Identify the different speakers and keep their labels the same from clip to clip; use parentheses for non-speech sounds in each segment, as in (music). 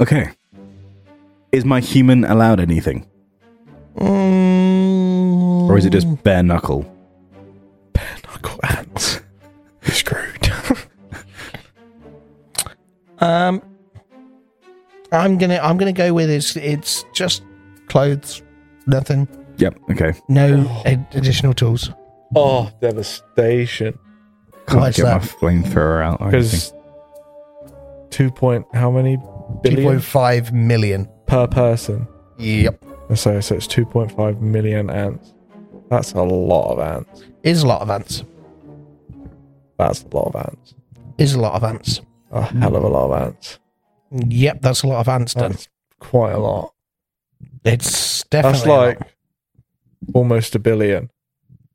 Speaker 1: Okay. Is my human allowed anything?
Speaker 2: Mm.
Speaker 1: Or is it just bare knuckle?
Speaker 2: Knuckle ants. You're screwed. um, I'm gonna I'm gonna go with it's it's just clothes, nothing,
Speaker 1: Yep, okay.
Speaker 2: no ad- additional tools.
Speaker 3: Oh, devastation.
Speaker 1: Can't
Speaker 2: Why's
Speaker 1: get
Speaker 2: that?
Speaker 1: my flamethrower out or anything.
Speaker 3: Because two point how many
Speaker 2: Two
Speaker 3: billion
Speaker 2: point five million.
Speaker 3: per person?
Speaker 2: Yep,
Speaker 3: So so it's two point five million ants. That's a lot of ants.
Speaker 2: is a lot of ants.
Speaker 3: That's a lot of ants.
Speaker 2: Is a lot of ants.
Speaker 3: A hell of a lot of ants.
Speaker 2: Yep, that's a lot of ants done.
Speaker 3: That's quite a lot.
Speaker 2: It's definitely
Speaker 3: That's
Speaker 2: a lot.
Speaker 3: like almost a billion.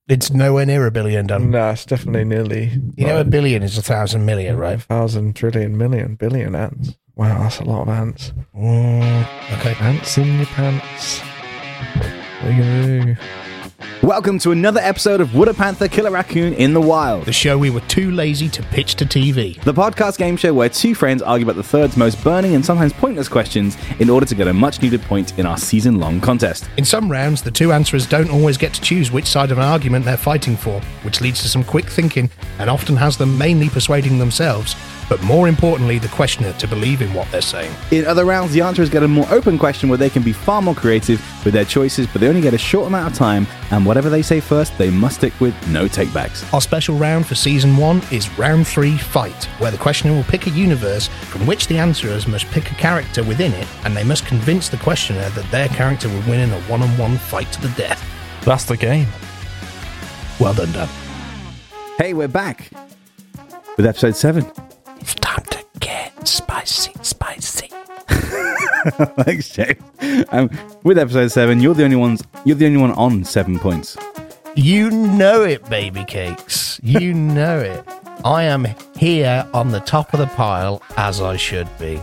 Speaker 2: it's nowhere near a billion done.
Speaker 3: Nah, it's definitely nearly
Speaker 2: Um, You know, a
Speaker 3: like
Speaker 2: billion is a thousand million, right?
Speaker 3: thousand trillion million billion ants. Wow, that's a lot of ants.
Speaker 2: Mm, okay.
Speaker 3: Ants in your pants. What are you gonna do?
Speaker 1: Welcome to another episode of Would a Panther Kill a Raccoon in the Wild?
Speaker 4: The show we were too lazy to pitch to TV.
Speaker 1: The podcast game show where two friends argue about the third's most burning and sometimes pointless questions in order to get a much needed point in our season long contest.
Speaker 4: In some rounds, the two answerers don't always get to choose which side of an argument they're fighting for, which leads to some quick thinking and often has them mainly persuading themselves, but more importantly, the questioner to believe in what they're saying.
Speaker 1: In other rounds, the answerers get a more open question where they can be far more creative with their choices, but they only get a short amount of time, and whatever they say first, they must stick with no takebacks.
Speaker 4: Our special round for season one is round three fight, where the questioner will pick a universe from which the answerers must pick a character within it, and they must convince the questioner that their character would win in a one on one fight to the death.
Speaker 5: That's the game.
Speaker 4: Well done, Dan.
Speaker 1: Hey, we're back with episode 7.
Speaker 4: It's time to get spicy, spicy.
Speaker 1: (laughs) Thanks, James. Um, with episode 7, you're the only ones, you're the only one on 7 points.
Speaker 2: You know it, baby.
Speaker 4: baby cakes. You know it. I am here on the top of the pile as I should be.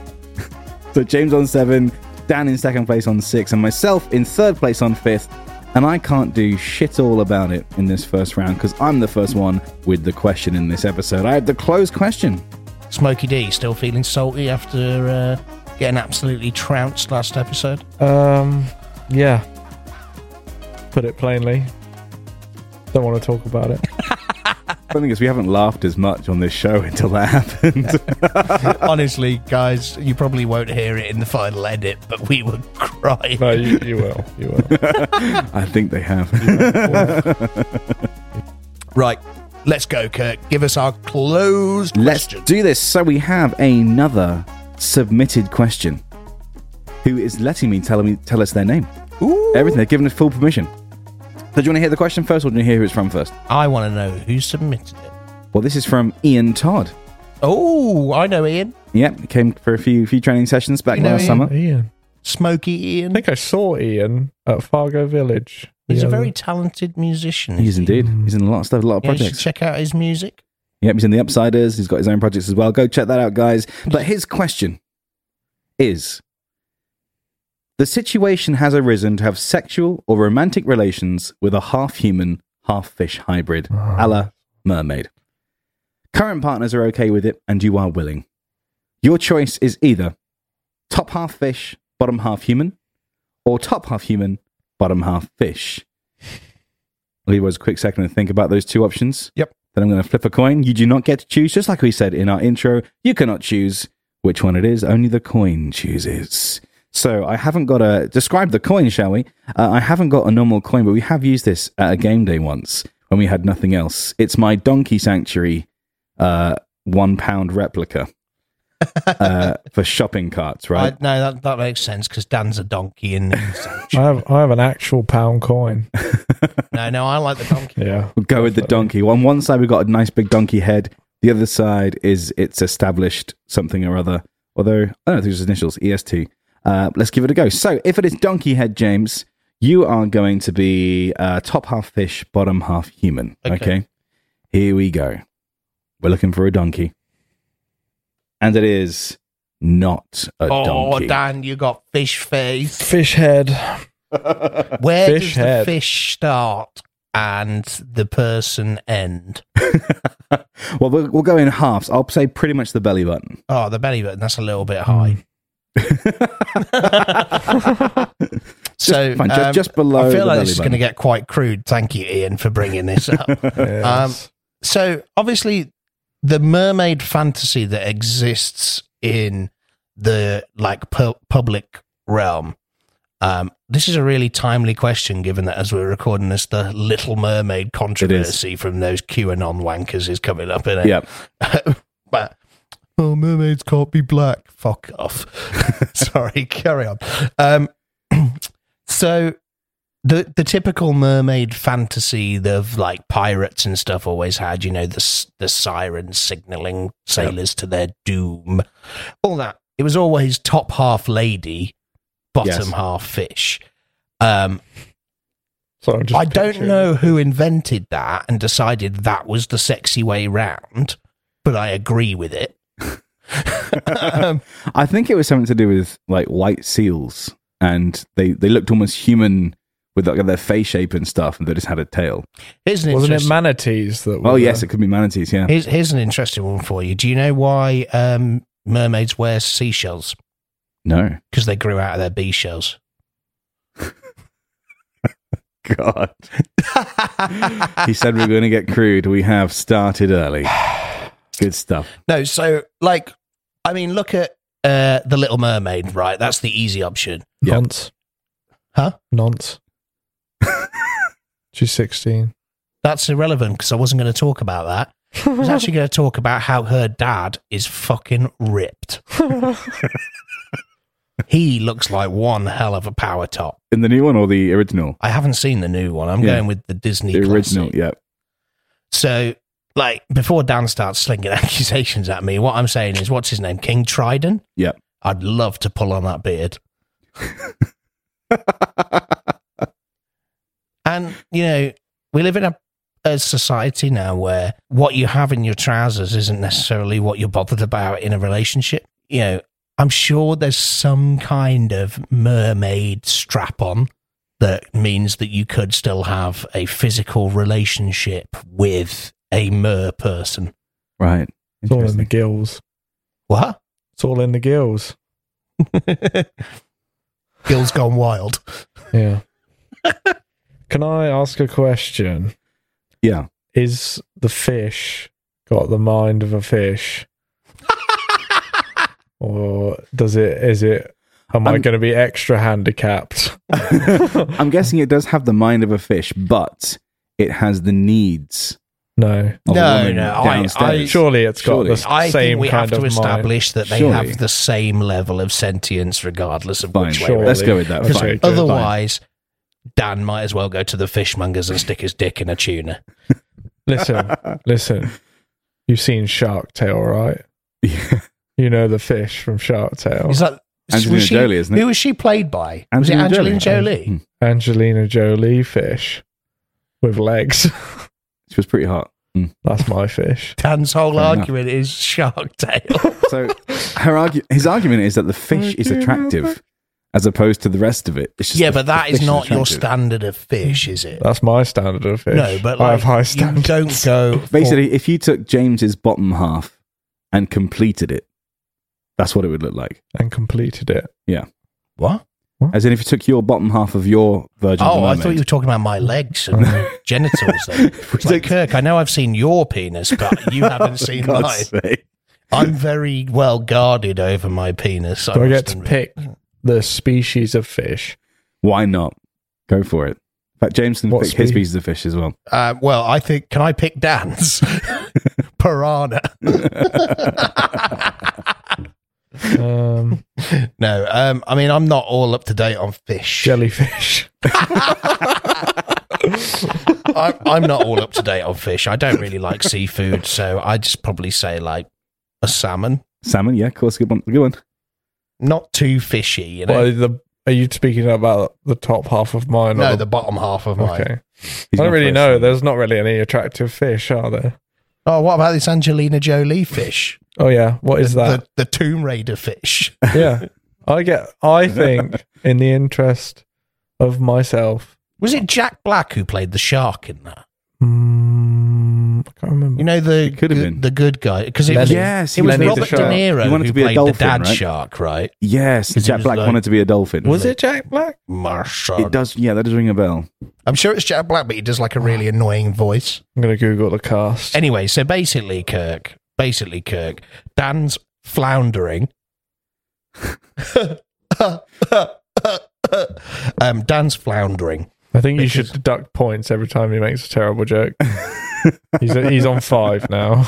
Speaker 1: So James on seven, Dan in second place on six, and myself in third place on fifth. And I can't do shit all about it in this first round because I'm the first one with the question in this episode. I had the closed question.
Speaker 4: Smokey D, still feeling salty after uh, getting absolutely trounced last episode?
Speaker 3: Um, yeah. Put it plainly. Don't want to talk about it.
Speaker 1: The thing is, we haven't laughed as much on this show (laughs) until that happened.
Speaker 4: (laughs) Honestly, guys, you probably won't hear it in the final edit, but we were crying.
Speaker 3: (laughs) No, you, you will. You
Speaker 1: (laughs)
Speaker 3: will.
Speaker 1: I think they have.
Speaker 4: Right, let's go, Kirk. Give us our closed
Speaker 1: Let's
Speaker 4: question.
Speaker 1: do this. So we have another submitted question. Who is letting me tell me tell us their name? Everything. They've given us full permission. So do you want to hear the question first, or do you want to hear who it's from first?
Speaker 4: I want to know who submitted it.
Speaker 1: Well, this is from Ian Todd.
Speaker 4: Oh, I know Ian.
Speaker 1: Yep, he came for a few few training sessions back
Speaker 4: You know
Speaker 1: last
Speaker 4: him?
Speaker 1: summer.
Speaker 3: Ian.
Speaker 4: Smokey
Speaker 3: I
Speaker 4: Ian.
Speaker 3: think I saw Ian at Fargo Village.
Speaker 4: He's
Speaker 3: the
Speaker 4: a
Speaker 3: other-
Speaker 4: very talented musician.
Speaker 1: He is indeed. He's in a lot of stuff, a lot of
Speaker 4: Yeah, you should
Speaker 1: projects.
Speaker 4: check out his music.
Speaker 1: Yep, he's in the Upsiders. He's got his own projects as well. Go check that out, guys. But his question is: The situation has arisen to have sexual or romantic relations with a half-human, half-fish hybrid, a la mermaid. Current partners are okay with it, and you are willing. Your choice is either top half fish, bottom half human, or top half human, bottom half fish. I'll leave us a quick second to think about those two options.
Speaker 4: Yep.
Speaker 1: Then I'm going to flip a coin. You do not get to choose. Just like we said in our intro, you cannot choose which one it is. Only the coin chooses. So I haven't got a. Describe the coin, shall we? Uh, I haven't got a normal coin, but we have used this at a game day once when we had nothing else. It's my Donkey Sanctuary uh, one pound replica uh, for shopping carts, right?
Speaker 4: I, no, that, that makes sense because Dan's a donkey and
Speaker 3: I have I have an actual
Speaker 1: (laughs)
Speaker 3: pound coin.
Speaker 4: (laughs) no, no, I like the donkey.
Speaker 3: Yeah.
Speaker 1: We'll go with the donkey. On one side, we've got a nice big donkey head. The other side is it's established something or other. Although, I don't know if it's initials, EST. Uh, let's give it a go. So, if it is donkey head, James, you are going to be uh, top half fish, bottom half human. Okay.
Speaker 4: Okay.
Speaker 1: Here we go. We're looking for a donkey. And it is not (laughs) a
Speaker 4: oh,
Speaker 1: donkey.
Speaker 4: Dan, you got
Speaker 1: (laughs)
Speaker 4: fish face.
Speaker 3: Fish head.
Speaker 4: Where
Speaker 3: Fish
Speaker 4: does
Speaker 3: head.
Speaker 4: the fish start and the person end?
Speaker 1: well, well, we'll go in halves. I'll say pretty much the belly button.
Speaker 4: (laughs)
Speaker 1: (laughs)
Speaker 4: Oh, the belly button. That's a little bit high. so
Speaker 1: fine, ju-
Speaker 4: um,
Speaker 1: just below
Speaker 4: I feel
Speaker 1: the
Speaker 4: like
Speaker 1: belly
Speaker 4: this is
Speaker 1: button.
Speaker 4: going to get quite crude. Thank you, Ian, for
Speaker 1: (laughs)
Speaker 4: bringing this up.
Speaker 3: Yes.
Speaker 4: so obviously the mermaid fantasy that exists in the like pu- public realm um this is a really timely question given that as we're recording this the little mermaid controversy from those qanon wankers is coming up in it
Speaker 1: yeah.
Speaker 4: (laughs) but oh, mermaids can't be black. Fuck off. (laughs) Sorry, (laughs) carry on. Um, (clears throat) so the the typical mermaid fantasy of like pirates and stuff always had, you know, the s- the sirens signaling sailors to their doom, all that. It was always top half lady, bottom
Speaker 1: Yes.
Speaker 4: half fish. Um,
Speaker 3: So I'm just
Speaker 4: I don't
Speaker 3: picturing-
Speaker 4: know who invented that and decided that was the sexy way round, but I agree with it. um,
Speaker 1: (laughs) I think it was something to do with like white seals, and they they looked almost human with like their face shape and stuff, and they just had a tail.
Speaker 4: here's, an
Speaker 3: Wasn't it
Speaker 4: interest-
Speaker 3: manatees that? Were
Speaker 1: Oh yes, it could be manatees. Yeah,
Speaker 4: here's, here's an interesting one for you. Do you know why um, mermaids wear seashells?
Speaker 1: no,
Speaker 4: Because they grew out of their
Speaker 1: (laughs)
Speaker 4: bee shells.
Speaker 1: God. he said we are going to get crude. We have started
Speaker 4: (sighs)
Speaker 1: early. Good stuff.
Speaker 4: No, so like, I mean, look at uh, the Little Mermaid, right? That's the easy option.
Speaker 1: Yeah.
Speaker 3: nonce.
Speaker 4: Huh?
Speaker 1: (laughs)
Speaker 3: Nonce. She's sixteen.
Speaker 4: That's irrelevant because I wasn't going to talk about that.
Speaker 1: (laughs)
Speaker 4: I was actually going to talk about how her dad is fucking
Speaker 1: (laughs)
Speaker 4: ripped. he looks like one hell of a power top.
Speaker 1: In the new one or the original?
Speaker 4: I haven't seen the new one. I'm
Speaker 1: Yeah.
Speaker 4: going with the Disney
Speaker 1: The original.
Speaker 4: classic.
Speaker 1: Yeah.
Speaker 4: So, like, before Dan starts slinging (laughs) accusations at me, what I'm saying is, what's his name? King Trident?
Speaker 1: Yeah.
Speaker 4: I'd love to pull on that beard. and, you know, we live in a, a society now where what you have in your trousers isn't necessarily what you're bothered about in a relationship. You know, I'm sure there's some kind of mermaid strap on that means that you could still have a physical relationship with a mer person.
Speaker 1: Right.
Speaker 3: It's all in the
Speaker 1: Interesting.
Speaker 3: gills.
Speaker 4: (laughs) What?
Speaker 3: It's all in the gills.
Speaker 4: Gil's gone wild.
Speaker 3: Yeah. Can I ask a question?
Speaker 1: Yeah.
Speaker 3: Is the fish got the mind of a fish? or does it is it am i
Speaker 1: I'm-
Speaker 3: going to be
Speaker 1: (laughs)
Speaker 3: extra handicapped?
Speaker 1: I'm guessing it does have the mind of a fish, but it has the needs
Speaker 3: no.
Speaker 1: of
Speaker 4: No,
Speaker 1: a woman
Speaker 4: no, I-
Speaker 1: downstairs.
Speaker 4: I-
Speaker 1: (laughs)
Speaker 3: Surely it's got
Speaker 1: Surely.
Speaker 3: the s-
Speaker 4: I
Speaker 3: same
Speaker 4: think we
Speaker 3: kind
Speaker 4: have to
Speaker 3: of mind.
Speaker 4: establish that they
Speaker 1: Surely.
Speaker 4: have the same level of sentience, regardless of
Speaker 1: Fine.
Speaker 4: which way.
Speaker 3: Surely.
Speaker 1: Let's go with that.
Speaker 3: Because
Speaker 1: Fine.
Speaker 3: Fine.
Speaker 4: Otherwise, Dan might as well go to the fishmongers and stick his dick in a tuna.
Speaker 3: Listen,
Speaker 1: (laughs)
Speaker 3: listen. You've seen Shark Tale, right? You know the fish from Shark Tale.
Speaker 4: Is that
Speaker 1: Angelina
Speaker 4: was she,
Speaker 1: Jolie, isn't it?
Speaker 4: Who was she played by? was it Angelina Jolie?
Speaker 1: Hmm.
Speaker 3: Angelina Jolie fish with legs. (laughs)
Speaker 1: She was pretty hot. Mm.
Speaker 3: That's my fish.
Speaker 4: Dan's whole
Speaker 1: Fair enough.
Speaker 4: argument is Shark (laughs) Tale.
Speaker 1: So her argu- his argument is that the fish is attractive as opposed to the rest of it. It's just
Speaker 4: yeah,
Speaker 1: the-
Speaker 4: but
Speaker 1: the
Speaker 4: that
Speaker 1: fish
Speaker 4: is not your
Speaker 1: attractive.
Speaker 4: standard of fish, is it?
Speaker 3: That's my standard of fish.
Speaker 4: No, but
Speaker 3: I
Speaker 4: like,
Speaker 3: have high
Speaker 4: you
Speaker 3: standards.
Speaker 4: don't
Speaker 3: (laughs)
Speaker 4: go for-
Speaker 1: Basically, if you took James's bottom half and completed it, that's what it would look like.
Speaker 3: and completed it.
Speaker 4: what?
Speaker 1: As in, if you took your bottom half of your Virgin,
Speaker 4: Oh,
Speaker 1: the
Speaker 4: I thought you were
Speaker 1: Mermaid-
Speaker 4: talking about my legs
Speaker 3: (laughs)
Speaker 4: and my genitals. Then. It's like, Kirk, I know I've seen your penis, but
Speaker 3: (laughs) Oh,
Speaker 4: you haven't seen mine.
Speaker 1: God's sake.
Speaker 4: I'm very well guarded over my penis.
Speaker 3: Do I get
Speaker 4: must
Speaker 3: to
Speaker 4: admit.
Speaker 3: pick the species of fish?
Speaker 1: Why not? Go for it. In fact, James can
Speaker 3: What
Speaker 1: pick his
Speaker 3: speed?
Speaker 1: pieces of fish as well.
Speaker 4: Uh, well, I think. Can I pick
Speaker 3: (laughs)
Speaker 4: Dan's piranha? (laughs)
Speaker 3: Um,
Speaker 4: No, um, I mean I'm not all up to date on fish. (laughs)
Speaker 3: jellyfish.
Speaker 4: I, I'm not all up to date on fish. I don't really like seafood, so I just probably say like a salmon,
Speaker 1: Salmon, yeah, of course, good one, good one.
Speaker 4: not too fishy. You know,
Speaker 3: Well, the, are you speaking about the top half of mine?
Speaker 4: no,
Speaker 3: or
Speaker 4: the bottom half of mine.
Speaker 3: okay.
Speaker 1: He's
Speaker 3: I don't
Speaker 1: gone
Speaker 3: really
Speaker 1: first.
Speaker 3: know. There's not really any attractive fish, are there?
Speaker 4: Oh, what about this Angelina Jolie fish?
Speaker 3: Oh yeah, what is
Speaker 1: Uh,
Speaker 3: that?
Speaker 4: The, the Tomb
Speaker 1: (laughs)
Speaker 4: Raider fish.
Speaker 3: yeah, I get.
Speaker 4: (laughs)
Speaker 3: I think, in the interest of myself,
Speaker 4: Was it Jack Black who played the shark in that?
Speaker 3: mm, can't remember.
Speaker 2: You know the
Speaker 1: It could have
Speaker 2: the-
Speaker 1: been.
Speaker 4: the good guy because it
Speaker 1: Lenny.
Speaker 4: was,
Speaker 1: Yes, he
Speaker 4: it was
Speaker 3: Lenny the
Speaker 4: Robert De
Speaker 3: shark.
Speaker 1: He
Speaker 4: Niro
Speaker 1: wanted
Speaker 4: who
Speaker 1: to be a
Speaker 4: played
Speaker 1: dolphin,
Speaker 4: the dad
Speaker 1: right?
Speaker 4: Shark, right?
Speaker 1: Yes,
Speaker 4: 'Cause he
Speaker 1: Jack
Speaker 4: was
Speaker 1: Black
Speaker 4: like-
Speaker 1: wanted to be a dolphin.
Speaker 3: was it Jack Black?
Speaker 1: It
Speaker 4: Marshall.
Speaker 1: does. Yeah, that does ring a bell.
Speaker 4: I'm sure it's Jack Black, but he does like a really annoying voice.
Speaker 3: I'm gonna Google the cast.
Speaker 4: Anyway, so basically, Kirk, basically, Kirk, Dan's
Speaker 1: (laughs)
Speaker 4: floundering. (laughs) um, Dan's floundering.
Speaker 3: I think you should deduct points every time he makes a terrible joke. he's he's on five now.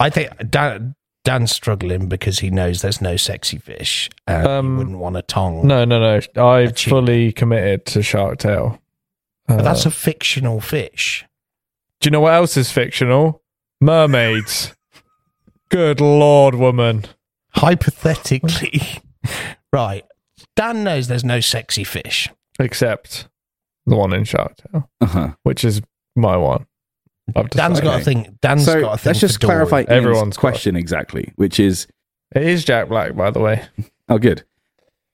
Speaker 4: I think Dan, Dan's struggling because he knows there's no sexy fish. And
Speaker 3: Um,
Speaker 4: he wouldn't want a tongue.
Speaker 3: No, no, no. I
Speaker 4: Achieve.
Speaker 3: fully committed to Shark Tale. Uh,
Speaker 4: But that's a fictional fish.
Speaker 3: do you know what else is fictional?
Speaker 4: (laughs)
Speaker 3: Mermaids. Good lord, woman.
Speaker 4: Hypothetically. (laughs) right. Dan knows there's no sexy fish.
Speaker 3: Except the one in Shark Tale,
Speaker 1: Uh huh.
Speaker 3: which is my one. I've
Speaker 4: Dan's
Speaker 3: decided.
Speaker 4: got a thing. Dan's
Speaker 1: So
Speaker 4: got a thing.
Speaker 1: let's just
Speaker 4: for Dory.
Speaker 1: clarify everyone's
Speaker 3: Everyone's got-
Speaker 1: question exactly, which is
Speaker 3: It is Jack Black, by the way.
Speaker 1: oh, good.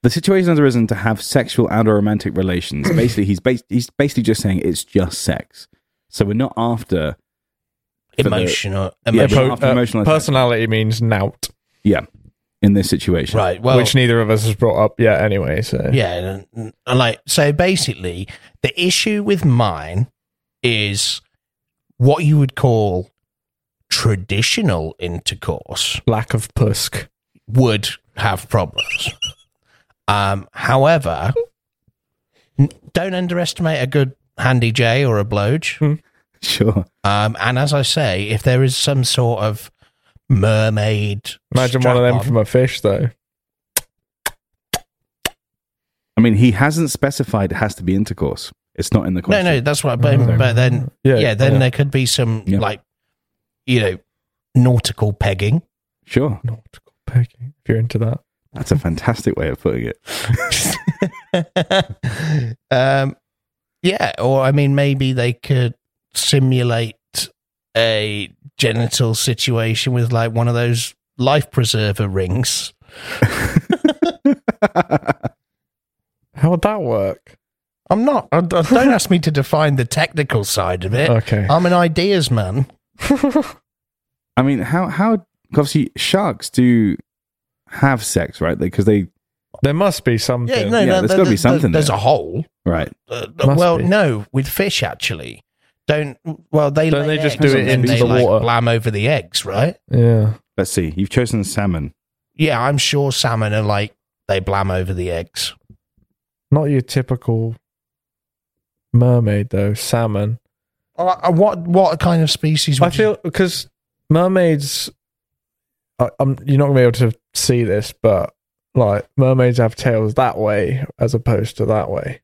Speaker 1: The situation has arisen to have sexual and or romantic relations.
Speaker 3: (coughs)
Speaker 1: basically, he's bas- he's basically just saying it's just sex. So we're not after for the-
Speaker 4: Emotional.
Speaker 1: Yeah,
Speaker 4: emotional.
Speaker 1: after emotional attack.
Speaker 3: uh, personality means nout,
Speaker 1: yeah in this situation.
Speaker 4: right. Well,
Speaker 3: which neither of us has brought up yet anyway. So
Speaker 4: Yeah, and, and, and, like so basically the issue with mine is what you would call traditional intercourse
Speaker 3: lack of pusk.
Speaker 4: would have problems. Um, however, n- don't underestimate a good handy J or a bloge.
Speaker 1: (laughs) Sure.
Speaker 4: Um, and as I say, if there is some sort of mermaid,
Speaker 3: Imagine one of them
Speaker 4: strap-on-
Speaker 3: from a fish though.
Speaker 1: I mean, he hasn't specified it has to be intercourse. It's not in the
Speaker 4: No,
Speaker 1: question.
Speaker 4: no, that's what. But, but then, yeah,
Speaker 3: Mm-hmm. Yeah,
Speaker 4: then
Speaker 3: yeah.
Speaker 4: there could be some
Speaker 1: Yeah.
Speaker 4: like, you know, nautical pegging.
Speaker 1: Sure.
Speaker 3: Nautical pegging. If you're into that,
Speaker 1: That's a fantastic way of putting it. (laughs)
Speaker 4: (laughs) um, yeah, or I mean, maybe they could simulate a genital situation with like one of those life preserver rings.
Speaker 3: how would that work?
Speaker 4: I'm not. I, I- don't ask me to define the technical side of it.
Speaker 3: Okay.
Speaker 4: I'm an ideas man.
Speaker 1: I mean, how how obviously sharks do have sex, right? Because they
Speaker 3: There must be something.
Speaker 4: Yeah, no,
Speaker 1: Yeah,
Speaker 4: no
Speaker 1: there's gotta be something
Speaker 4: There's
Speaker 1: there.
Speaker 4: a hole.
Speaker 1: right.
Speaker 4: Uh,
Speaker 3: Must
Speaker 4: well,
Speaker 3: be.
Speaker 4: no, with fish actually. Don't well they
Speaker 3: Don't
Speaker 4: lay
Speaker 3: they just
Speaker 4: eggs
Speaker 1: do it
Speaker 4: and then
Speaker 1: into
Speaker 4: they,
Speaker 1: the
Speaker 4: like,
Speaker 3: water?
Speaker 4: Blam over the eggs, right?
Speaker 3: Yeah.
Speaker 1: Let's see. You've chosen salmon.
Speaker 4: Yeah, I'm sure salmon are like they blam over the eggs.
Speaker 3: Not your typical mermaid though. Salmon.
Speaker 4: Uh, uh, What what kind of species? Would
Speaker 3: I feel because mermaids, I, I'm, you're not gonna be able to see this, but like mermaids have tails that way as opposed to that way.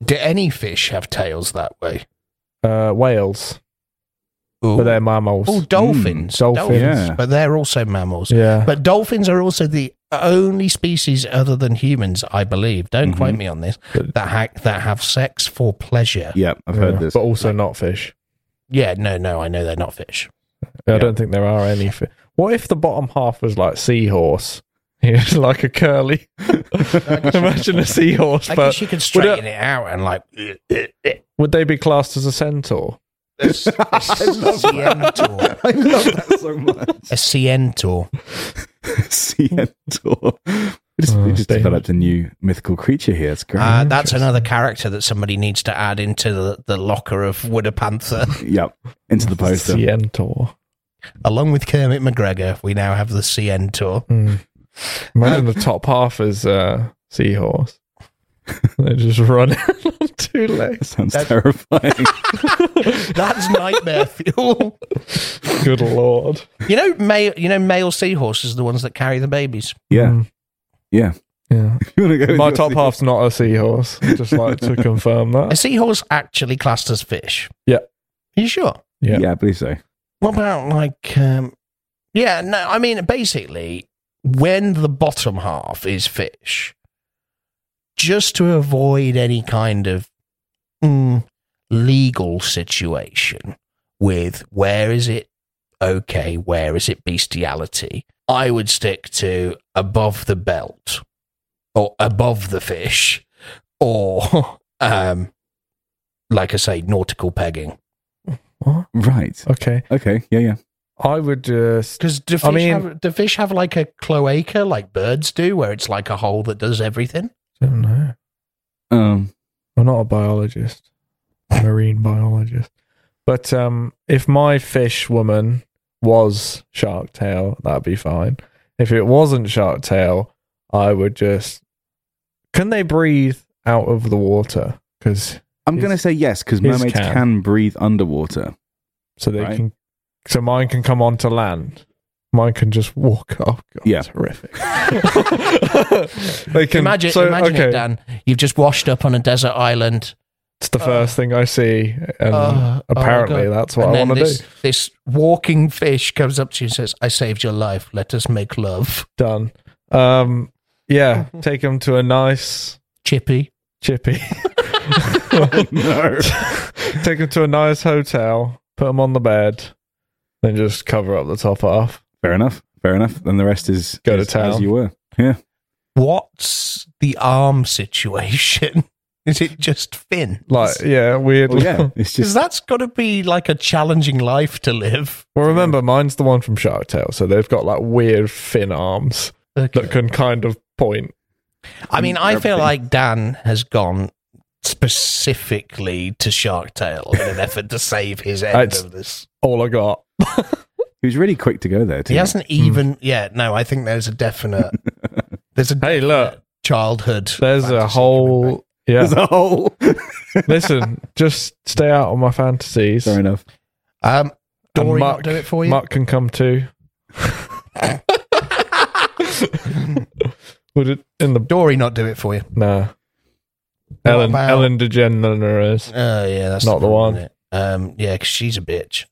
Speaker 4: you, do any fish have tails that way?
Speaker 3: Uh, whales,
Speaker 4: Ooh.
Speaker 3: but they're mammals.
Speaker 4: Oh, dolphins,
Speaker 3: Mm, dolphins.
Speaker 1: Yeah.
Speaker 4: but they're also mammals.
Speaker 3: yeah,
Speaker 4: But dolphins are also the only species other than humans, I believe. Don't quote me on this.
Speaker 3: But-
Speaker 4: That ha- that have sex for pleasure.
Speaker 1: Yeah, I've
Speaker 3: Yeah,
Speaker 1: heard this.
Speaker 3: but also not fish.
Speaker 4: Yeah, no, no, I know they're not fish.
Speaker 3: I don't think there are any. Fi- what if the bottom half was like seahorse? (laughs) It's like a curly.
Speaker 1: (laughs)
Speaker 3: Imagine a seahorse,
Speaker 4: I
Speaker 3: but
Speaker 4: guess you could
Speaker 3: would,
Speaker 4: straighten
Speaker 3: it,
Speaker 4: it out and like.
Speaker 3: would they be classed as a centaur?
Speaker 4: It's- it's a centaur.
Speaker 1: (laughs) I (laughs) love
Speaker 3: (laughs)
Speaker 1: that so much. (laughs)
Speaker 4: A centaur.
Speaker 1: Centaur. We just, we
Speaker 3: Oh,
Speaker 1: just
Speaker 3: damn.
Speaker 1: developed a new mythical creature here. It's great.
Speaker 4: Uh, that's another character that somebody needs to add into the, the locker of Wooda Panther.
Speaker 1: yep. Into the poster.
Speaker 3: Centaur.
Speaker 4: Along with Kermit McGregor, we now have the centaur.
Speaker 3: Hmm. Imagine the top half is uh, seahorse.
Speaker 1: (laughs)
Speaker 3: They're just (laughs) running on two legs.
Speaker 1: That sounds (laughs) terrifying. (laughs)
Speaker 4: That's nightmare (laughs) fuel.
Speaker 3: Good lord.
Speaker 4: You know, male, you know, male seahorses are the ones that carry the babies.
Speaker 1: yeah.
Speaker 3: Hmm.
Speaker 1: Yeah.
Speaker 3: Yeah.
Speaker 1: (laughs) You wanna go with
Speaker 3: My
Speaker 1: your
Speaker 3: top
Speaker 1: sea-
Speaker 3: half's not a seahorse. Just like
Speaker 1: (laughs)
Speaker 3: to confirm
Speaker 4: A
Speaker 3: that.
Speaker 4: seahorse actually classed as fish.
Speaker 3: Yeah.
Speaker 4: Are you sure?
Speaker 3: Yeah.
Speaker 1: Yeah, I believe so.
Speaker 4: What about like, um, yeah, no, I mean, basically, when the bottom half is fish, just to avoid any kind of mm, legal situation with where is it okay, where is it bestiality, I would stick to above the belt or above the fish (laughs) or, um, like I say, nautical pegging.
Speaker 3: What?
Speaker 1: Right.
Speaker 3: Okay.
Speaker 1: Okay. Yeah, yeah.
Speaker 3: I would just.
Speaker 4: Because do fish,
Speaker 3: I mean-
Speaker 4: have, do fish have like a cloaca like birds do, where it's like a hole that does everything?
Speaker 3: don't know.
Speaker 1: Um,
Speaker 3: I'm not a biologist, a marine biologist. But um, if my fish woman was Shark Tale, that'd be fine. If it wasn't Shark Tale, I would just. Can they breathe out of the water? Because
Speaker 1: I'm
Speaker 3: His-
Speaker 1: going to say yes because
Speaker 3: his
Speaker 1: mermaids
Speaker 3: can.
Speaker 1: can. breathe
Speaker 3: (laughs)
Speaker 1: underwater.
Speaker 3: so they
Speaker 1: Right.
Speaker 3: can, so mine can come onto land. Mine can just walk (laughs) up. God,
Speaker 1: Yeah. (laughs)
Speaker 3: horrific. (laughs) they can
Speaker 4: Imagine,
Speaker 3: so,
Speaker 4: imagine
Speaker 3: okay,
Speaker 4: it, Dan. You've just washed up on a desert island.
Speaker 3: It's the first thing I see, and
Speaker 4: Uh, oh my
Speaker 3: apparently
Speaker 4: God.
Speaker 3: that's what
Speaker 4: and
Speaker 3: I
Speaker 4: then
Speaker 3: want to
Speaker 4: this,
Speaker 3: do.
Speaker 4: this walking fish comes up to you and says, I saved your life. Let us make love.
Speaker 3: Done. Um, yeah, take them to a nice
Speaker 4: Chippy.
Speaker 3: chippy. (laughs) Oh,
Speaker 1: no.
Speaker 3: take them to a nice hotel. Put them on the bed, then just cover up the top half.
Speaker 1: (laughs) Fair enough. Fair enough. Then the rest is
Speaker 3: Go to
Speaker 1: is as
Speaker 3: town.
Speaker 1: you were. Yeah.
Speaker 4: What's the arm situation? (laughs) Is it just fin?
Speaker 3: Like, yeah, weird.
Speaker 1: Well, Oh, yeah. It's
Speaker 4: Because
Speaker 1: just
Speaker 4: that's got to be like a challenging life to live.
Speaker 3: (laughs) well, remember, mine's the one from Shark Tale, so they've got like weird fin arms that can kind of point.
Speaker 4: I mean, I feel
Speaker 1: Everything.
Speaker 4: like Dan has gone specifically to Shark Tale in an effort to save his end
Speaker 3: That's-
Speaker 4: of this.
Speaker 3: All I got.
Speaker 1: he was really quick to go there. Too. (laughs)
Speaker 4: He hasn't
Speaker 3: Hmm.
Speaker 4: even. Yeah, no, I think there's a
Speaker 3: (laughs)
Speaker 4: definite. there's a
Speaker 3: Hey, look,
Speaker 4: childhood.
Speaker 3: there's
Speaker 4: fantasy
Speaker 3: a
Speaker 4: coming back.
Speaker 3: whole.
Speaker 1: (laughs)
Speaker 3: Yeah,
Speaker 1: There's a
Speaker 3: (laughs)
Speaker 1: hole.
Speaker 3: listen, just stay out of my fantasies.
Speaker 1: Fair enough.
Speaker 4: Um,
Speaker 3: And
Speaker 4: Dory
Speaker 3: Mark-
Speaker 4: not do it for you.
Speaker 3: Mark can come
Speaker 4: (laughs)
Speaker 3: too. Would it in the
Speaker 4: Dory not do it for you.
Speaker 3: nah? Ellen
Speaker 4: about-
Speaker 3: Ellen DeGeneres.
Speaker 4: Oh yeah, that's
Speaker 3: Not the
Speaker 4: problem,
Speaker 3: one.
Speaker 4: isn't it? Um, yeah, 'cause she's a bitch.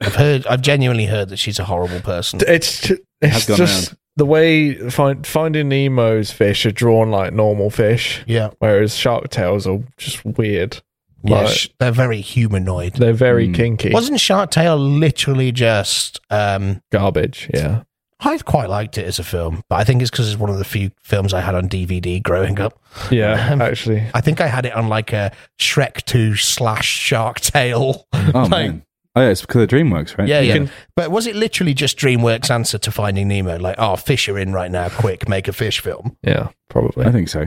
Speaker 4: I've heard. I've genuinely heard that she's a horrible person.
Speaker 3: It's ju-
Speaker 1: Has
Speaker 3: it's
Speaker 1: gone
Speaker 3: just the way find, Finding Nemo's fish are drawn like normal fish,
Speaker 4: Yeah,
Speaker 3: whereas shark tails are just weird.
Speaker 4: yeah,
Speaker 3: Like-
Speaker 4: sh- they're very humanoid.
Speaker 3: They're very
Speaker 1: Mm.
Speaker 3: kinky.
Speaker 4: Wasn't Shark Tale literally just? Um,
Speaker 3: Garbage. Yeah.
Speaker 4: I quite liked it as a film, but I think it's because it's one of the few films I had on DVD growing up.
Speaker 3: Yeah.
Speaker 4: Um,
Speaker 3: (laughs) actually,
Speaker 4: I think I had it on like a Shrek Two slash Shark Tale.
Speaker 1: Oh
Speaker 4: Like-
Speaker 1: man. Oh yeah, it's because of DreamWorks, right?
Speaker 4: Yeah, yeah.
Speaker 3: can-
Speaker 4: but was it literally just DreamWorks' answer to Finding Nemo? Like, oh, fish are in right now. Quick, make a fish film.
Speaker 3: yeah.
Speaker 1: I
Speaker 3: Probably.
Speaker 1: think so.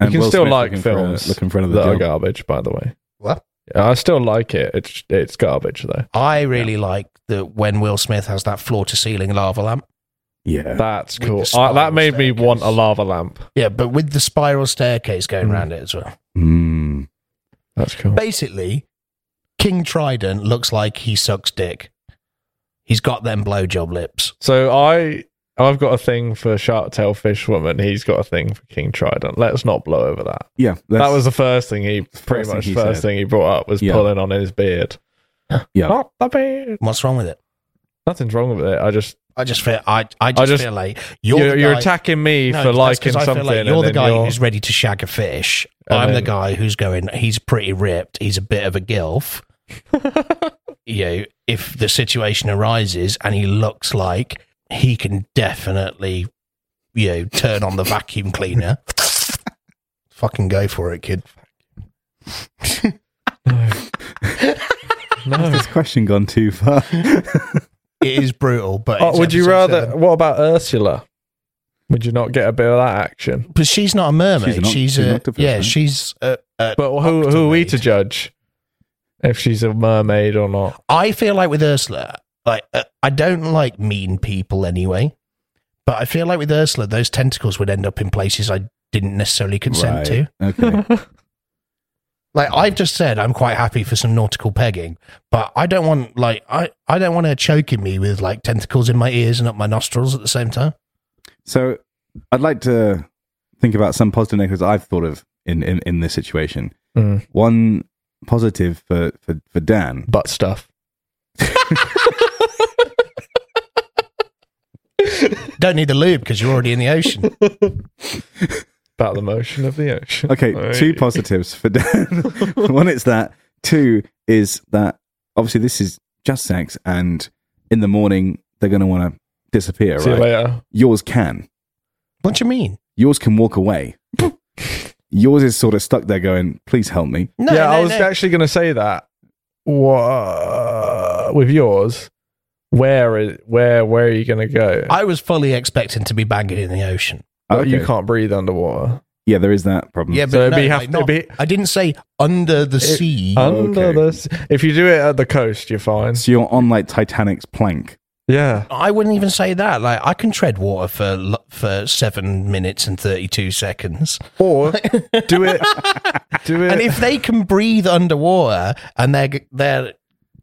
Speaker 3: You can still
Speaker 1: Smith
Speaker 3: like
Speaker 1: looking for a-
Speaker 3: films
Speaker 1: looking for another
Speaker 3: That are
Speaker 1: deal.
Speaker 3: garbage, by the way.
Speaker 4: What?
Speaker 3: Yeah, I still like it. It's it's garbage though.
Speaker 4: I really like that when Will Smith has that floor to ceiling lava lamp.
Speaker 1: Yeah.
Speaker 3: That's
Speaker 4: With
Speaker 3: cool.
Speaker 4: the
Speaker 3: I,
Speaker 4: spiral
Speaker 3: that made me want a
Speaker 4: staircase.
Speaker 3: lava lamp.
Speaker 4: Yeah, but with the spiral staircase going
Speaker 3: Mm.
Speaker 4: round it as well.
Speaker 1: Mm.
Speaker 3: That's cool.
Speaker 4: Basically, King Trident looks like he sucks dick. He's got them blowjob lips.
Speaker 3: So I I've got a thing for Shark Tale Fish Woman. He's got a thing for King Trident. Let's not blow over that.
Speaker 1: Yeah.
Speaker 3: that was the first thing he pretty
Speaker 1: first thing
Speaker 3: much
Speaker 1: he
Speaker 3: first
Speaker 1: said.
Speaker 3: thing he brought up was
Speaker 1: Yeah.
Speaker 3: pulling on his
Speaker 4: (gasps)
Speaker 3: beard.
Speaker 1: Yeah.
Speaker 3: Not the beard.
Speaker 4: What's wrong with it?
Speaker 3: Nothing's wrong with it. I just
Speaker 4: I just feel I I just,
Speaker 3: just-
Speaker 4: feel like
Speaker 3: you're,
Speaker 4: you're
Speaker 3: you're,
Speaker 4: the guy-
Speaker 3: attacking me
Speaker 4: No,
Speaker 3: for
Speaker 4: that's
Speaker 3: liking
Speaker 4: 'cause I feel
Speaker 3: something.
Speaker 4: Like you're
Speaker 3: and
Speaker 4: the
Speaker 3: then
Speaker 4: guy
Speaker 3: you're- (laughs)
Speaker 4: who's (laughs) ready to shag a fish.
Speaker 3: And
Speaker 4: I'm the
Speaker 3: then-
Speaker 4: guy who's going. He's pretty ripped. He's a bit of a
Speaker 3: (laughs)
Speaker 4: gilf. you know, if the situation arises and he looks like he can definitely, you know, turn on the vacuum
Speaker 3: (laughs)
Speaker 4: cleaner. Fucking go for it, kid.
Speaker 3: no.
Speaker 1: this question gone too far.
Speaker 4: It is brutal, but
Speaker 3: Oh,
Speaker 4: it's
Speaker 3: would you
Speaker 4: episode
Speaker 3: rather?
Speaker 4: seven.
Speaker 3: What about Ursula? Would you not get a bit of that action?
Speaker 4: But she's not a mermaid.
Speaker 1: She's an oc-
Speaker 4: She's,
Speaker 1: she's an
Speaker 4: a
Speaker 1: octopus,
Speaker 4: yeah.
Speaker 1: right?
Speaker 4: She's a, a
Speaker 3: But who who are we to
Speaker 4: Octomade.
Speaker 3: judge if she's a mermaid or not?
Speaker 4: I feel like with Ursula, like uh, I don't like mean people anyway, but I feel like with Ursula, those tentacles would end up in places I didn't necessarily consent
Speaker 1: Right.
Speaker 4: to.
Speaker 1: Okay.
Speaker 4: Like I've just said, I'm quite happy for some nautical pegging, but I don't want like I I don't want her choking me with like tentacles in my ears and up my nostrils at the same time.
Speaker 1: So I'd like to think about some positive negatives I've thought of in, in, in this situation.
Speaker 3: Mm.
Speaker 1: One positive for, for, for Dan.
Speaker 3: Butt stuff.
Speaker 4: Don't need the lube because you're already in the
Speaker 3: (laughs)
Speaker 4: ocean.
Speaker 3: About the motion of the ocean.
Speaker 1: Okay,
Speaker 3: Like-
Speaker 1: two positives for
Speaker 3: (laughs)
Speaker 1: Dan. One is that. Two is that obviously this is just sex, and in the morning they're going to want to disappear,
Speaker 3: See you
Speaker 1: right?
Speaker 3: later.
Speaker 1: Yours can.
Speaker 4: what do you mean?
Speaker 1: Yours can walk
Speaker 3: (laughs)
Speaker 1: away. Yours is sort of stuck there, going, "Please help me."
Speaker 4: No,
Speaker 3: yeah,
Speaker 4: no,
Speaker 3: I was
Speaker 4: no.
Speaker 3: actually going to say that. wha- with yours, where is where where are you gonna go?
Speaker 4: I was fully expecting to be banging in the ocean.
Speaker 3: But You
Speaker 1: Okay.
Speaker 3: can't breathe underwater.
Speaker 1: Yeah, there is that problem.
Speaker 4: Yeah, but
Speaker 3: Mm. So it'd
Speaker 4: no,
Speaker 3: be have
Speaker 4: like
Speaker 3: to
Speaker 4: not-
Speaker 3: be-
Speaker 4: I didn't say under the sea.
Speaker 3: Under
Speaker 1: Okay.
Speaker 3: the s- if you do it at the coast, you're fine.
Speaker 1: So you're on like Titanic's plank.
Speaker 3: Yeah.
Speaker 4: I wouldn't even say that. Like I can tread water for l- for seven minutes and thirty two seconds.
Speaker 3: Or
Speaker 4: (laughs)
Speaker 3: do it do it
Speaker 4: And if they can breathe underwater and they're g- they're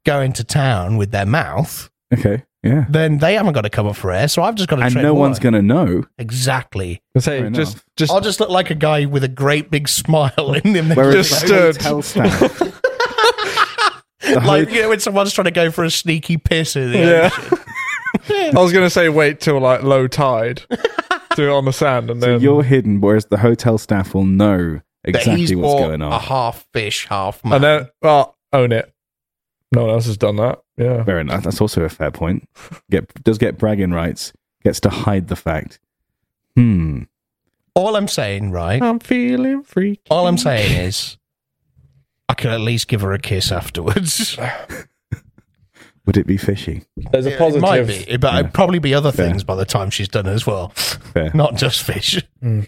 Speaker 4: going to town with their mouth,
Speaker 1: Okay. Yeah.
Speaker 4: then they haven't got to come up for air. So I've just got to.
Speaker 1: And
Speaker 4: tread
Speaker 1: no
Speaker 4: water.
Speaker 1: one's going to know.
Speaker 4: exactly.
Speaker 3: say,
Speaker 1: Fair
Speaker 3: just
Speaker 1: enough.
Speaker 3: just
Speaker 4: I'll just look like a guy with a great big smile in them.
Speaker 1: Whereas
Speaker 3: Just
Speaker 1: the
Speaker 3: stood.
Speaker 1: hotel
Speaker 3: (laughs)
Speaker 1: staff. The
Speaker 4: like
Speaker 1: ho-
Speaker 4: you know, when someone's trying to go for a sneaky piss in the
Speaker 3: Yeah.
Speaker 4: ocean.
Speaker 3: (laughs) I was gonna say wait till like low tide. do it on the sand and
Speaker 1: so
Speaker 3: then
Speaker 1: you're hidden, whereas the hotel staff will know
Speaker 4: That he's
Speaker 1: exactly what's
Speaker 4: bought
Speaker 1: going
Speaker 4: A
Speaker 3: Ah.
Speaker 1: on.
Speaker 4: half fish, half man.
Speaker 3: and then well, own it. No one else has done that. Yeah.
Speaker 1: Fair enough. That's also a fair point. Get does get bragging rights. Gets to hide the fact. Hmm.
Speaker 4: all I'm saying, right?
Speaker 3: I'm feeling freaky.
Speaker 4: All I'm saying is, I could at least give her a kiss
Speaker 3: (laughs)
Speaker 4: afterwards.
Speaker 1: Would it be fishy?
Speaker 3: There's a
Speaker 4: It
Speaker 3: positive.
Speaker 4: might be, but it'd probably be other things by the time she's done as well,
Speaker 1: Fair.
Speaker 4: not just fish
Speaker 3: Mm.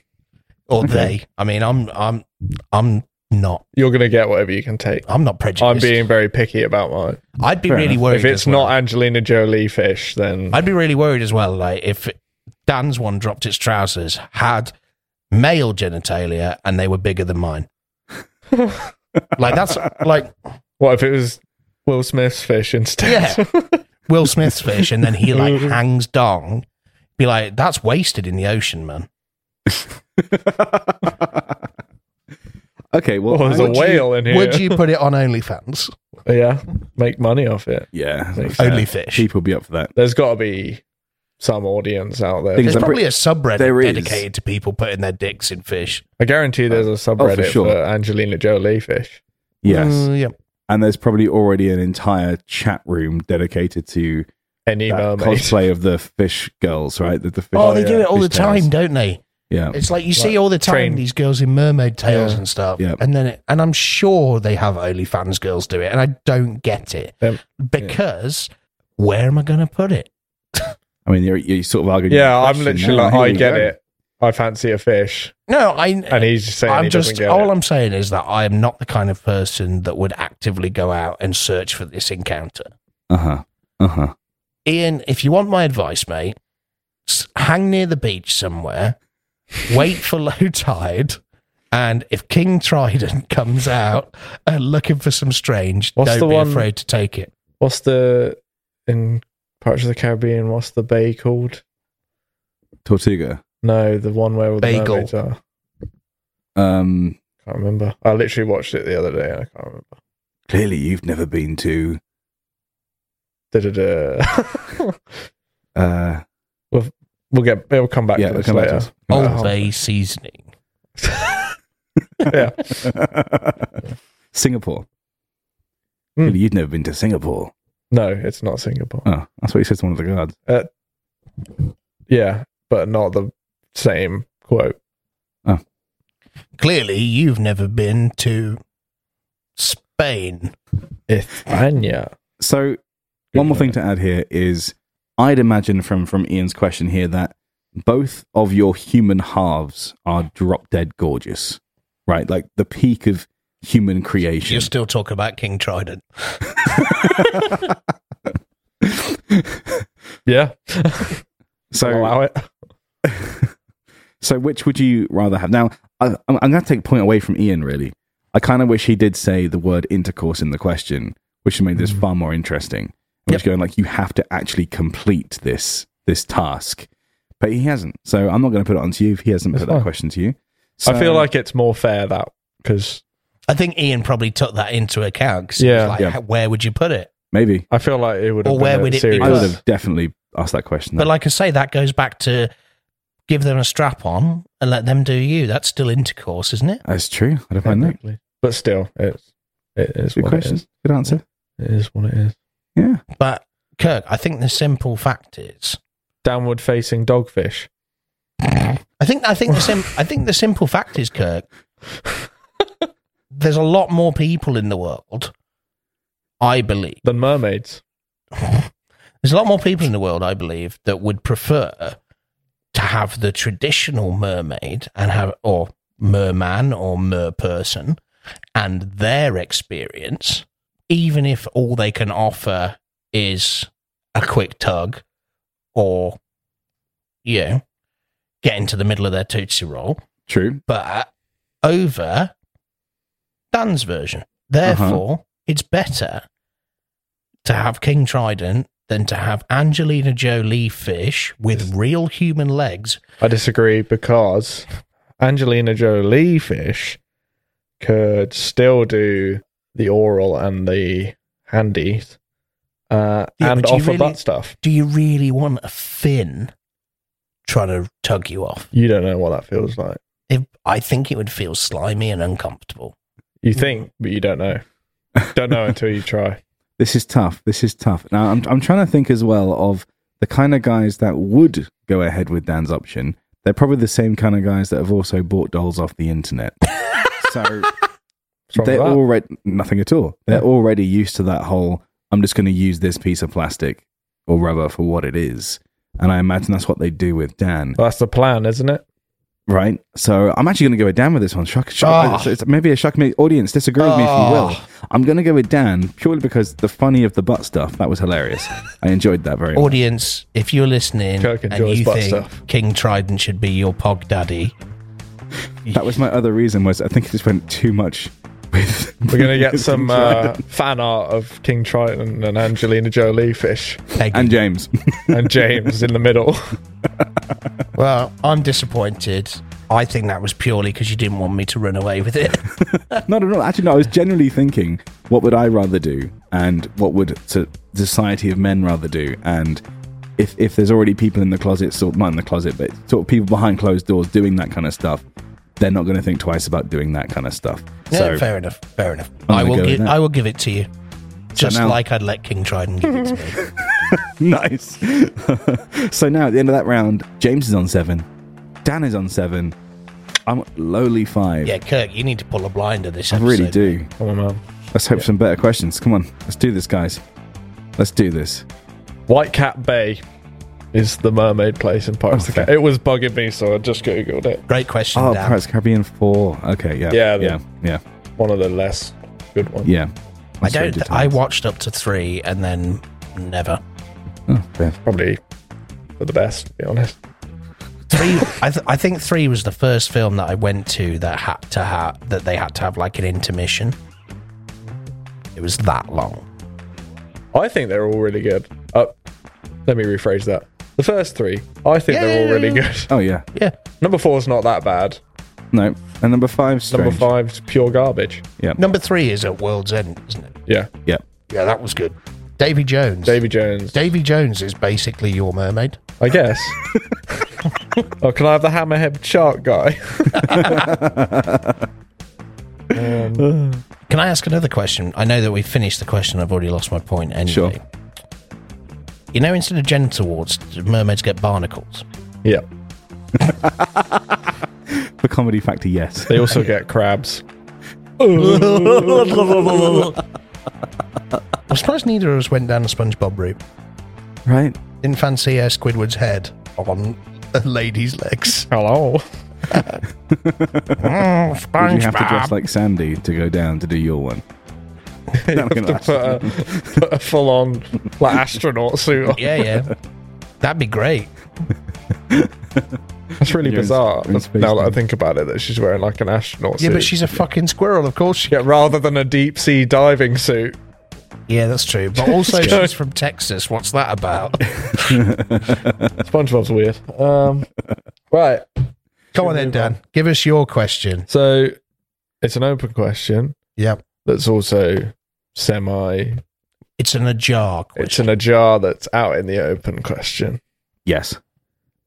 Speaker 4: or they. I mean, I'm, I'm, I'm not,
Speaker 3: You're gonna get whatever you can take.
Speaker 4: I'm not prejudiced.
Speaker 3: I'm being very picky about mine.
Speaker 4: I'd be
Speaker 1: Fair
Speaker 4: really
Speaker 1: enough.
Speaker 4: worried
Speaker 3: If it's
Speaker 4: as well.
Speaker 3: not Angelina Jolie fish, then
Speaker 4: I'd be really worried as well. Like if Dan's one dropped its trousers, had male genitalia, and they were bigger than
Speaker 3: (laughs)
Speaker 4: mine. like that's like
Speaker 3: what if it was Will Smith's fish (laughs) instead?
Speaker 4: Yeah. (laughs) Will Smith's fish, and then he (laughs) like hangs dong. Be like, that's wasted in the ocean, man.
Speaker 1: (laughs) Okay. Well,
Speaker 3: or there's
Speaker 1: I-
Speaker 3: a whale in here.
Speaker 4: Would you put it
Speaker 1: (laughs)
Speaker 4: on OnlyFans?
Speaker 3: yeah, make money off it.
Speaker 1: yeah.
Speaker 3: Makes
Speaker 1: fair.
Speaker 4: Only fish.
Speaker 1: Sheep will be up for that.
Speaker 3: There's got to be some audience out there.
Speaker 1: Things-
Speaker 4: There's
Speaker 1: I'm
Speaker 4: probably
Speaker 1: pretty-
Speaker 4: a subreddit
Speaker 1: There is.
Speaker 4: dedicated to people putting their dicks in fish.
Speaker 3: I guarantee there's a
Speaker 1: Oh, for
Speaker 3: subreddit for,
Speaker 1: sure.
Speaker 3: Angelina Jolie fish.
Speaker 1: Yes.
Speaker 4: Mm, yeah.
Speaker 1: and there's probably already an entire chat room dedicated to
Speaker 3: Any
Speaker 1: that
Speaker 3: mermaid. (laughs)
Speaker 1: cosplay of the fish girls, right? The, the fish,
Speaker 4: Oh, they do
Speaker 1: yeah,
Speaker 4: it all the
Speaker 1: fish
Speaker 4: time,
Speaker 1: tails.
Speaker 4: don't they?
Speaker 1: Yeah.
Speaker 4: It's like you see all the time
Speaker 3: train-
Speaker 4: these girls in mermaid tails
Speaker 3: Yeah.
Speaker 4: and stuff,
Speaker 1: Yeah.
Speaker 4: and then it, and I'm sure they have OnlyFans girls do it, and I don't get it
Speaker 3: Um,
Speaker 4: because where am I going to put it?
Speaker 1: I mean, you're, you're sort of arguing.
Speaker 3: Yeah,
Speaker 1: the
Speaker 3: I'm
Speaker 1: question
Speaker 3: literally
Speaker 1: now.
Speaker 3: like,
Speaker 1: Here
Speaker 3: I
Speaker 1: we
Speaker 3: get
Speaker 1: go.
Speaker 3: it. I fancy a fish,
Speaker 4: No, I
Speaker 3: and he's just saying
Speaker 4: I'm
Speaker 3: he
Speaker 4: just
Speaker 3: doesn't get
Speaker 4: all
Speaker 3: it.
Speaker 4: I'm saying is that I am not the kind of person that would actively go out and search for this encounter.
Speaker 1: Uh huh. Uh huh.
Speaker 4: Ian, if you want my advice, mate, s- hang near the beach somewhere, wait for (laughs) low tide, and if King Trident (laughs) comes out and looking for some strange,
Speaker 3: What's
Speaker 4: don't
Speaker 3: the
Speaker 4: be
Speaker 3: one-
Speaker 4: afraid to take it.
Speaker 3: What's the in Pirates of the Caribbean? What's the bay called?
Speaker 1: Tortuga.
Speaker 3: No, the one where all the
Speaker 4: Bagel.
Speaker 3: mermaids are.
Speaker 1: Um,
Speaker 3: Can't remember. I literally watched it the other day, and I can't remember.
Speaker 1: clearly, you've never been to.
Speaker 3: Da-da-da.
Speaker 1: Uh,
Speaker 3: (laughs)
Speaker 1: (laughs)
Speaker 3: we'll get. We'll come back
Speaker 1: yeah,
Speaker 3: to
Speaker 1: we'll
Speaker 3: this
Speaker 1: come back to
Speaker 3: later.
Speaker 1: us.
Speaker 4: Old
Speaker 3: Uh-huh.
Speaker 4: Bay seasoning.
Speaker 3: (laughs) yeah.
Speaker 1: (laughs) Singapore.
Speaker 3: Hmm.
Speaker 1: Clearly, you've never been to Singapore.
Speaker 3: No, it's not Singapore.
Speaker 1: Oh, that's what he says to one of the guards.
Speaker 3: Yeah, but not the same quote.
Speaker 4: Clearly, you've never been to Spain.
Speaker 3: Ithania.
Speaker 1: So, one more thing to add here is I'd imagine from from Ian's question here that both of your human halves are drop dead gorgeous, right? Like the peak of human creation.
Speaker 4: You're still talking about King Trident.
Speaker 3: Yeah. I'll
Speaker 1: (laughs) so,
Speaker 3: allow it.
Speaker 1: so which would you rather have? Now, I, I'm, I'm going to take a point away from Ian. Really, I kind of wish he did say the word intercourse in the question, which would make
Speaker 3: Mm.
Speaker 1: this far more interesting. Which going like you have to actually complete this this task, but he hasn't. So I'm not going to put it onto you if he hasn't put that
Speaker 3: fine.
Speaker 1: question to you.
Speaker 3: I
Speaker 1: So-
Speaker 3: feel like it's more fair that because
Speaker 4: I think Ian probably took that into account. 'cause
Speaker 3: Yeah.
Speaker 4: he was like,
Speaker 1: Yeah.
Speaker 4: "How- where would you put it?
Speaker 1: Maybe.
Speaker 3: I feel like it would.
Speaker 4: Or
Speaker 3: have
Speaker 4: where
Speaker 3: been a
Speaker 4: would it be
Speaker 3: serious-
Speaker 1: I
Speaker 4: Yes.
Speaker 1: would have definitely asked that question.
Speaker 4: But like I say, that goes back to give them a strap on and let them do you. That's still intercourse, isn't it?
Speaker 1: That's true. I don't find that.
Speaker 3: Technically. But still, it's it is
Speaker 1: Good
Speaker 3: what
Speaker 1: question.
Speaker 3: it is.
Speaker 1: Good answer.
Speaker 3: It is what it is.
Speaker 1: Yeah.
Speaker 4: But Kirk, I think the simple fact is,
Speaker 3: Downward facing dogfish.
Speaker 4: I think I think the sim- I think the simple fact is, Kirk, there's a lot more people in the world. I believe
Speaker 3: than mermaids.
Speaker 4: there's a lot more people in the world, I believe, that would prefer to have the traditional mermaid and have or merman or merperson and their experience, even if all they can offer is a quick tug or you know, get into the middle of their Tootsie roll
Speaker 1: True.
Speaker 4: but over Dan's version. Therefore,
Speaker 3: Uh-huh.
Speaker 4: it's better to have King Trident than to have Angelina Jolie fish with real human legs.
Speaker 3: I disagree because Angelina Jolie fish could still do the oral and the handies uh,
Speaker 4: Yeah,
Speaker 3: and
Speaker 4: but you
Speaker 3: offer
Speaker 4: really-
Speaker 3: butt stuff.
Speaker 4: Do you really want a fin trying to tug you off?
Speaker 3: You don't know what that feels like.
Speaker 4: If, I think it would feel slimy and uncomfortable.
Speaker 3: You think, but you don't know. Don't know until you try.
Speaker 1: This is tough. This is tough. Now, I'm, I'm trying to think as well of the kind of guys that would go ahead with Dan's option. They're probably the same kind of guys that have also bought dolls off the internet. so
Speaker 3: What's wrong
Speaker 1: they're
Speaker 3: with that?
Speaker 1: already nothing at all. They're already used to that whole. I'm just going to use this piece of plastic or rubber for what it is, and I imagine that's what they do with Dan,
Speaker 3: Well, that's the plan, isn't it?
Speaker 1: right? So I'm actually going to go with Dan with this one. Shock, shock,
Speaker 4: Ah.
Speaker 1: it's- it's maybe a shock me audience disagree with me if you will.
Speaker 4: Ah.
Speaker 1: I'm going to go with Dan purely because the funny of the butt stuff that was hilarious. I enjoyed that very much.
Speaker 4: Audience, if you're listening
Speaker 3: Kirk
Speaker 4: and
Speaker 3: enjoys
Speaker 4: you
Speaker 3: butt
Speaker 4: think
Speaker 3: stuff.
Speaker 4: King Trident should be your pog daddy,
Speaker 1: That was my other reason was I think it just went too much (laughs) with.
Speaker 3: We're going to get some uh, fan art of King Triton and Angelina Jolie fish
Speaker 4: Peggy.
Speaker 1: and James.
Speaker 3: and James in
Speaker 1: (laughs)
Speaker 3: the middle.
Speaker 4: Well, I'm disappointed. I think that was purely because you didn't want me to run away with it.
Speaker 1: Not at all. Actually, no. I was generally thinking, what would I rather do, and what would so- society of men rather do, and if if there's already people in the closet, sort not in the closet, but sort of people behind closed doors doing that kind of stuff, they're not going to think twice about doing that kind of stuff.
Speaker 4: Yeah,
Speaker 1: so
Speaker 4: fair enough. Fair enough.
Speaker 1: I'm
Speaker 4: I
Speaker 1: gonna
Speaker 4: will.
Speaker 1: go with
Speaker 4: Give,
Speaker 1: that.
Speaker 4: I will give it to you, just
Speaker 1: now-
Speaker 4: like I'd let King Trident give it to me.
Speaker 1: (laughs) nice. (laughs) so now at the end of that round, James is on seven, Dan is on seven, I'm lowly five.
Speaker 4: yeah, Kirk, you need to pull a blinder this
Speaker 1: I
Speaker 4: episode.
Speaker 1: really do.
Speaker 3: Come on, man.
Speaker 1: Let's hope for some better questions. Come on, let's do this, guys. Let's do this.
Speaker 3: White Cat Bay is the mermaid place in Pirates of the Ca- It was bugging me, so I just googled it.
Speaker 4: Great question,
Speaker 1: Oh,
Speaker 4: Dan.
Speaker 1: Pirates of the Caribbean four. Okay, yeah,
Speaker 3: Yeah, the-
Speaker 1: yeah, yeah.
Speaker 3: One of the less good ones.
Speaker 1: Yeah.
Speaker 4: I don't. I watched up to three and then never
Speaker 3: Probably for the best, to be honest.
Speaker 4: three. I, th- I think three was the first film that I went to that had to have that they had to have like an intermission. It was that long.
Speaker 3: I think they're all really good. Uh, let me rephrase that. The first three, I think they're all really good. (laughs)
Speaker 1: Oh yeah.
Speaker 4: Yeah,
Speaker 3: Number four's not that bad.
Speaker 1: No. And number five. Strange.
Speaker 3: Number five's pure garbage.
Speaker 1: Yeah.
Speaker 4: number three is at World's End, isn't it?
Speaker 3: Yeah.
Speaker 1: Yeah.
Speaker 4: Yeah, that was good. Davy Jones.
Speaker 3: Davy Jones,
Speaker 4: Davy Jones is basically your mermaid.
Speaker 3: I guess. oh, can I have the hammerhead shark guy?
Speaker 4: Can I ask another question? I know that we finished the question. I've already lost my point anyway.
Speaker 1: Sure.
Speaker 4: You know, instead of genital warts, mermaids get barnacles.
Speaker 3: (laughs) yeah.
Speaker 1: For comedy factor, yes.
Speaker 3: They also get crabs.
Speaker 4: I'm surprised neither of us went down the SpongeBob route.
Speaker 1: right.
Speaker 4: Didn't fancy uh, Squidward's head on a lady's legs.
Speaker 1: (laughs)
Speaker 3: Hello.
Speaker 1: Would you have to dress like Sandy to go down to do your one? Not gonna
Speaker 3: to
Speaker 1: last.
Speaker 3: put a, put a full on like astronaut suit on.
Speaker 4: Yeah, yeah. That'd be great.
Speaker 3: That's really
Speaker 1: You're in-
Speaker 3: bizarre.
Speaker 1: you're in space
Speaker 3: now that I
Speaker 1: now.
Speaker 3: think about it, that she's wearing like an astronaut
Speaker 4: Yeah,
Speaker 3: suit.
Speaker 4: but she's a fucking squirrel, of course. She-
Speaker 3: yeah, rather than a deep sea diving suit.
Speaker 4: Yeah, that's true. But also, she's from Texas. What's that about?
Speaker 1: (laughs)
Speaker 3: SpongeBob's weird. Um, (laughs) right.
Speaker 4: Come on then, Dan. Give us your question.
Speaker 3: So it's an open question
Speaker 4: Yeah.
Speaker 3: that's also semi.
Speaker 4: It's in a jar.
Speaker 3: It's in a jar that's out in the open question.
Speaker 1: yes.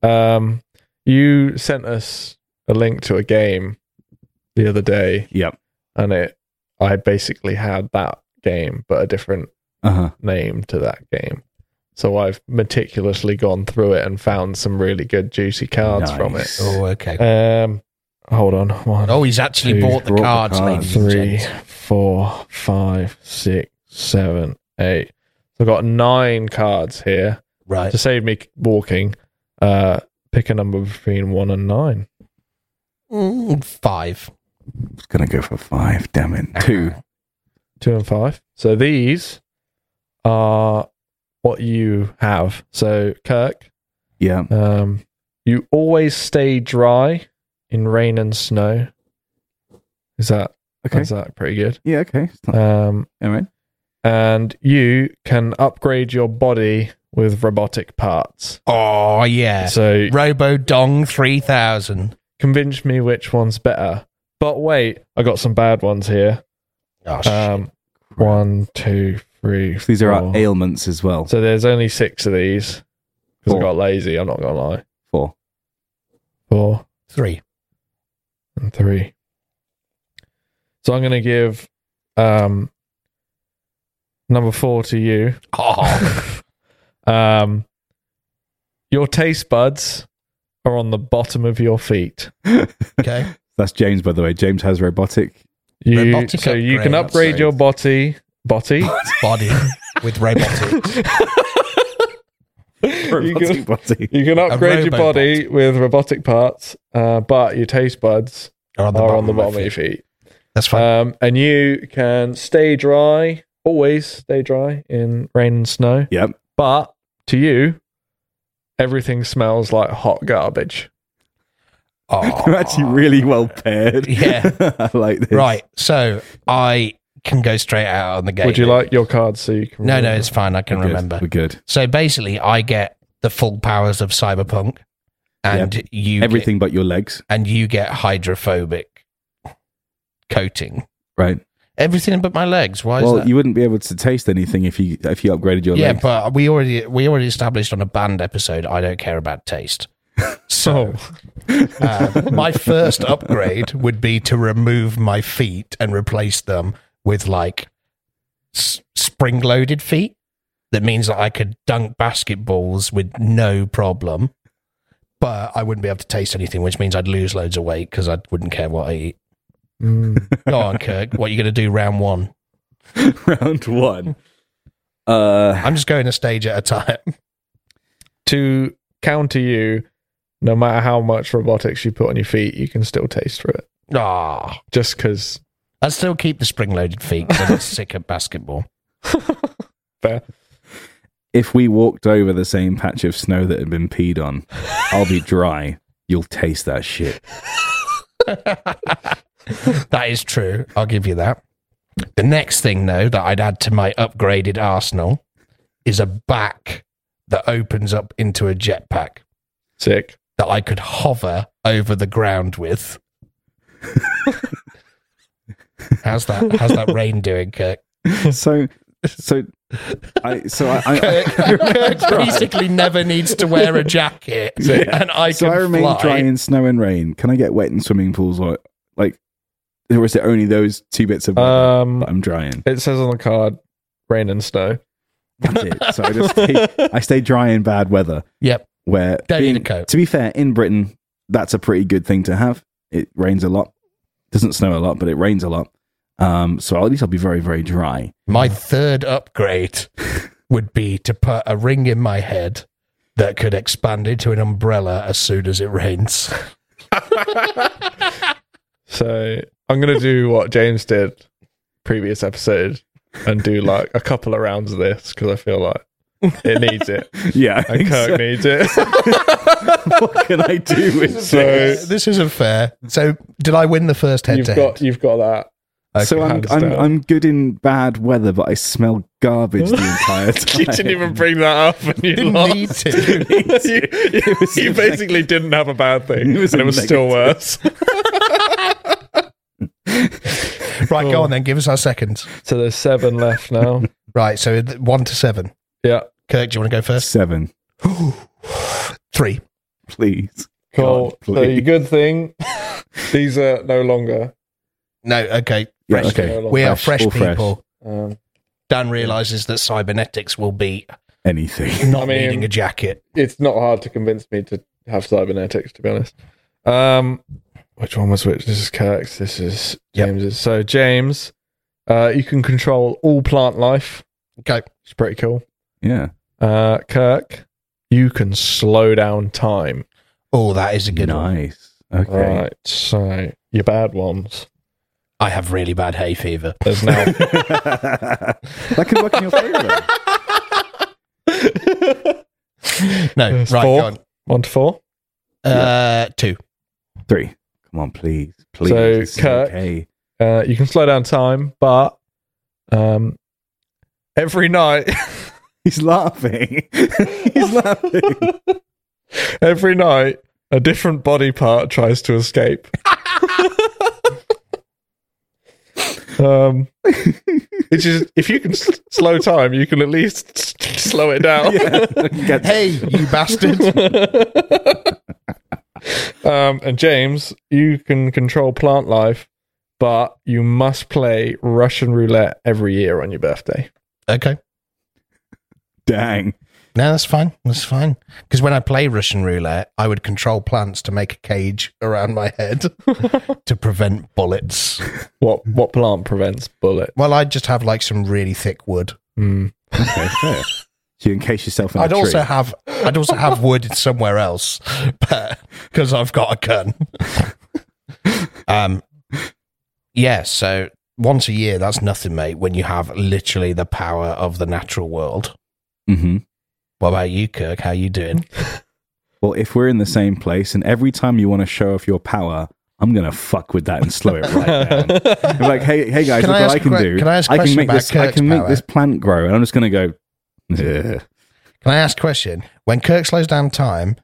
Speaker 3: Um, you sent us a link to a game the other day,
Speaker 1: Yep.
Speaker 3: and it I basically had that game, but a different
Speaker 1: Uh huh.
Speaker 3: name to that game. So I've meticulously gone through it and found some really good juicy cards from it.
Speaker 1: Nice.
Speaker 4: Oh, okay.
Speaker 3: Um, hold on. One,
Speaker 4: Oh, he's actually
Speaker 3: Two,
Speaker 4: bought the
Speaker 1: brought the
Speaker 4: cards,
Speaker 1: cards.
Speaker 4: ladies and
Speaker 3: three,
Speaker 4: gents.
Speaker 3: four, five, six, seven, eight. So I've got nine cards here
Speaker 4: Right.
Speaker 3: to save me walking. Uh, pick a number between one and nine.
Speaker 4: Mm, five.
Speaker 1: It's gonna go for five. Damn it.
Speaker 4: Uh-huh.
Speaker 1: Two.
Speaker 3: two and five. So these are what you have. So Kirk,
Speaker 1: Yeah.
Speaker 3: um, you always stay dry in rain and snow. Is that
Speaker 1: Okay.
Speaker 3: is that pretty good?
Speaker 1: Yeah. Okay. It's not-
Speaker 3: Um,
Speaker 1: All right.
Speaker 3: and you can upgrade your body with robotic parts.
Speaker 4: Oh, yeah.
Speaker 3: So
Speaker 4: Robo Dong 3000.
Speaker 3: convince me which one's better. But wait, I got some bad ones here.
Speaker 4: Oh, shit.
Speaker 3: Um, one, two, three.
Speaker 1: These are
Speaker 3: four.
Speaker 1: our ailments as well.
Speaker 3: So there's only six of these because I
Speaker 1: Four.
Speaker 3: got lazy. I'm not gonna lie.
Speaker 1: Four.
Speaker 3: Four
Speaker 4: Three.
Speaker 3: and three. So I'm gonna give um number four to you.
Speaker 4: Oh,
Speaker 3: (laughs) Um, your taste buds are on the bottom of your feet.
Speaker 4: okay.
Speaker 1: That's James, by the way. James has robotic.
Speaker 3: You,
Speaker 4: Robotic
Speaker 3: so you can
Speaker 4: upgrade,
Speaker 3: upgrade your body. Body.
Speaker 4: (laughs) Body with robotics.
Speaker 3: (laughs) you,
Speaker 1: robotic
Speaker 3: can,
Speaker 1: body.
Speaker 3: you can upgrade your
Speaker 4: robobot.
Speaker 3: body with robotic parts, uh, but your taste buds
Speaker 4: Are on the
Speaker 3: are
Speaker 4: bottom,
Speaker 3: on the
Speaker 4: of my
Speaker 3: bottom of your
Speaker 4: feet.
Speaker 3: feet.
Speaker 4: That's fine.
Speaker 3: Um, and you can stay dry, always stay dry in rain and snow.
Speaker 1: Yep. (laughs)
Speaker 3: But to you, everything smells like hot garbage.
Speaker 4: oh.
Speaker 3: Uh, (laughs)
Speaker 1: They're actually really well paired.
Speaker 4: Yeah.
Speaker 1: (laughs) I like this.
Speaker 4: Right. So I can go straight out on the game.
Speaker 3: Would you like your cards so you can?
Speaker 4: No, no,
Speaker 3: remember?
Speaker 4: it's fine. I can
Speaker 1: We're good.
Speaker 4: remember.
Speaker 1: We're good.
Speaker 4: So basically, I get the full powers of cyberpunk, and you
Speaker 1: Everything but your legs.
Speaker 4: get, and you get hydrophobic coating.
Speaker 1: Right.
Speaker 4: Everything but my legs. Why is
Speaker 1: Well,
Speaker 4: that?
Speaker 1: you wouldn't be able to taste anything if you if you upgraded your
Speaker 4: yeah,
Speaker 1: legs.
Speaker 4: but we already we already established on a band episode. I don't care
Speaker 1: (laughs)
Speaker 4: about taste. So uh, my first upgrade would be to remove my feet and replace them with like s- spring loaded feet. That means that I could dunk basketballs with no problem, but I wouldn't be able to taste anything, which means I'd lose loads of weight because I wouldn't care what I eat.
Speaker 3: Mm.
Speaker 4: Go on, Kirk. What are you going to do round one?
Speaker 1: Round one. Uh,
Speaker 4: I'm just going a stage at a time. (laughs)
Speaker 3: to counter you, no matter how much robotics you put on your feet, you can still taste for it.
Speaker 4: Ah.
Speaker 3: Just because.
Speaker 4: I'd still keep the spring loaded feet
Speaker 1: (laughs)
Speaker 4: because I'm sick of basketball.
Speaker 3: Fair.
Speaker 1: if we walked over the same patch of snow that had been peed on, I'll be dry. You'll taste that
Speaker 4: (laughs)
Speaker 1: shit.
Speaker 4: That is true. I'll give you that. The next thing, though, that I'd add to my upgraded arsenal is a back that opens up into a jetpack
Speaker 3: Sick.
Speaker 4: that I could hover over the
Speaker 1: (laughs)
Speaker 4: ground with. how's that? How's that rain
Speaker 1: (laughs)
Speaker 4: doing, Kirk?
Speaker 1: So, so, I so I, (laughs) I,
Speaker 4: Kirk, Kirk
Speaker 1: Right.
Speaker 4: basically never needs to wear a jacket, and I
Speaker 1: so
Speaker 4: can
Speaker 1: I remain
Speaker 4: fly.
Speaker 1: dry in snow and rain. Can I get wet in swimming pools or like, or is it only those two bits
Speaker 4: Uh,
Speaker 1: of weather
Speaker 3: Um,
Speaker 1: that I'm drying?
Speaker 3: it says on the card, rain and snow.
Speaker 1: That's it. So I just stay, I stay dry in bad weather.
Speaker 4: Yep.
Speaker 1: Where
Speaker 4: Don't need
Speaker 1: being,
Speaker 4: a coat.
Speaker 1: to be fair, in Britain, that's a pretty good thing to have. It rains a lot. Doesn't snow a lot, but it rains a lot. Um, so at least I'll be very, very dry. (laughs)
Speaker 4: My third upgrade would be to put a ring in my head that could expand into an umbrella as soon as it
Speaker 3: (laughs)
Speaker 4: rains.
Speaker 3: So I'm gonna (laughs) do what James did previous episode and do like a couple of rounds of this because I feel like it needs (laughs) it
Speaker 1: Yeah, I
Speaker 3: and
Speaker 1: think
Speaker 3: Kirk
Speaker 1: so.
Speaker 3: needs it.
Speaker 1: what can I do with
Speaker 3: So-
Speaker 1: this?
Speaker 4: this isn't fair. So, did I win the first head
Speaker 3: you've
Speaker 4: to
Speaker 3: got
Speaker 4: head?
Speaker 3: you've got that.
Speaker 1: so I'm,
Speaker 3: hands
Speaker 1: I'm
Speaker 3: down.
Speaker 1: I'm good in bad weather, but I smell garbage the entire time.
Speaker 3: (laughs) You didn't even bring that up, and
Speaker 4: (laughs)
Speaker 3: you (laughs)
Speaker 4: Didn't
Speaker 3: lost.
Speaker 4: need to.
Speaker 3: you, (laughs) you-
Speaker 1: was
Speaker 3: you
Speaker 1: a
Speaker 3: basically didn't have a bad thing,
Speaker 1: It was
Speaker 3: and
Speaker 1: a
Speaker 3: it was still worse.
Speaker 4: Right, go on then. Give us our seconds.
Speaker 3: (laughs) so there's seven left (laughs) now.
Speaker 4: Right, so th- one to seven.
Speaker 3: Yeah,
Speaker 4: Kirk, do you want to go first?
Speaker 1: Seven,
Speaker 4: Three.
Speaker 1: please.
Speaker 3: cool.
Speaker 1: God,
Speaker 3: so your
Speaker 1: please.
Speaker 3: good (laughs) thing. These are no longer.
Speaker 4: No, okay.
Speaker 1: Yeah,
Speaker 4: Fresh.
Speaker 1: okay.
Speaker 4: We are
Speaker 1: Fresh,
Speaker 4: fresh
Speaker 1: all fresh.
Speaker 4: people.
Speaker 3: Um,
Speaker 4: Dan realizes that cybernetics will be (laughs)
Speaker 1: Anything.
Speaker 4: not
Speaker 3: I mean-
Speaker 4: needing a jacket.
Speaker 3: it's not hard to convince me to have cybernetics, to be honest. Um, which one was which? This is Kirk's. This is
Speaker 4: Yep.
Speaker 3: James's. So James, Uh, you can control all plant life.
Speaker 4: Okay.
Speaker 3: It's pretty cool.
Speaker 1: Yeah.
Speaker 3: Uh, Kirk, you can slow down time.
Speaker 4: Oh, that is a good one.
Speaker 1: nice. Okay.
Speaker 3: Right. So your bad ones. (laughs)
Speaker 4: I have really bad hay fever.
Speaker 3: There's
Speaker 1: (laughs)
Speaker 3: now
Speaker 1: that could work in your favor.
Speaker 4: (laughs) No,
Speaker 3: There's
Speaker 4: right,
Speaker 3: four.
Speaker 4: go on.
Speaker 3: one to four.
Speaker 4: Uh, two.
Speaker 1: Three. Come on, please. Please.
Speaker 3: So,
Speaker 1: This is
Speaker 3: Kirk-
Speaker 1: okay.
Speaker 3: Uh, you can slow down time, but um, every night,
Speaker 1: He's laughing. (laughs) He's laughing.
Speaker 3: every night, a different body part tries
Speaker 1: (laughs)
Speaker 3: to escape. um, it's just if you can s- slow time, you can at least s- slow it down.
Speaker 1: Get-
Speaker 4: (laughs) Hey, you bastard.
Speaker 3: (laughs) um, and James, you can control plant life, but you must play Russian roulette every year on your birthday.
Speaker 4: okay.
Speaker 1: Dang.
Speaker 4: No, that's fine. That's fine. Because when I play Russian roulette, I would control plants to make a cage around my (laughs) head to prevent bullets.
Speaker 1: Hmm.
Speaker 3: What what plant prevents bullet?
Speaker 4: Well, I'd just have like some really thick wood.
Speaker 3: Mm.
Speaker 1: Okay, fair. So you encase yourself in a
Speaker 4: I'd
Speaker 1: tree.
Speaker 4: also have I'd also have wood (laughs) somewhere else, but because I've got a
Speaker 1: (laughs)
Speaker 4: gun. um, yeah. So once a year, that's nothing, mate. When you have literally the power of the natural world.
Speaker 1: hmm
Speaker 4: What about you, Kirk? How you doing?
Speaker 1: Well, if we're in the same place and every time you want to show off your power, I'm going to fuck with that and slow it right
Speaker 3: (laughs)
Speaker 1: down. I'm like, hey, hey guys,
Speaker 4: Can
Speaker 1: look
Speaker 4: I
Speaker 1: what I
Speaker 4: ask a
Speaker 1: can
Speaker 4: que-
Speaker 1: do.
Speaker 4: can I ask a
Speaker 1: can
Speaker 4: question
Speaker 1: make
Speaker 4: about
Speaker 1: this. I
Speaker 4: Kirk's
Speaker 1: can make
Speaker 4: power?
Speaker 1: this plant grow, and I'm just going to go. "Ugh."
Speaker 4: Can I ask a question? When Kirk slows down time,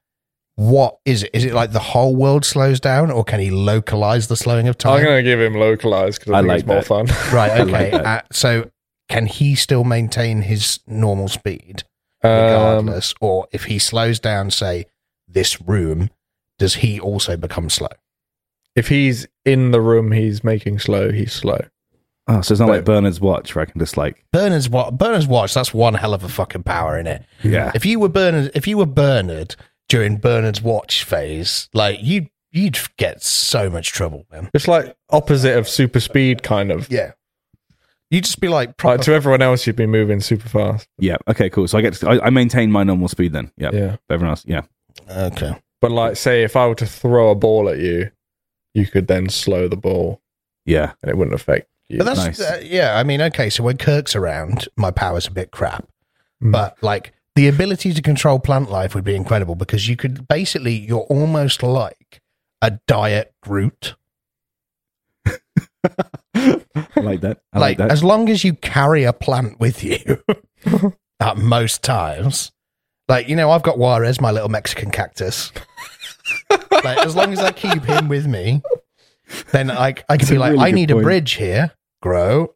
Speaker 4: what is it? Is it like the whole world slows down, or can he localize the slowing of
Speaker 3: I'm
Speaker 4: time?
Speaker 3: gonna give him localized because I,
Speaker 1: I
Speaker 3: think
Speaker 1: like
Speaker 3: it's more
Speaker 1: that.
Speaker 3: fun. (laughs)
Speaker 4: Right.
Speaker 1: I like
Speaker 4: Okay.
Speaker 1: that.
Speaker 4: uh, so can he still maintain his normal speed
Speaker 3: Um,
Speaker 4: regardless, or if he slows down, say this room, does he also become slow?
Speaker 3: Um, if he's in the room, he's making slow. He's slow.
Speaker 1: Oh, so it's not
Speaker 3: But-
Speaker 1: like Bernard's watch where I can just like,
Speaker 4: Bernard's what? Bernard's watch. That's one hell of a fucking power in it.
Speaker 1: yeah,
Speaker 4: If you were Bernard, if you were Bernard during Bernard's watch phase, like you'd you'd get so much trouble, man.
Speaker 3: It's like opposite of super speed,
Speaker 4: (laughs)
Speaker 3: kind of.
Speaker 4: Yeah. You'd just be like,
Speaker 3: Like,
Speaker 4: proper,
Speaker 3: to everyone else, you'd be moving super fast.
Speaker 1: yeah. Okay, cool. So I get, to, I, I maintain my normal speed then. Yeah,
Speaker 3: Yeah.
Speaker 1: But everyone else, yeah.
Speaker 4: okay.
Speaker 3: But like, say if I were to throw a ball at you, you could then slow the ball,
Speaker 1: Yeah,
Speaker 3: and it wouldn't affect you.
Speaker 4: But that's
Speaker 1: Nice.
Speaker 4: uh, yeah. I mean, okay. So when Kirk's around, my power's a bit crap,
Speaker 3: Mm.
Speaker 4: but like the ability to control plant life would be incredible because you could basically you're almost like a diet Groot.
Speaker 1: I like that. I like,
Speaker 4: like
Speaker 1: that.
Speaker 4: as long as you carry a plant with you (laughs) at most times, like you know, I've got Juarez, my little Mexican cactus.
Speaker 1: (laughs)
Speaker 4: like as long as I keep him with me, then I I can
Speaker 1: That's
Speaker 4: be
Speaker 1: a
Speaker 4: like,
Speaker 1: really
Speaker 4: I
Speaker 1: good
Speaker 4: need a
Speaker 1: point.
Speaker 4: bridge here. Grow.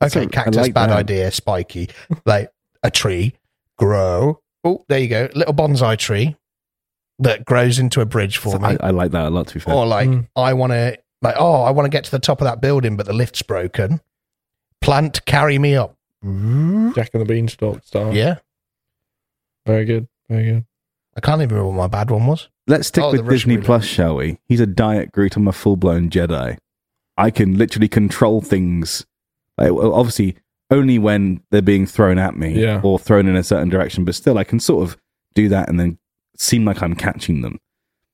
Speaker 1: That's
Speaker 4: Okay,
Speaker 1: a- I
Speaker 4: cactus,
Speaker 1: like
Speaker 4: bad
Speaker 1: that.
Speaker 4: idea. Spiky, like a tree. Grow. Oh, there you go, little bonsai tree that grows into a bridge for
Speaker 1: So
Speaker 4: me. Oh,
Speaker 1: I, I like that a lot. To be fair,
Speaker 4: Or like,
Speaker 3: Mm.
Speaker 4: I want to, like, oh, I want to get to the top of that building, but the lift's broken. Plant, carry me up.
Speaker 1: Mm-hmm.
Speaker 3: Jack and the Beanstalk style.
Speaker 4: Yeah,
Speaker 3: Very good. Very good.
Speaker 4: I can't even remember what my bad one was.
Speaker 1: Let's stick
Speaker 4: Oh, the
Speaker 1: with
Speaker 4: Russian
Speaker 1: Disney
Speaker 4: roulette.
Speaker 1: Plus, shall we? He's a diet Groot. I'm a full blown Jedi. I can literally control things. Like, well, obviously, only when they're being thrown at me
Speaker 3: Yeah.
Speaker 1: or thrown in a certain direction, but still, I can sort of do that and then seem like I'm catching them.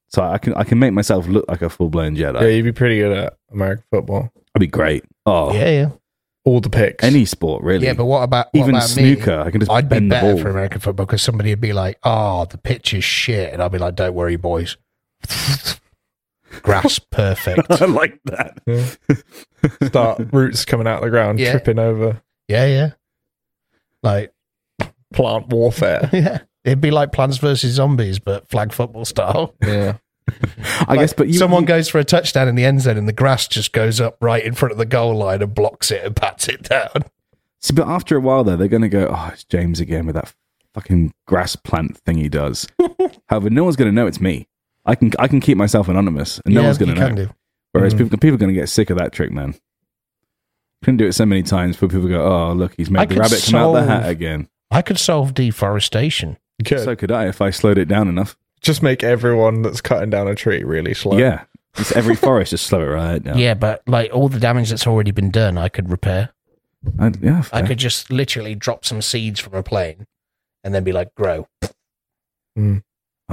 Speaker 1: So I can I can make myself look like a full blown Jedi.
Speaker 3: Yeah, you'd be pretty good at American football.
Speaker 1: That'd be great. Oh,
Speaker 4: Yeah, yeah.
Speaker 3: All the picks.
Speaker 1: any sport really.
Speaker 4: Yeah, but what about, what
Speaker 1: even
Speaker 4: about
Speaker 1: snooker,
Speaker 4: me?
Speaker 1: I can just
Speaker 4: I'd be
Speaker 1: bend the
Speaker 4: better
Speaker 1: ball.
Speaker 4: for
Speaker 1: (laughs)
Speaker 4: American football because somebody would be like, oh, the pitch is shit. And I'd be like, don't worry, boys.
Speaker 1: (laughs)
Speaker 4: Grass perfect.
Speaker 1: I like that.
Speaker 3: Yeah. (laughs) Start roots coming out of the ground,
Speaker 4: Yeah.
Speaker 3: tripping over
Speaker 4: Yeah, yeah. Like, (laughs)
Speaker 3: plant warfare.
Speaker 4: yeah. It'd be like Plants versus Zombies, but flag football style.
Speaker 3: yeah.
Speaker 1: I guess, but you,
Speaker 4: someone
Speaker 1: you-
Speaker 4: goes for a touchdown in the end zone and the grass just goes up right in front of the goal line and blocks it and pats it down.
Speaker 1: See, but after a while, though, they're going to go, oh, it's James again with that fucking grass plant thing he
Speaker 4: (laughs)
Speaker 1: does. However, no one's going to know it's me. I can I can keep myself anonymous, and (laughs) no one's going
Speaker 4: you
Speaker 1: to
Speaker 4: can Mm.
Speaker 1: know.
Speaker 4: do.
Speaker 1: Whereas
Speaker 3: Mhm.
Speaker 1: people people are going to get sick of that trick, man. Couldn't do it so many times, but people go, oh, look, he's made
Speaker 4: I
Speaker 1: the
Speaker 4: could
Speaker 1: rabbit come out the
Speaker 4: solve-
Speaker 1: hat again.
Speaker 4: I could solve deforestation.
Speaker 3: Good.
Speaker 1: So could I if I slowed it down enough.
Speaker 3: just make everyone that's cutting down a tree really slow.
Speaker 1: Yeah.
Speaker 4: (laughs)
Speaker 1: It's every forest, just slow it right down.
Speaker 4: Yeah, but like all the damage that's already been done, I could repair.
Speaker 1: I, yeah, fair.
Speaker 4: I could just literally drop some seeds from a plane and then be like, grow.
Speaker 1: Oh,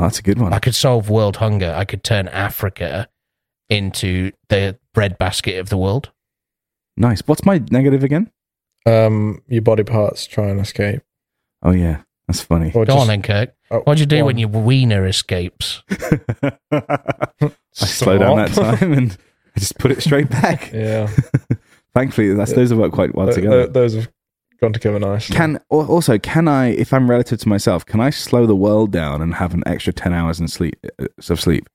Speaker 1: that's a good one.
Speaker 4: I could solve world hunger. I could turn Africa into the breadbasket of the world.
Speaker 1: Nice. What's my negative again?
Speaker 3: Um, your body parts try and escape.
Speaker 1: Oh yeah, that's (laughs) funny.
Speaker 3: Or
Speaker 4: Go
Speaker 3: just-
Speaker 4: on then, Kirk.
Speaker 3: oh,
Speaker 4: What do you do
Speaker 3: one.
Speaker 4: when your wiener escapes?
Speaker 1: I slow down that
Speaker 3: Stop.
Speaker 1: time and I just put it
Speaker 4: (laughs)
Speaker 1: straight back.
Speaker 3: (laughs) yeah,
Speaker 1: Thankfully, that's those have worked quite well
Speaker 3: Th-
Speaker 1: together.
Speaker 3: th- those have gone together nicely.
Speaker 1: Can al- also can I, if I'm relative to myself, can I slow the world down and have an extra ten hours in sleep uh, of sleep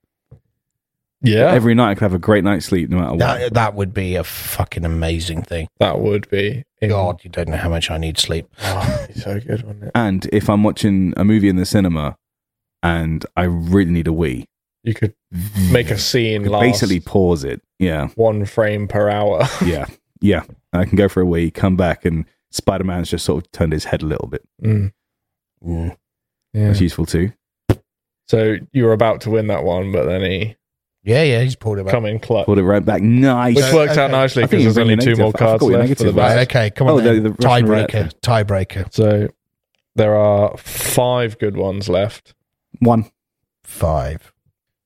Speaker 3: yeah,
Speaker 1: every night? I could have a great night's sleep no matter what.
Speaker 4: That, that would be a fucking amazing thing.
Speaker 3: that would be in-
Speaker 4: God, you don't know how much I need sleep.
Speaker 3: (laughs) Oh, it'd be so good, wouldn't it?
Speaker 1: and if I'm watching a movie in the cinema and I really need a wee,
Speaker 3: You could make a scene last
Speaker 1: Mm. basically pause it. Yeah,
Speaker 3: one frame per hour. (laughs)
Speaker 1: yeah, yeah. I can go for a wee, come back, and Spider Man's just sort of turned his head a little bit.
Speaker 3: Mm,
Speaker 4: Mm.
Speaker 3: yeah.
Speaker 1: That's useful too.
Speaker 3: So you were about to win that one, but then he
Speaker 4: Yeah, yeah, he's pulled about.
Speaker 3: come in clutch,
Speaker 1: Pulled it right back. Nice.
Speaker 3: which
Speaker 4: So,
Speaker 3: worked out
Speaker 4: uh, okay.
Speaker 3: nicely
Speaker 1: I think
Speaker 3: because there's
Speaker 1: you're
Speaker 3: only
Speaker 1: really
Speaker 3: two more
Speaker 1: negative. I
Speaker 3: cards
Speaker 1: forgot you were
Speaker 3: left for the
Speaker 1: negative,
Speaker 3: back.
Speaker 4: Right, okay, come on.
Speaker 1: Oh,
Speaker 4: then.
Speaker 1: the- the Russian
Speaker 4: tiebreaker, tiebreaker.
Speaker 3: So there are five good ones left.
Speaker 1: One.
Speaker 4: Five.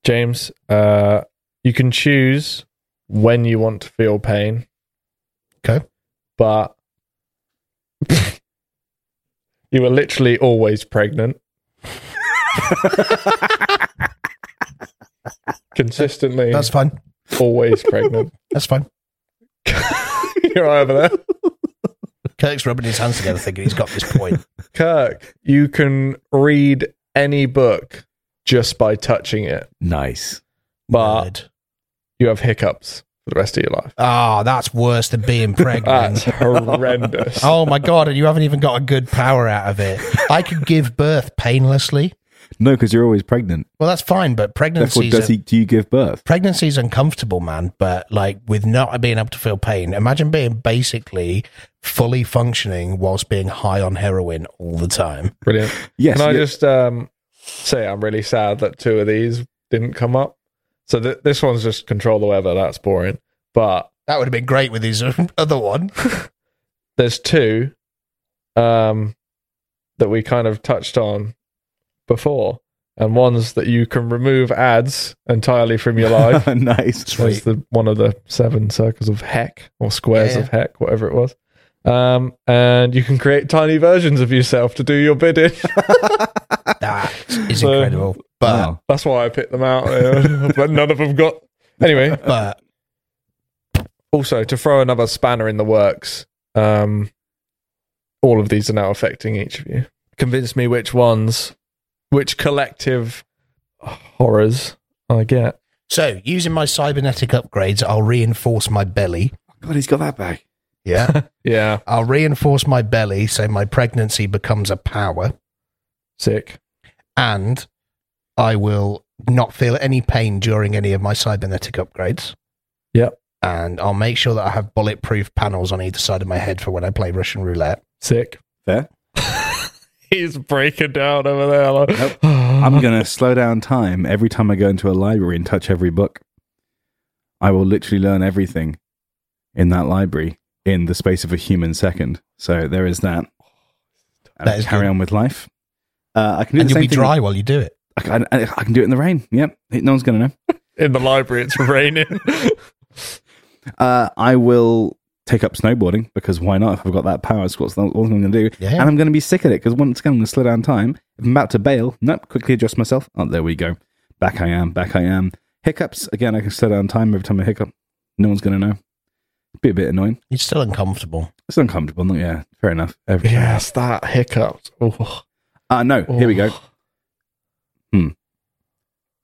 Speaker 3: James, uh, you can choose when you want to feel pain.
Speaker 4: Okay.
Speaker 3: But (laughs) you were literally always (laughs) pregnant. Consistently,
Speaker 4: That's fine.
Speaker 3: always pregnant. (laughs)
Speaker 4: That's fine.
Speaker 3: You're over there.
Speaker 4: Kirk's rubbing his hands together, thinking he's got this point.
Speaker 3: Kirk, you can read any book just by touching it,
Speaker 1: Nice.
Speaker 3: (laughs) but
Speaker 4: Nerd.
Speaker 3: you have hiccups for the rest of your life.
Speaker 4: Ah, that's worse than being pregnant.
Speaker 3: That's (laughs) horrendous.
Speaker 4: oh my god, and you haven't even got a good power out of it. I could give birth painlessly.
Speaker 1: No, because you're always pregnant.
Speaker 4: Well, that's fine, but
Speaker 1: Therefore,
Speaker 4: pregnancy's
Speaker 1: does
Speaker 4: a,
Speaker 1: he? Do you give birth?
Speaker 4: pregnancy's uncomfortable, man. But like with not being able to feel pain, imagine being basically fully functioning whilst being high on heroin all the time.
Speaker 3: Brilliant.
Speaker 1: Yes.
Speaker 3: Can I
Speaker 1: yeah.
Speaker 3: just um, say I'm really sad that two of these didn't come up? So th- this one's just control the weather. That's boring. But
Speaker 4: That would have been great with his um, (laughs)
Speaker 1: (laughs)
Speaker 4: other one.
Speaker 3: there's two um, that we kind of touched on before, and ones that you can remove ads entirely
Speaker 1: (laughs)
Speaker 3: from your life.
Speaker 1: nice.
Speaker 3: That's the one of the seven circles of heck or squares
Speaker 4: Yeah, yeah.
Speaker 3: of heck, whatever it was. Um, and you can create tiny versions of yourself to do your bidding. (laughs)
Speaker 4: That is
Speaker 3: So-
Speaker 4: incredible. But
Speaker 1: Wow.
Speaker 3: That's why I picked them out. uh, (laughs) but none of them got. Anyway,
Speaker 4: but
Speaker 3: also to throw another spanner in the works, um, all of these are now affecting each of you. Convince me which ones, which collective horrors I get.
Speaker 4: so using my cybernetic upgrades, I'll reinforce my belly.
Speaker 1: God, he's got that back.
Speaker 4: Yeah.
Speaker 3: Yeah,
Speaker 4: (laughs) I'll reinforce my belly so my pregnancy becomes a power,
Speaker 3: sick.
Speaker 4: and I will not feel any pain during any of my cybernetic upgrades.
Speaker 3: Yep.
Speaker 4: And I'll make sure that I have bulletproof panels on either side of my head for when I play Russian roulette.
Speaker 3: Sick.
Speaker 1: Fair.
Speaker 3: (laughs) He's breaking down over there. Like, (sighs)
Speaker 1: Nope.
Speaker 4: Uh-huh.
Speaker 1: I'm going to slow down time every time I go into a library and touch every book. I will literally learn everything in that library in the space of a human second. So there is that. And
Speaker 4: That is
Speaker 1: carry
Speaker 4: good.
Speaker 1: on with life. Uh, I can do
Speaker 4: and
Speaker 1: the
Speaker 4: you'll
Speaker 1: same
Speaker 4: be
Speaker 1: thing.
Speaker 4: dry while you do it.
Speaker 1: I can, I, I can do it in the rain. Yep. No one's going to know.
Speaker 3: in the library. It's raining.
Speaker 1: Uh, I will take up snowboarding because why not? If I've got that power, it's what's the- what I'm going to do.
Speaker 4: Yeah.
Speaker 1: And I'm going to be sick at it because once again, I'm going to slow down time. If I'm about to bail, nope, quickly adjust myself. Oh, there we go. Back I am, back I am. Hiccups, again, I can slow down time every time I hiccup. No one's going to know. Be a bit annoying.
Speaker 4: It's still uncomfortable.
Speaker 1: It's uncomfortable. no- Yeah, fair enough. Every-
Speaker 3: (laughs) yes, that hiccups. Oh,
Speaker 1: Uh, no, here we go. Could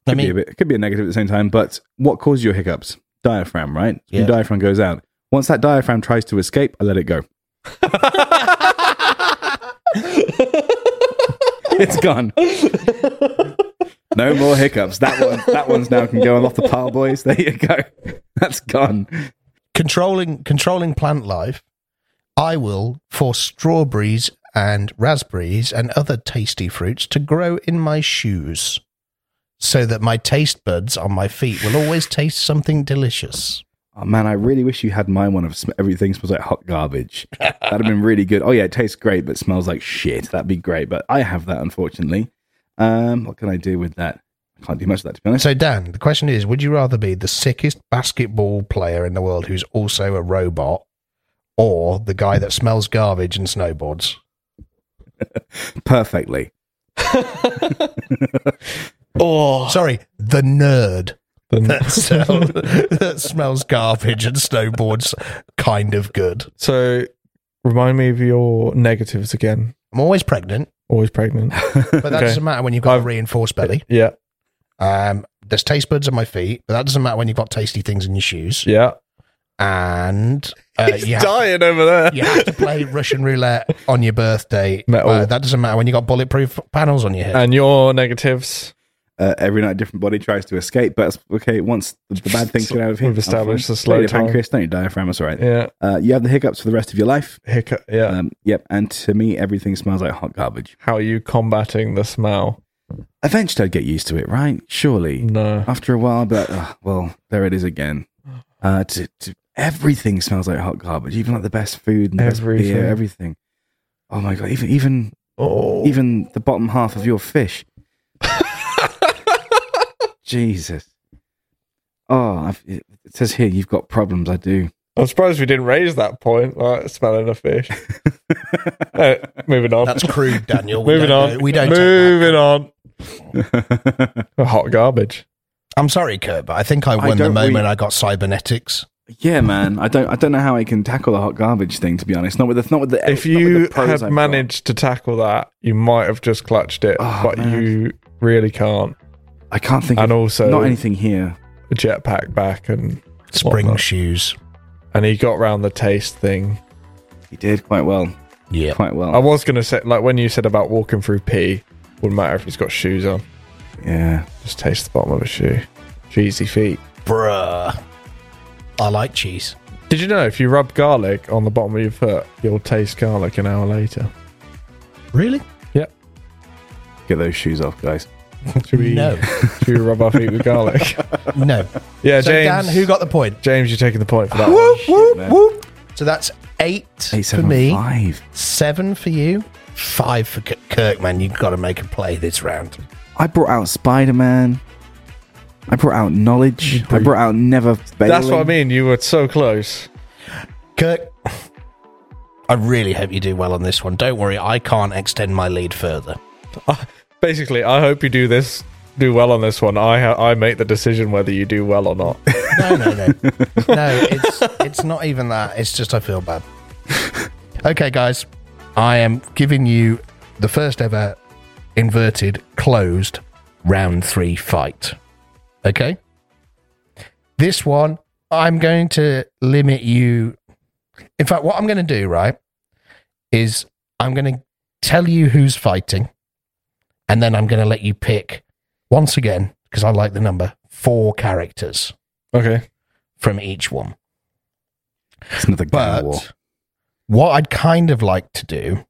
Speaker 4: Oh, I
Speaker 1: be a
Speaker 4: mean,
Speaker 1: bit, could be a negative at the same time, but what causes your hiccups? Diaphragm, right?
Speaker 4: Yeah.
Speaker 1: Your diaphragm goes out. Once that diaphragm tries to escape, I let it go. (laughs) it's
Speaker 4: (laughs)
Speaker 1: gone. No more hiccups. That one, that one's now can go on off the pile, boys. There you go. (laughs) That's gone.
Speaker 4: controlling controlling plant life, I will force strawberries and raspberries and other tasty fruits to grow in my shoes, so that my taste buds on my feet will always taste something delicious.
Speaker 1: Oh man, I really wish you had my one of sm- everything smells like hot
Speaker 3: (laughs)
Speaker 1: garbage. That'd have been really good. Oh yeah, it tastes great, but smells like shit. That'd be great, but I have that unfortunately. Um, what can I do with that? I can't do much of that to be honest. (laughs)
Speaker 4: So, Dan, the question is Would you rather be the sickest basketball player in the world who's also a robot or the guy that smells garbage and snowboards?
Speaker 3: (laughs)
Speaker 1: Perfectly.
Speaker 3: (laughs) Oh,
Speaker 4: Sorry, the nerd
Speaker 3: the,
Speaker 4: that, (laughs) smell, that smells garbage and snowboards kind of good.
Speaker 3: so remind me of your negatives again.
Speaker 4: I'm always pregnant,
Speaker 3: Always (laughs) pregnant.
Speaker 4: but that
Speaker 3: Okay.
Speaker 4: doesn't matter when you've got a reinforced belly.
Speaker 3: Yeah,
Speaker 4: Um, there's taste buds on my feet, but that doesn't matter when you've got tasty things in your shoes.
Speaker 3: yeah.
Speaker 4: And uh, you, have,
Speaker 3: dying over there.
Speaker 4: you
Speaker 3: (laughs)
Speaker 4: have to play Russian roulette on your birthday.
Speaker 3: Metal.
Speaker 4: Uh, that doesn't matter when you've got bulletproof panels on your head.
Speaker 3: And your negatives.
Speaker 1: Uh, every night, a different body tries to escape, but it's okay. Once the the bad things get out of here,
Speaker 3: We've established
Speaker 1: I'm fine.
Speaker 3: the slow
Speaker 1: Don't need a
Speaker 3: time.
Speaker 1: pancreas, don't need a diaphragm. It's all right.
Speaker 3: Yeah,
Speaker 1: Uh, you have the hiccups for the rest of your life.
Speaker 3: hiccup. Yeah.
Speaker 1: Um, yep. And to me, everything smells like hot garbage.
Speaker 3: How are you combating the smell?
Speaker 1: Eventually, I'd get used to it, right? Surely.
Speaker 3: No.
Speaker 1: After a while, but uh, well, there it is
Speaker 3: (sighs)
Speaker 1: again. Uh, to, to, everything smells like hot garbage, even like the best food and the best
Speaker 3: Everything.
Speaker 1: beer, everything. Oh my god! Even even
Speaker 3: Oh.
Speaker 1: even the bottom half of your
Speaker 3: (laughs)
Speaker 1: fish. Jesus. Oh, I've, it it says here you've got problems. I
Speaker 3: (laughs)
Speaker 1: do.
Speaker 3: I'm surprised we didn't raise that point. Like smelling
Speaker 1: (laughs)
Speaker 3: a fish. Uh, moving on.
Speaker 4: That's crude, Daniel. We
Speaker 3: moving
Speaker 4: don't
Speaker 3: on.
Speaker 4: do- we don't. take that.
Speaker 3: Moving on. Hot garbage.
Speaker 4: I'm sorry, Kurt, but I think I won the
Speaker 1: don't
Speaker 4: moment
Speaker 1: read-
Speaker 4: I got cybernetics.
Speaker 1: yeah, man. I don't. I don't know how I can tackle the hot garbage thing. To be honest, not with the not with the. not with
Speaker 3: If you
Speaker 1: the pros I've
Speaker 3: had
Speaker 1: got.
Speaker 3: managed to tackle that, you might have just clutched it,
Speaker 1: Oh,
Speaker 3: but
Speaker 1: man.
Speaker 3: you really can't.
Speaker 1: I can't think.
Speaker 3: And
Speaker 1: of,
Speaker 3: also,
Speaker 1: not anything here.
Speaker 3: a jetpack back, and
Speaker 4: Spring
Speaker 3: Whatnot.
Speaker 4: shoes.
Speaker 3: and he got round the taste thing.
Speaker 1: He did quite well.
Speaker 4: Yeah.
Speaker 1: Quite
Speaker 3: I
Speaker 1: well.
Speaker 3: was gonna say, like when you said about walking through pee, wouldn't matter if he's got shoes on.
Speaker 1: Yeah.
Speaker 3: Just taste the bottom of a shoe. Cheesy feet.
Speaker 4: Bruh. I like cheese.
Speaker 3: Did you know if you rub garlic on the bottom of your foot, you'll taste garlic an hour later? (laughs)
Speaker 4: Really?
Speaker 3: Yep.
Speaker 1: Get those shoes off, guys.
Speaker 3: Should we,
Speaker 4: No.
Speaker 3: should we rub our feet
Speaker 4: (laughs)
Speaker 3: with garlic? (laughs)
Speaker 4: No.
Speaker 3: Yeah,
Speaker 4: so, Dan,
Speaker 3: James.
Speaker 4: who got the point?
Speaker 3: James, you're taking the point for that
Speaker 4: (laughs)
Speaker 3: one.
Speaker 1: man.
Speaker 4: whoop. So that's eight,
Speaker 1: Eight
Speaker 4: for
Speaker 1: seven
Speaker 4: me,
Speaker 1: five.
Speaker 4: seven for you, five for K- Kirk, man. You've got to make a play this round.
Speaker 1: I brought out Spider Man. I brought out knowledge. I brought out never. Failing.
Speaker 3: That's what I mean. You were so close.
Speaker 4: Kirk, (laughs) I really hope you do well on this one. Don't worry, I can't extend my lead further.
Speaker 3: Basically, I hope you do this, do well on this one. I ha- I make the decision whether you do well or not.
Speaker 4: (laughs) No, no, no. no, it's it's not even that. It's just I feel bad. Okay, guys. I am giving you the first ever inverted closed round 3 fight. Okay? This one I'm going to limit you In fact, what I'm going to do, right, is I'm going to tell you who's fighting and then I'm going to let you pick once again because I like the number four characters
Speaker 3: Okay.
Speaker 4: from each one.
Speaker 1: It's another gang war.
Speaker 4: But what I'd kind of like to do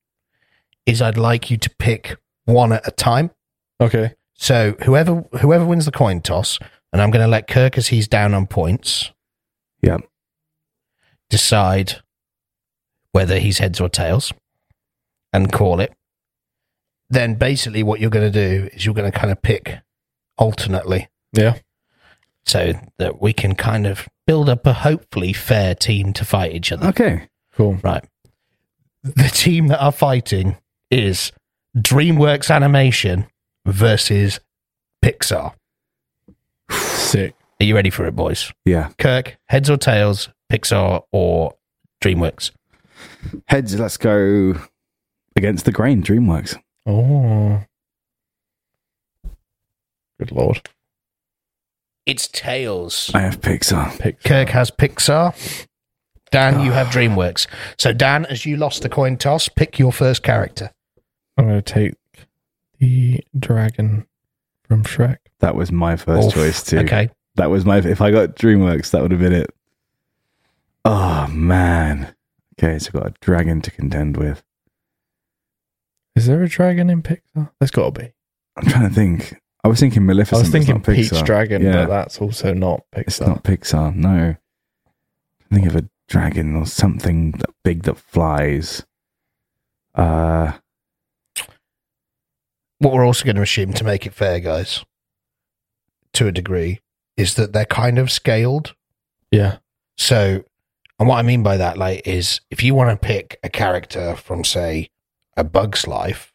Speaker 4: is I'd like you to pick one at a time.
Speaker 3: Okay.
Speaker 4: So whoever whoever wins the coin toss, and I'm going to let Kirk as he's down on points.
Speaker 1: Yeah.
Speaker 4: Decide whether he's heads or tails, and call it. Then basically, what you're going to do is you're going to kind of pick alternately,
Speaker 3: Yeah.
Speaker 4: so that we can kind of build up a hopefully fair team to fight each other.
Speaker 1: Okay.
Speaker 3: Cool.
Speaker 4: Right. The team that are fighting is DreamWorks Animation versus Pixar.
Speaker 3: Sick.
Speaker 4: Are you ready for it, boys?
Speaker 1: Yeah.
Speaker 4: Kirk, heads or tails, Pixar or DreamWorks?
Speaker 1: Heads, let's go against the grain, DreamWorks.
Speaker 3: Oh. Good lord.
Speaker 4: It's tails.
Speaker 1: I have Pixar.
Speaker 3: Pick.
Speaker 4: Kirk has Pixar. Dan, you have DreamWorks. So, Dan, as you lost the coin toss, pick your first character.
Speaker 3: I'm gonna take the dragon from Shrek.
Speaker 1: That was my first
Speaker 4: Oof.
Speaker 1: choice too.
Speaker 4: Okay.
Speaker 1: That was my if I got DreamWorks, that would have been it. Oh man. Okay, so I've got a dragon to contend with.
Speaker 3: Is there a dragon in Pixar? There's got to be.
Speaker 1: I'm trying to think. I was thinking
Speaker 3: I
Speaker 1: Maleficent.
Speaker 3: was
Speaker 1: but it's
Speaker 3: thinking
Speaker 1: not Pixar.
Speaker 3: Peach Dragon,
Speaker 1: Yeah,
Speaker 3: but that's also not Pixar.
Speaker 1: it's not Pixar. No. Think of a dragon or something that big that flies. Uh,
Speaker 4: What we're also going to assume to make it fair, guys, to a degree, is that they're kind of scaled.
Speaker 3: Yeah.
Speaker 4: So, and what I mean by that, like, is if you want to pick a character from, say, a bug's life,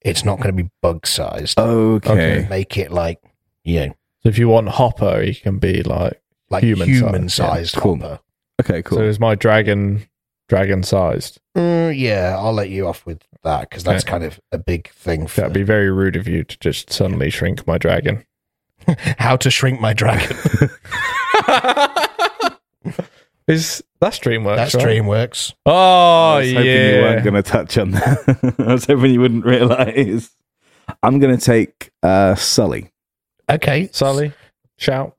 Speaker 4: it's not going to be bug sized.
Speaker 1: okay.
Speaker 3: Okay.
Speaker 4: Make it like, you know,
Speaker 3: So if you want Hopper, he can be like.
Speaker 4: like
Speaker 3: Human-sized,
Speaker 4: human sized
Speaker 1: yeah. Cool.
Speaker 4: hopper.
Speaker 1: Okay, cool.
Speaker 3: So is my dragon dragon sized?
Speaker 4: Mm, yeah, I'll let you off with that because that's
Speaker 3: Okay.
Speaker 4: kind of a big thing for
Speaker 3: That'd be very rude of you to just suddenly shrink my dragon.
Speaker 4: (laughs) how to shrink my dragon. (laughs)
Speaker 3: Is that's DreamWorks?
Speaker 4: that's
Speaker 3: right?
Speaker 4: DreamWorks.
Speaker 3: Oh
Speaker 1: I was hoping
Speaker 3: yeah.
Speaker 1: you weren't going to touch on that. (laughs) I was hoping you wouldn't realize. I'm going to take uh, Sully,
Speaker 4: Okay,
Speaker 3: Sully, shout,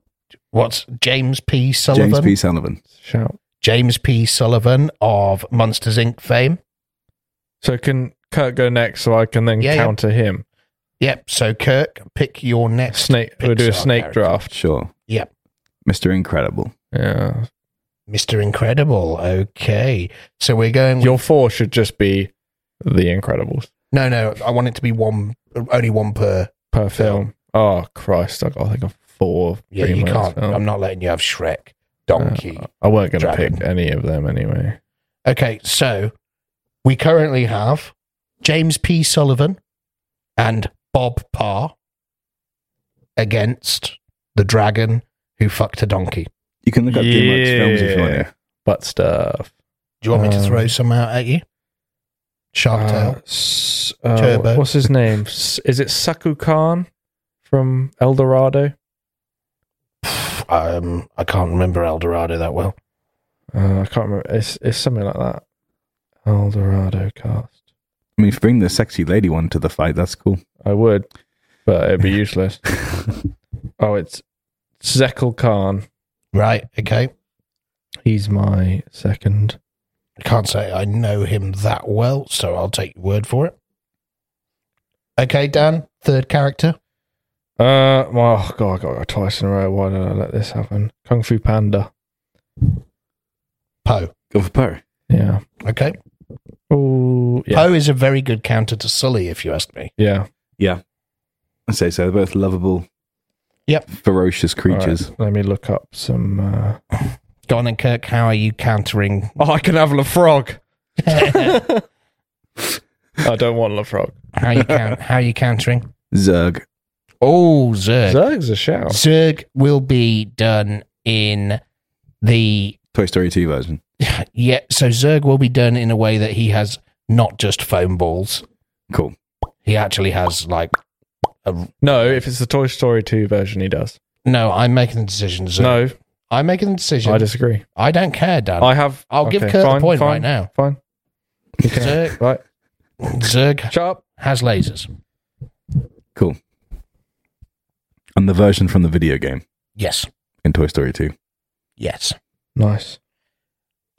Speaker 4: What's James P. Sullivan?
Speaker 1: James P. Sullivan.
Speaker 3: shout.
Speaker 4: James P. Sullivan of Monsters Inc. fame.
Speaker 3: So can Kurt go next, so I can then
Speaker 4: Yeah, yeah.
Speaker 3: counter him?
Speaker 4: Yep. So Kirk, pick your next
Speaker 3: Snake. We'll do a
Speaker 4: Pixar
Speaker 3: snake
Speaker 4: character.
Speaker 3: draft.
Speaker 1: Sure.
Speaker 4: Yep.
Speaker 1: Mr. Incredible.
Speaker 3: Yeah.
Speaker 4: Mr. Incredible. Okay. So we're going. With,
Speaker 3: Your four should just be the Incredibles
Speaker 4: no, no. I want it to be one, only one per.
Speaker 3: per film. Oh Christ! I got I think of four.
Speaker 4: Yeah, you
Speaker 3: DreamWorks
Speaker 4: can't.
Speaker 3: films.
Speaker 4: I'm not letting you have Shrek, Donkey.
Speaker 3: Uh, I weren't going to
Speaker 4: Dragon.
Speaker 3: pick any of them anyway.
Speaker 4: Okay. So we currently have James P. Sullivan and Bob Parr against the dragon who fucked a donkey.
Speaker 1: You can look up DreamWorks films if you want.
Speaker 3: Yeah.
Speaker 1: to.
Speaker 3: But stuff.
Speaker 4: Do you want me to
Speaker 3: Um,
Speaker 4: throw some out at you? Shark Tale.
Speaker 3: Uh, s- uh,
Speaker 4: Turbo.
Speaker 3: What's his name? S- Is it Saku Khan from El Dorado?
Speaker 4: Um, I can't remember El Dorado that well.
Speaker 3: Uh, I can't remember. It's it's something like that. El Dorado cast.
Speaker 1: I mean, if you bring the sexy lady one to the fight, that's cool. (laughs)
Speaker 3: I would, but
Speaker 4: (laughs)
Speaker 3: it'd be useless. oh, it's Zekel Khan.
Speaker 4: Right. Okay.
Speaker 3: He's my second.
Speaker 4: I can't say I know him that well, so I'll take your word for it. Okay, Dan, third character.
Speaker 3: Uh, well, oh God, I got it twice in a row. Why did I let this happen? Kung Fu Panda.
Speaker 4: Poe.
Speaker 1: Go for Poe.
Speaker 3: Yeah.
Speaker 4: Okay.
Speaker 3: Oh, yeah.
Speaker 4: Poe is a very good counter to Sully, if you ask me.
Speaker 3: Yeah.
Speaker 1: I say so. They're both lovable,
Speaker 4: Yep.
Speaker 1: ferocious
Speaker 3: All right,
Speaker 1: creatures.
Speaker 3: let me look up some. Uh...
Speaker 4: Go on and Kirk, how are you countering?
Speaker 3: Oh, I can have a (laughs) frog.
Speaker 4: how
Speaker 3: I don't want a frog.
Speaker 4: you (laughs) count? How are you countering?
Speaker 1: Zerg.
Speaker 4: Oh, Zerg.
Speaker 3: Zerg's a shout.
Speaker 4: Zerg will be done in the
Speaker 1: Toy Story 2 version.
Speaker 4: yeah. So Zerg will be done in a way that he has not just foam balls.
Speaker 1: Cool.
Speaker 4: He actually has like
Speaker 3: No, if it's the Toy Story 2 version, he does.
Speaker 4: no. I'm making the decision. Zerg.
Speaker 3: No,
Speaker 4: I'm making the decision.
Speaker 3: I
Speaker 4: I,
Speaker 3: disagree.
Speaker 4: don't care, Dan.
Speaker 3: I have.
Speaker 4: I'll give Kurt a point right
Speaker 3: (laughs)
Speaker 4: now.
Speaker 3: Fine. You can-
Speaker 4: Zerg,
Speaker 3: Right.
Speaker 4: Zerg
Speaker 3: Shut up.
Speaker 4: has lasers.
Speaker 1: Cool. And the version from the video game
Speaker 4: Yes.
Speaker 1: in Toy Story 2.
Speaker 4: Yes.
Speaker 3: Nice.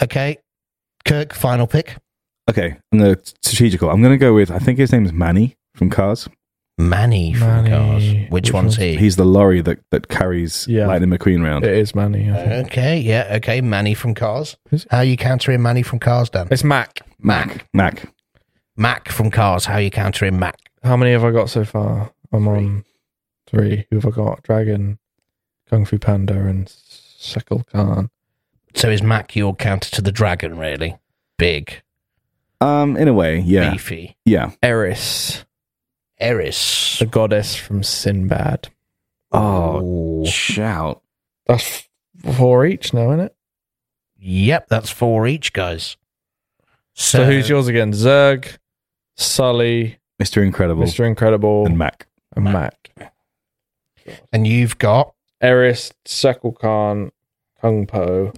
Speaker 4: Okay. Kirk, final pick.
Speaker 1: Okay. And the strategical. I'm going to go with, I think his name is Manny from Cars.
Speaker 4: Manny from
Speaker 3: Manny.
Speaker 4: Cars. Which
Speaker 3: Which
Speaker 4: one's
Speaker 3: one's-
Speaker 4: he?
Speaker 1: He's the lorry that, that carries
Speaker 3: Yeah.
Speaker 1: Lightning McQueen round.
Speaker 3: It is Manny. I think.
Speaker 4: Okay. Yeah. Okay. Manny from Cars.
Speaker 3: Who's-
Speaker 4: How are you countering Manny from Cars, Dan?
Speaker 3: It's Mac.
Speaker 4: Mac.
Speaker 1: Mac.
Speaker 4: Mac from Cars. How are you countering Mac?
Speaker 3: How many have I got so far? I'm on three. Who have I got? Dragon, Kung Fu Panda, and Sekul Khan.
Speaker 4: So is Mac your counter to the dragon, really? Big,
Speaker 1: Um, in a way, yeah.
Speaker 4: beefy.
Speaker 1: Yeah.
Speaker 3: Eris,
Speaker 4: Eris.
Speaker 3: the goddess from Sinbad.
Speaker 1: Oh,
Speaker 4: Ooh.
Speaker 1: shout.
Speaker 3: That's f- four each now, isn't it?
Speaker 4: Yep, that's four each, guys. So,
Speaker 3: So,
Speaker 1: Uh,
Speaker 3: who's yours again? Zerg, Sully,
Speaker 1: Mr. Incredible
Speaker 3: Mr. Incredible,
Speaker 1: and Mac.
Speaker 3: and Mac.
Speaker 4: And you've got
Speaker 3: Eris, Sekul Khan, Kung Po,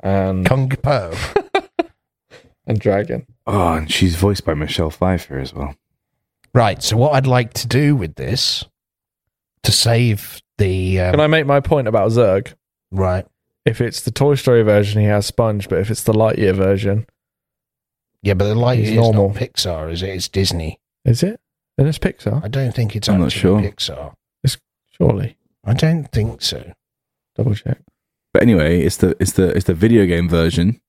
Speaker 3: and
Speaker 4: Kung Po. (laughs)
Speaker 3: and Dragon.
Speaker 1: Oh, and she's voiced by Michelle Pfeiffer as well.
Speaker 4: right. So what I'd like to do with this to save the um,
Speaker 3: Can I make my point about Zerg?
Speaker 4: right.
Speaker 3: If it's the Toy Story version, he has Sponge, but if it's the Lightyear version,
Speaker 4: Yeah, but the light
Speaker 3: He's
Speaker 4: is
Speaker 3: normal.
Speaker 4: not Pixar, is it? It's Disney.
Speaker 3: is it? Then it's Pixar,
Speaker 4: I don't think it's
Speaker 1: I'm
Speaker 4: actually
Speaker 1: not sure.
Speaker 4: Pixar.
Speaker 3: surely.
Speaker 4: I don't think so.
Speaker 3: Double check.
Speaker 1: But anyway, it's the it's the it's the video game version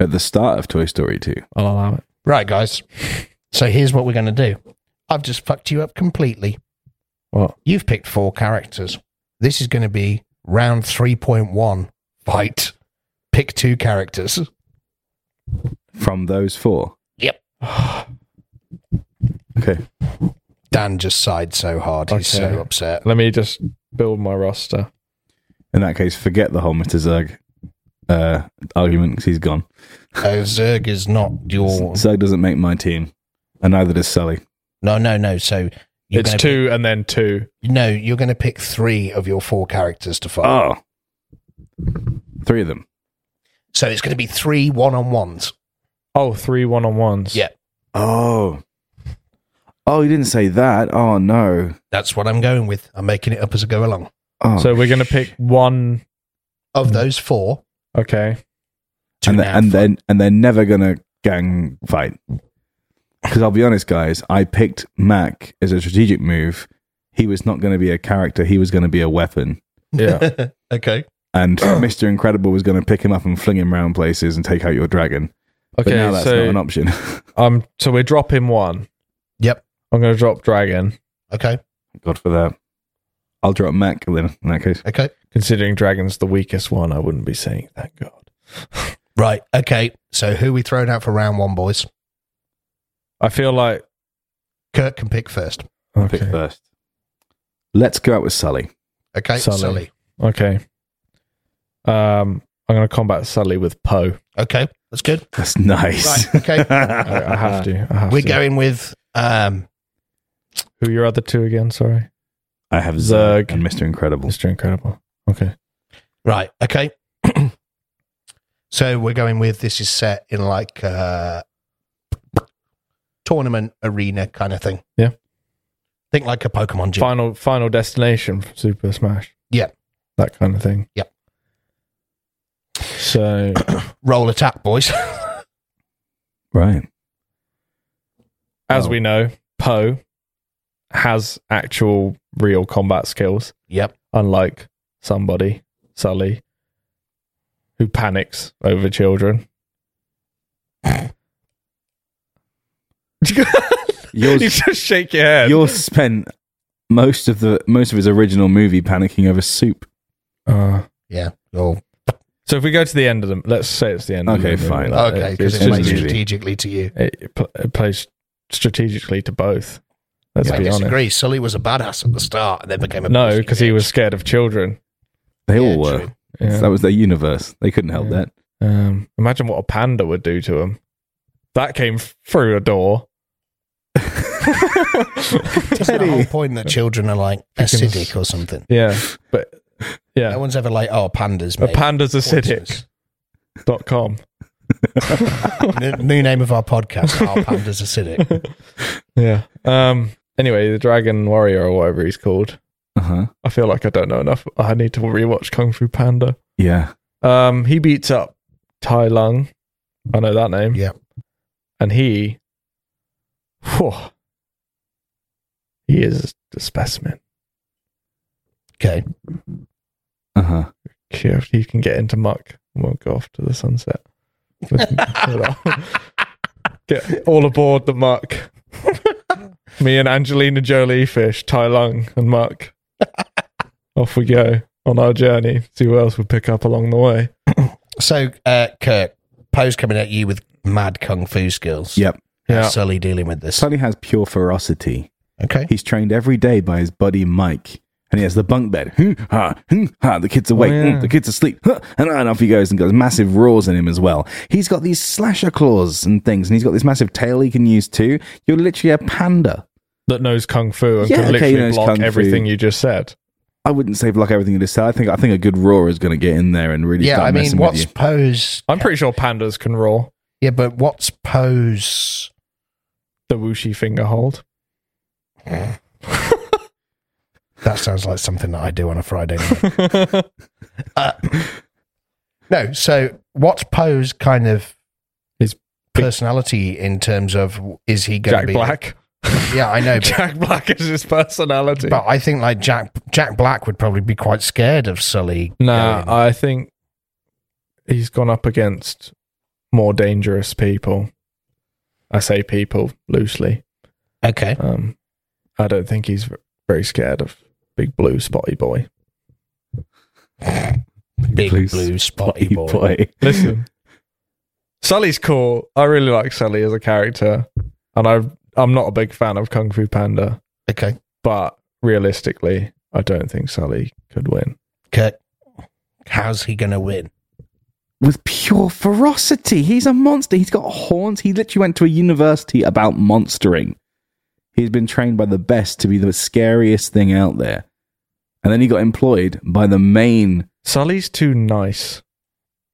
Speaker 1: at the start of Toy Story 2.
Speaker 3: I'll allow it.
Speaker 4: Right,
Speaker 3: (laughs)
Speaker 4: guys. So here's what we're going to do. I've just fucked you up completely.
Speaker 3: What? (sighs)
Speaker 4: You've picked four characters. This is going to be round 3.1 fight. Pick two characters.
Speaker 1: From those four.
Speaker 4: Yep.
Speaker 1: Okay.
Speaker 4: Dan just sighed so hard. He's
Speaker 3: Okay.
Speaker 4: so upset.
Speaker 3: Let me just build my roster.
Speaker 1: In that case, forget the whole Mr. Zerg uh, argument because he's gone.
Speaker 4: Oh, Zerg is not your.
Speaker 1: Zerg doesn't make my team, and neither does Sully.
Speaker 4: No, no, no. So you're
Speaker 3: it's
Speaker 4: gonna
Speaker 3: two and then two.
Speaker 4: Pick, no, you're going to pick three of your four characters to fight.
Speaker 1: Oh, three of them.
Speaker 4: So it's going to be three one on ones.
Speaker 3: Oh, three one on ones.
Speaker 4: Yeah.
Speaker 1: Oh. Oh, you didn't say that. Oh, no.
Speaker 4: That's what I'm going with. I'm making it up as I go along.
Speaker 1: Oh.
Speaker 3: So we're gonna pick one.
Speaker 4: Of those four,
Speaker 1: (laughs)
Speaker 3: Okay.
Speaker 4: two
Speaker 1: and, the-
Speaker 4: now
Speaker 1: and
Speaker 4: (laughs)
Speaker 1: then and they're never gonna gang fight. Because I'll be honest, guys, I picked Mac as a strategic move. He was not going to be a character; he was going to be a weapon.
Speaker 3: Yeah.
Speaker 4: okay.
Speaker 1: And (clears throat) Mister Incredible was going to pick him up and fling him around places and take out your dragon. But now
Speaker 3: okay.
Speaker 1: that's not an
Speaker 3: So
Speaker 1: option. (laughs)
Speaker 3: um, so we're dropping one.
Speaker 4: Yep.
Speaker 3: I'm gonna drop dragon,
Speaker 4: Okay.
Speaker 1: God for that. I'll drop Mac then. In that case,
Speaker 4: Okay.
Speaker 3: considering dragon's the weakest one. I wouldn't be saying thank God.
Speaker 4: Right. Okay. So who we throwing out for round one, boys?
Speaker 3: I feel like
Speaker 4: Kirk can pick first.
Speaker 1: I'll pick
Speaker 3: okay.
Speaker 1: first. Let's go out with Sully.
Speaker 4: Okay.
Speaker 3: Sully.
Speaker 4: Sully.
Speaker 3: Okay. Um, I'm gonna combat Sully with Poe.
Speaker 4: Okay. That's
Speaker 3: (laughs)
Speaker 4: good.
Speaker 1: That's nice. (laughs)
Speaker 4: Right. Okay.
Speaker 3: I,
Speaker 4: (laughs)
Speaker 3: I have to. I have
Speaker 4: We're
Speaker 3: to.
Speaker 4: going with um
Speaker 3: Who are your other two again? Sorry,
Speaker 1: I have Zerg,
Speaker 3: Zerg.
Speaker 1: and Mister Incredible.
Speaker 3: Mr. Incredible. Okay.
Speaker 4: right. Okay. (clears throat) so we're going with this is set in like uh tournament arena kind of thing.
Speaker 3: Yeah.
Speaker 4: Think like a Pokemon gym.
Speaker 3: Final Final Destination from Super Smash.
Speaker 4: Yeah.
Speaker 3: That kind of thing.
Speaker 4: Yep.
Speaker 3: So
Speaker 4: Roll attack, boys. (laughs)
Speaker 1: Right.
Speaker 3: as
Speaker 1: Oh.
Speaker 3: we know, Poe has actual real combat skills,
Speaker 4: yep.
Speaker 3: unlike somebody, Sully, who panics over children. (laughs) you
Speaker 1: Yours,
Speaker 3: just shake your head.
Speaker 1: Yours spent most of the most of his original movie panicking over soup.
Speaker 3: Uh,
Speaker 4: Yeah. You're,
Speaker 3: so if we go to the end of them, let's say it's the end.
Speaker 1: Okay,
Speaker 3: of them,
Speaker 1: fine.
Speaker 3: like,
Speaker 4: okay,
Speaker 3: it-
Speaker 4: because
Speaker 3: uh, it's
Speaker 4: it
Speaker 1: just
Speaker 4: plays
Speaker 1: easy.
Speaker 4: strategically to you.
Speaker 3: it, it pl- it plays strategically to both. Let's
Speaker 4: I
Speaker 3: be honest.
Speaker 4: disagree. Sully was a badass at the start and then became a
Speaker 3: No,
Speaker 4: pussy
Speaker 3: because he
Speaker 4: bitch.
Speaker 3: was scared of children.
Speaker 1: They
Speaker 4: Yeah,
Speaker 1: all were.
Speaker 4: true.
Speaker 3: Yeah.
Speaker 1: That was their universe. They couldn't help
Speaker 3: Yeah.
Speaker 1: that.
Speaker 3: um, imagine what a panda would do to him. That came through a door. (laughs)
Speaker 1: (laughs)
Speaker 4: Isn't the whole point that children are like
Speaker 3: Fucking-
Speaker 4: acidic or something.
Speaker 3: yeah, but
Speaker 4: No
Speaker 3: yeah,
Speaker 4: one's ever like, oh, pandas,
Speaker 3: a
Speaker 4: mate.
Speaker 3: panda's acidic
Speaker 4: Poisonous.
Speaker 3: dot com.
Speaker 4: N- new name of our podcast, Our Pandas Acidic.
Speaker 3: Yeah. Um. Anyway, the dragon warrior or whatever he's called.
Speaker 1: Uh huh.
Speaker 3: I feel like I don't know enough. I need to rewatch Kung Fu Panda.
Speaker 1: Yeah.
Speaker 3: Um. He beats up Tai Lung. I know that name.
Speaker 4: Yeah.
Speaker 3: And he, whew, he is a specimen.
Speaker 4: Okay.
Speaker 1: Uh huh.
Speaker 3: If he can get into muck, and we'll go off to the sunset. get all aboard the muck. Me and Angelina Jolie fish, Tai Lung and muck. off we go on our journey. See what else we pick up along the way.
Speaker 4: So, uh, Kirk, Poe's coming at you with mad kung fu skills.
Speaker 1: Yep.
Speaker 3: Yeah.
Speaker 4: Sully dealing with this.
Speaker 1: Sully has pure ferocity.
Speaker 4: Okay.
Speaker 1: He's trained every day by his buddy Mike, and he has the bunk bed. Hmm, ha, hmm, ha, the kid's awake.
Speaker 4: Oh,
Speaker 3: yeah.
Speaker 1: Hmm, the kid's asleep. Huh, and, and off he goes and got massive roars in him as well. He's got these slasher claws and things, and he's got this massive tail he can use too. You're literally a panda.
Speaker 3: That knows kung fu and
Speaker 1: Yeah,
Speaker 3: can
Speaker 1: okay,
Speaker 3: literally
Speaker 1: knows
Speaker 3: block
Speaker 1: kung fu.
Speaker 3: everything you just said.
Speaker 1: I wouldn't say block everything you just said. I think I think a good roar is going to get in there and really
Speaker 4: Yeah,
Speaker 1: start
Speaker 4: I mean,
Speaker 1: messing with
Speaker 4: what's
Speaker 1: you.
Speaker 4: Poe's.
Speaker 3: I'm pretty sure pandas can roar
Speaker 4: Yeah, but what's Poe's.
Speaker 3: the wushi
Speaker 1: (laughs)
Speaker 3: finger hold.
Speaker 4: That sounds like something that I do on a Friday
Speaker 3: (laughs)
Speaker 4: night. uh, no, so what's Poe's kind of
Speaker 3: His big-
Speaker 4: personality in terms of is he going
Speaker 3: Jack
Speaker 4: to be
Speaker 3: Black.
Speaker 4: (laughs) Yeah, I know, but,
Speaker 3: Jack Black is his personality. (laughs)
Speaker 4: but I think like Jack Jack Black would probably be quite scared of Sully.
Speaker 3: Nah,
Speaker 4: going,
Speaker 3: I think he's gone up against more dangerous people. I say people loosely.
Speaker 4: Okay.
Speaker 3: Um, I don't think he's v- very scared of Big Blue Spotty Boy.
Speaker 4: Big blue,
Speaker 1: Blue (laughs)
Speaker 4: spotty boy.
Speaker 3: Listen, (laughs) Sully's cool. I really like Sully as a character, and I I'm not a big fan of Kung Fu Panda,
Speaker 4: Okay.
Speaker 3: but realistically, I don't think Sully could win.
Speaker 4: Kurt, how's he going to win?
Speaker 1: with pure ferocity. He's a monster. He's got horns. He literally went to a university about monstering. He's been trained by the best to be the scariest thing out there. And then he got employed by the main
Speaker 3: Sully's too nice.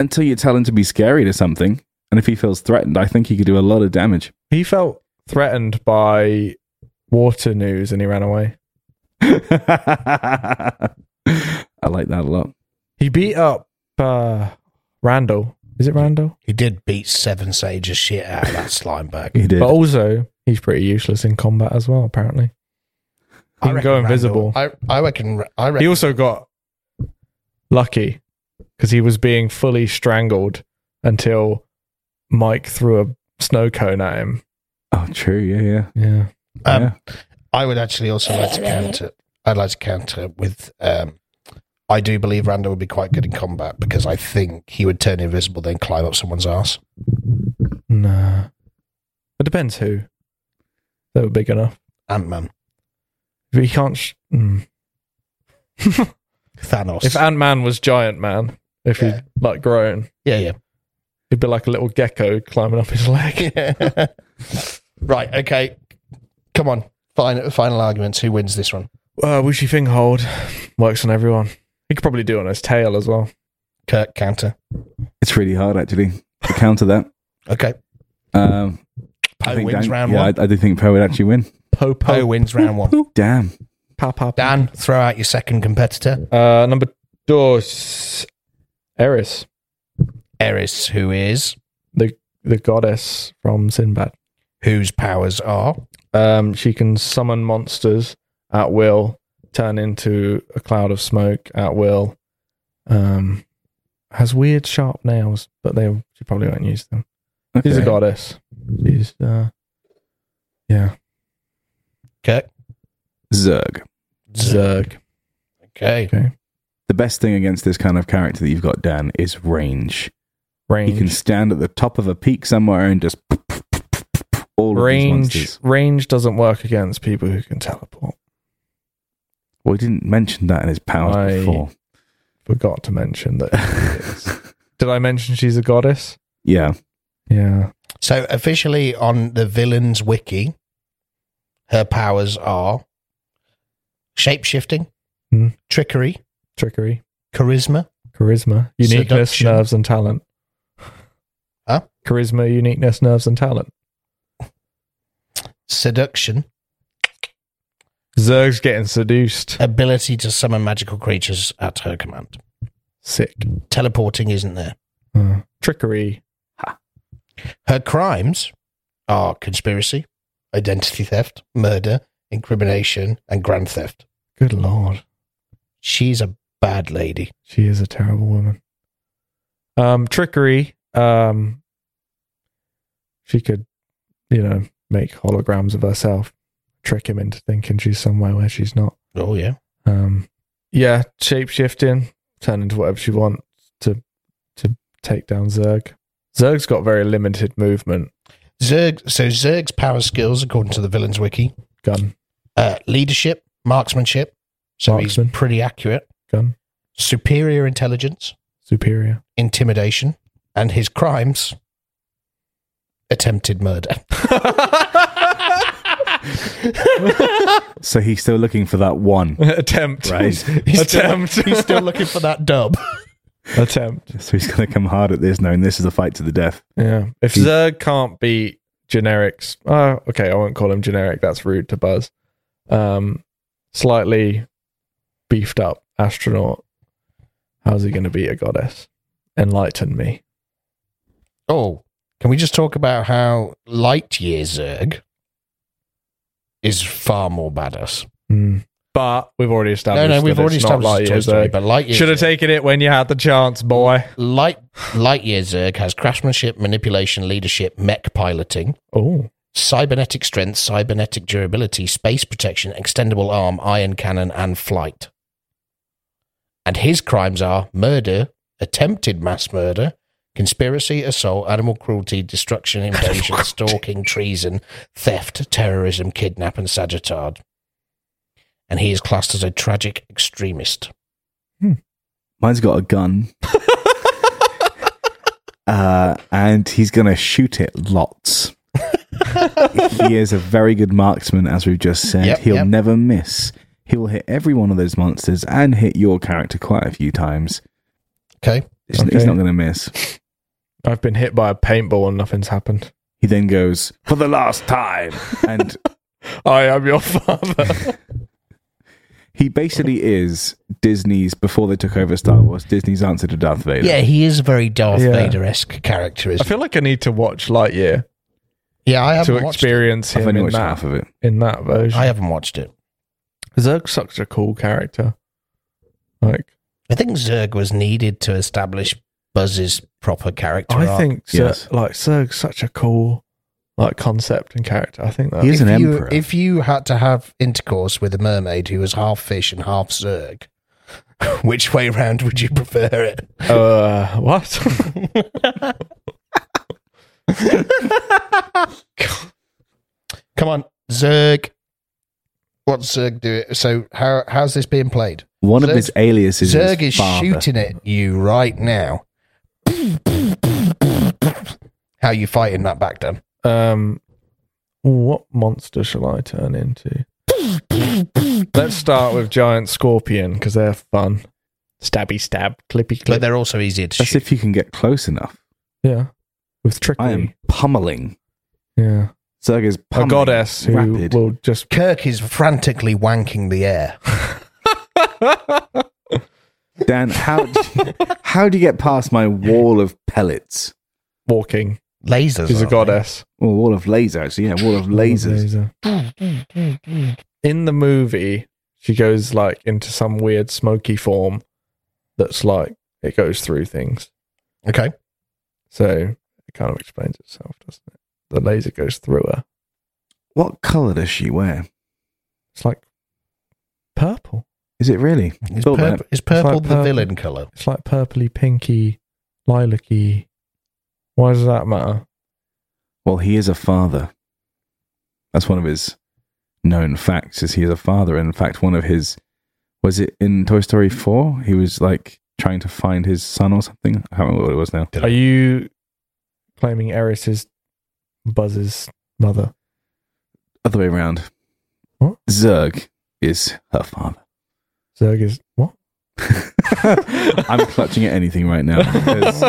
Speaker 1: until you tell him to be scary to something. And if he feels threatened, I think he could do a lot of damage. (laughs)
Speaker 3: He felt threatened by water news and he ran away.
Speaker 1: I like that a lot.
Speaker 3: He beat up uh, Randall. Is it Randall?
Speaker 4: He did beat Seven Sages shit out of (laughs) that slime bag.
Speaker 1: He did.
Speaker 3: But also, he's pretty useless in combat as well. Apparently, he can
Speaker 4: reckon
Speaker 3: go
Speaker 4: Randall-
Speaker 3: invisible.
Speaker 4: I, I reckon. I
Speaker 3: he
Speaker 4: reckon.
Speaker 3: also got lucky because he was being fully strangled until Mike threw a snow cone at him.
Speaker 1: Oh, true. Yeah, yeah.
Speaker 3: Yeah,
Speaker 4: Um,
Speaker 1: yeah.
Speaker 4: I would actually also like to counter. I'd like to counter with. Um, I do believe Randall would be quite good in combat because I think he would turn invisible, then climb up someone's ass.
Speaker 3: nah. It depends who. They were big enough.
Speaker 4: Ant Man,
Speaker 3: If he can't. Sh- mm.
Speaker 4: Thanos.
Speaker 3: If Ant Man was Giant Man, if
Speaker 4: Yeah.
Speaker 3: he'd like grown,
Speaker 4: yeah,
Speaker 3: he'd be like a little gecko climbing up his leg.
Speaker 4: yeah. (laughs) right. Okay. Come on. Final final arguments. Who wins this one?
Speaker 3: Uh, Wishy Finghold works on everyone. He could probably do it on his tail as well.
Speaker 4: Kirk counter.
Speaker 1: It's really hard, actually, to counter that.
Speaker 4: Okay.
Speaker 1: Um, I
Speaker 4: Poe
Speaker 1: think
Speaker 4: wins
Speaker 1: Dan-
Speaker 4: round
Speaker 1: yeah,
Speaker 4: one.
Speaker 1: I, I do think Poe would actually win.
Speaker 4: Poe
Speaker 3: Popo.
Speaker 4: wins round one.
Speaker 1: Damn.
Speaker 3: Papa.
Speaker 4: Dan, throw out your second competitor,
Speaker 3: Uh, number dos. Eris,
Speaker 4: Eris, who is
Speaker 3: the goddess from Sinbad.
Speaker 4: whose powers are
Speaker 3: Um, she can summon monsters at will, turn into a cloud of smoke at will. Um, has weird sharp nails, but they she probably won't use them. She's a
Speaker 1: Okay.
Speaker 3: goddess. She's uh, yeah,
Speaker 4: Kirk.
Speaker 1: Zerg.
Speaker 3: Zerg.
Speaker 4: Okay.
Speaker 1: The best thing against this kind of character that you've got, Dan, is range.
Speaker 3: Range.
Speaker 1: He can stand at the top of a peak somewhere and just (laughs) all of these
Speaker 3: range
Speaker 1: monsters.
Speaker 3: range doesn't work against people who can teleport.
Speaker 1: Well, he didn't mention that in his powers
Speaker 3: I-
Speaker 1: before.
Speaker 3: Forgot to mention
Speaker 1: (laughs)
Speaker 3: that. Did I mention she's a goddess?
Speaker 1: Yeah,
Speaker 3: Yeah.
Speaker 4: So officially on the villains wiki, her powers are shapeshifting,
Speaker 3: Hmm.
Speaker 4: trickery,
Speaker 3: Trickery,
Speaker 4: charisma.
Speaker 3: charisma, uniqueness,
Speaker 4: Seduction.
Speaker 3: nerves, and talent.
Speaker 4: Huh?
Speaker 3: Charisma, uniqueness, nerves, and talent.
Speaker 4: Seduction,
Speaker 3: Zerg's getting seduced.
Speaker 4: ability to summon magical creatures at her command.
Speaker 3: Sick.
Speaker 4: Teleporting isn't there.
Speaker 3: Uh, trickery,
Speaker 4: Her crimes are conspiracy, identity theft, murder, incrimination, and grand theft.
Speaker 3: Good lord,
Speaker 4: She's a bad lady.
Speaker 3: she is a terrible woman. Um, trickery. Um, she could, you know, make holograms of herself, trick him into thinking she's somewhere where she's not.
Speaker 4: Oh yeah.
Speaker 3: Um, yeah, shape shifting, turn into whatever she wants to to take down Zerg. Zerg's got very limited movement.
Speaker 4: Zerg so Zerg's power skills, according to the villains wiki,
Speaker 3: Gun,
Speaker 4: uh, leadership, marksmanship. So
Speaker 3: Marksman.
Speaker 4: he's pretty accurate.
Speaker 3: gun,
Speaker 4: Superior intelligence,
Speaker 1: (laughs)
Speaker 3: superior. (laughs)
Speaker 4: intimidation, and his crimes attempted murder. (laughs)
Speaker 1: so he's still looking for that
Speaker 3: (laughs)
Speaker 1: one.
Speaker 3: Attempt.
Speaker 1: Right. (laughs)
Speaker 4: He's
Speaker 3: Attempt.
Speaker 4: Still, he's still looking for that dub.
Speaker 3: Attempt.
Speaker 1: so he's going to come hard at this, knowing this is a fight to the death.
Speaker 3: Yeah. If
Speaker 1: He-
Speaker 3: Zerg can't beat generics, oh, okay, I won't call him generic. That's rude to Buzz. Um, slightly beefed up astronaut. How's he going to beat a goddess? Enlighten me.
Speaker 4: Oh, can we just talk about how Lightyear Zerg is far more badass?
Speaker 3: Mm. But we've already established.
Speaker 2: No, no, we've
Speaker 3: that
Speaker 2: already
Speaker 3: it's not
Speaker 2: established it's
Speaker 3: Lightyear
Speaker 2: Toy Story,
Speaker 3: Zurg.
Speaker 2: but Lightyear,
Speaker 3: Should have
Speaker 2: Zurg,
Speaker 3: taken it when you had the chance, boy.
Speaker 4: Light, Lightyear Zerg has craftsmanship, manipulation, leadership, mech piloting,
Speaker 3: Oh,
Speaker 4: cybernetic strength, cybernetic durability, space protection, extendable arm, iron cannon, and flight. And his crimes are murder, attempted mass murder, conspiracy, assault, animal cruelty,
Speaker 3: (laughs)
Speaker 4: destruction,
Speaker 3: Oh
Speaker 4: invasion, stalking, treason, theft, terrorism, kidnap, and sabotage. And he is classed as a tragic extremist.
Speaker 1: Mine's got a
Speaker 4: (laughs)
Speaker 1: gun. uh, and he's going to shoot it
Speaker 4: (laughs)
Speaker 1: lots. he is a very good marksman, as we've just said.
Speaker 4: Yep,
Speaker 1: He'll
Speaker 4: yep.
Speaker 1: never miss. He will hit every one of those monsters and hit your character quite a few times.
Speaker 4: Okay.
Speaker 1: He's-
Speaker 3: Okay.
Speaker 1: He's not going to miss.
Speaker 3: I've been hit by a paintball and nothing's happened.
Speaker 1: He then goes, for the last
Speaker 4: (laughs)
Speaker 1: time. And
Speaker 3: I am your (laughs) father.
Speaker 1: he basically is Disney's, before they took over Star Wars, Disney's answer to Darth Vader.
Speaker 4: Yeah, he is a very Darth
Speaker 3: Yeah.
Speaker 4: Vader esque character,
Speaker 3: I
Speaker 4: isn't
Speaker 3: feel like I need to watch Lightyear
Speaker 4: he? Yeah, I
Speaker 3: to
Speaker 4: haven't watched it.
Speaker 3: experience
Speaker 1: I've
Speaker 3: him
Speaker 1: only
Speaker 3: in
Speaker 1: watched
Speaker 3: that,
Speaker 1: half of it.
Speaker 3: in that version.
Speaker 4: I haven't watched it.
Speaker 3: Zerg's such a cool character. Like,
Speaker 4: I think Zurg was needed to establish Buzz's proper character.
Speaker 3: I
Speaker 4: arc.
Speaker 3: think Zer-
Speaker 1: Yes.
Speaker 3: like Zerg's such a cool like concept and character. I think that
Speaker 1: He is an
Speaker 4: If you-
Speaker 1: emperor.
Speaker 4: If you had to have intercourse with a mermaid who was half fish and half Zurg, (laughs) which way round would you prefer it?
Speaker 3: uh, what? (laughs)
Speaker 4: Come on, Zurg. What's Zurg do? So how how's this being played?
Speaker 1: One of
Speaker 4: Zerg-
Speaker 1: his aliases
Speaker 4: Zurg
Speaker 1: is,
Speaker 4: is
Speaker 1: father.
Speaker 4: shooting at you right now. How you fighting that back, Dan?
Speaker 3: um, what monster shall I turn into? Let's start with giant scorpion because they're fun. Stabby stab, clippy
Speaker 4: But
Speaker 3: clip.
Speaker 4: they're also easier to
Speaker 1: That's
Speaker 4: shoot.
Speaker 1: if you can get close enough.
Speaker 3: Yeah, with trickery.
Speaker 1: I am pummeling.
Speaker 3: Yeah,
Speaker 1: Zerg is
Speaker 3: a
Speaker 1: pummeling.
Speaker 3: goddess who
Speaker 1: rapid.
Speaker 3: will just
Speaker 4: Kirk is frantically wanking the air.
Speaker 1: Dan, how do
Speaker 3: (laughs)
Speaker 1: you, how do you get past my wall of pellets?
Speaker 3: walking.
Speaker 4: Lasers.
Speaker 3: She's a
Speaker 4: aren't they?
Speaker 3: goddess.
Speaker 1: Or wall of laser, actually. Yeah, wall of lasers.
Speaker 3: Laser. In the movie, she goes like into some weird smoky form that's like it goes through things.
Speaker 4: Okay.
Speaker 3: So it kind of explains itself, doesn't it? The laser goes through her.
Speaker 1: What color does she wear?
Speaker 3: It's like purple.
Speaker 1: Is it really?
Speaker 4: Is,
Speaker 1: Thought about
Speaker 4: purp- is purple
Speaker 3: like
Speaker 4: the
Speaker 3: purple.
Speaker 4: villain color?
Speaker 3: It's like purpley, pinky, lilac-y. Why does that matter?
Speaker 1: Well, he is a father. That's one of his known facts. Is he is a father? And in fact, one of his was it in Toy Story Four? He was like trying to find his son or something. I can't remember what it was now.
Speaker 3: Are you claiming Eris is Buzz's mother?
Speaker 1: Other way around.
Speaker 3: What?
Speaker 1: Zerg is her father.
Speaker 3: Zerg is what?
Speaker 1: (laughs) I'm clutching at anything right now
Speaker 3: (laughs)
Speaker 1: because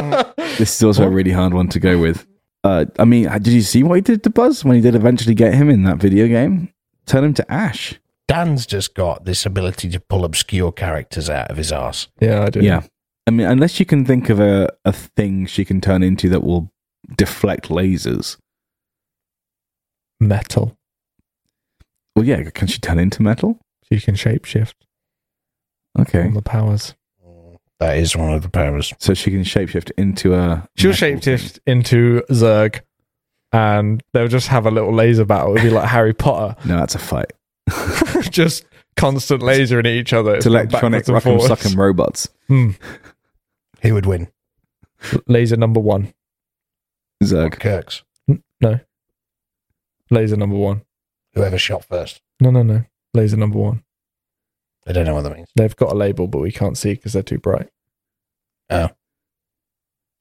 Speaker 1: this is also a
Speaker 3: What?
Speaker 1: really hard one to go with. Uh, I mean, did you see what he did to Buzz when he did eventually get him in that video game? Turn him to ash.
Speaker 4: Dan's just got this ability to pull obscure characters out of his ass.
Speaker 3: Yeah, I do.
Speaker 1: Yeah. I mean, unless you can think of a, a thing she can turn into that will deflect lasers.
Speaker 3: Metal.
Speaker 1: Well, yeah, can she turn into metal?
Speaker 3: She can shapeshift
Speaker 1: Okay.
Speaker 3: on the powers.
Speaker 4: That is one of the powers.
Speaker 1: So she can shapeshift into a.
Speaker 3: She'll
Speaker 1: metal thing.
Speaker 3: shapeshift into Zerg and they'll just have a little laser battle.
Speaker 1: (laughs)
Speaker 3: It'll be like Harry Potter. (laughs)
Speaker 1: No, that's a fight.
Speaker 3: just constant lasering at each other.
Speaker 1: It's electronic
Speaker 3: Backwards and
Speaker 1: rock'em
Speaker 3: forwards.
Speaker 1: suck'em robots.
Speaker 3: Hmm.
Speaker 4: Who would win?
Speaker 3: Laser number one.
Speaker 1: Zerg.
Speaker 4: Kirk's.
Speaker 3: No. Laser number one.
Speaker 4: Whoever shot first.
Speaker 3: No, no, no. Laser number one.
Speaker 4: I don't know what that means.
Speaker 3: They've got a label, but we can't see because they're too bright.
Speaker 4: Oh.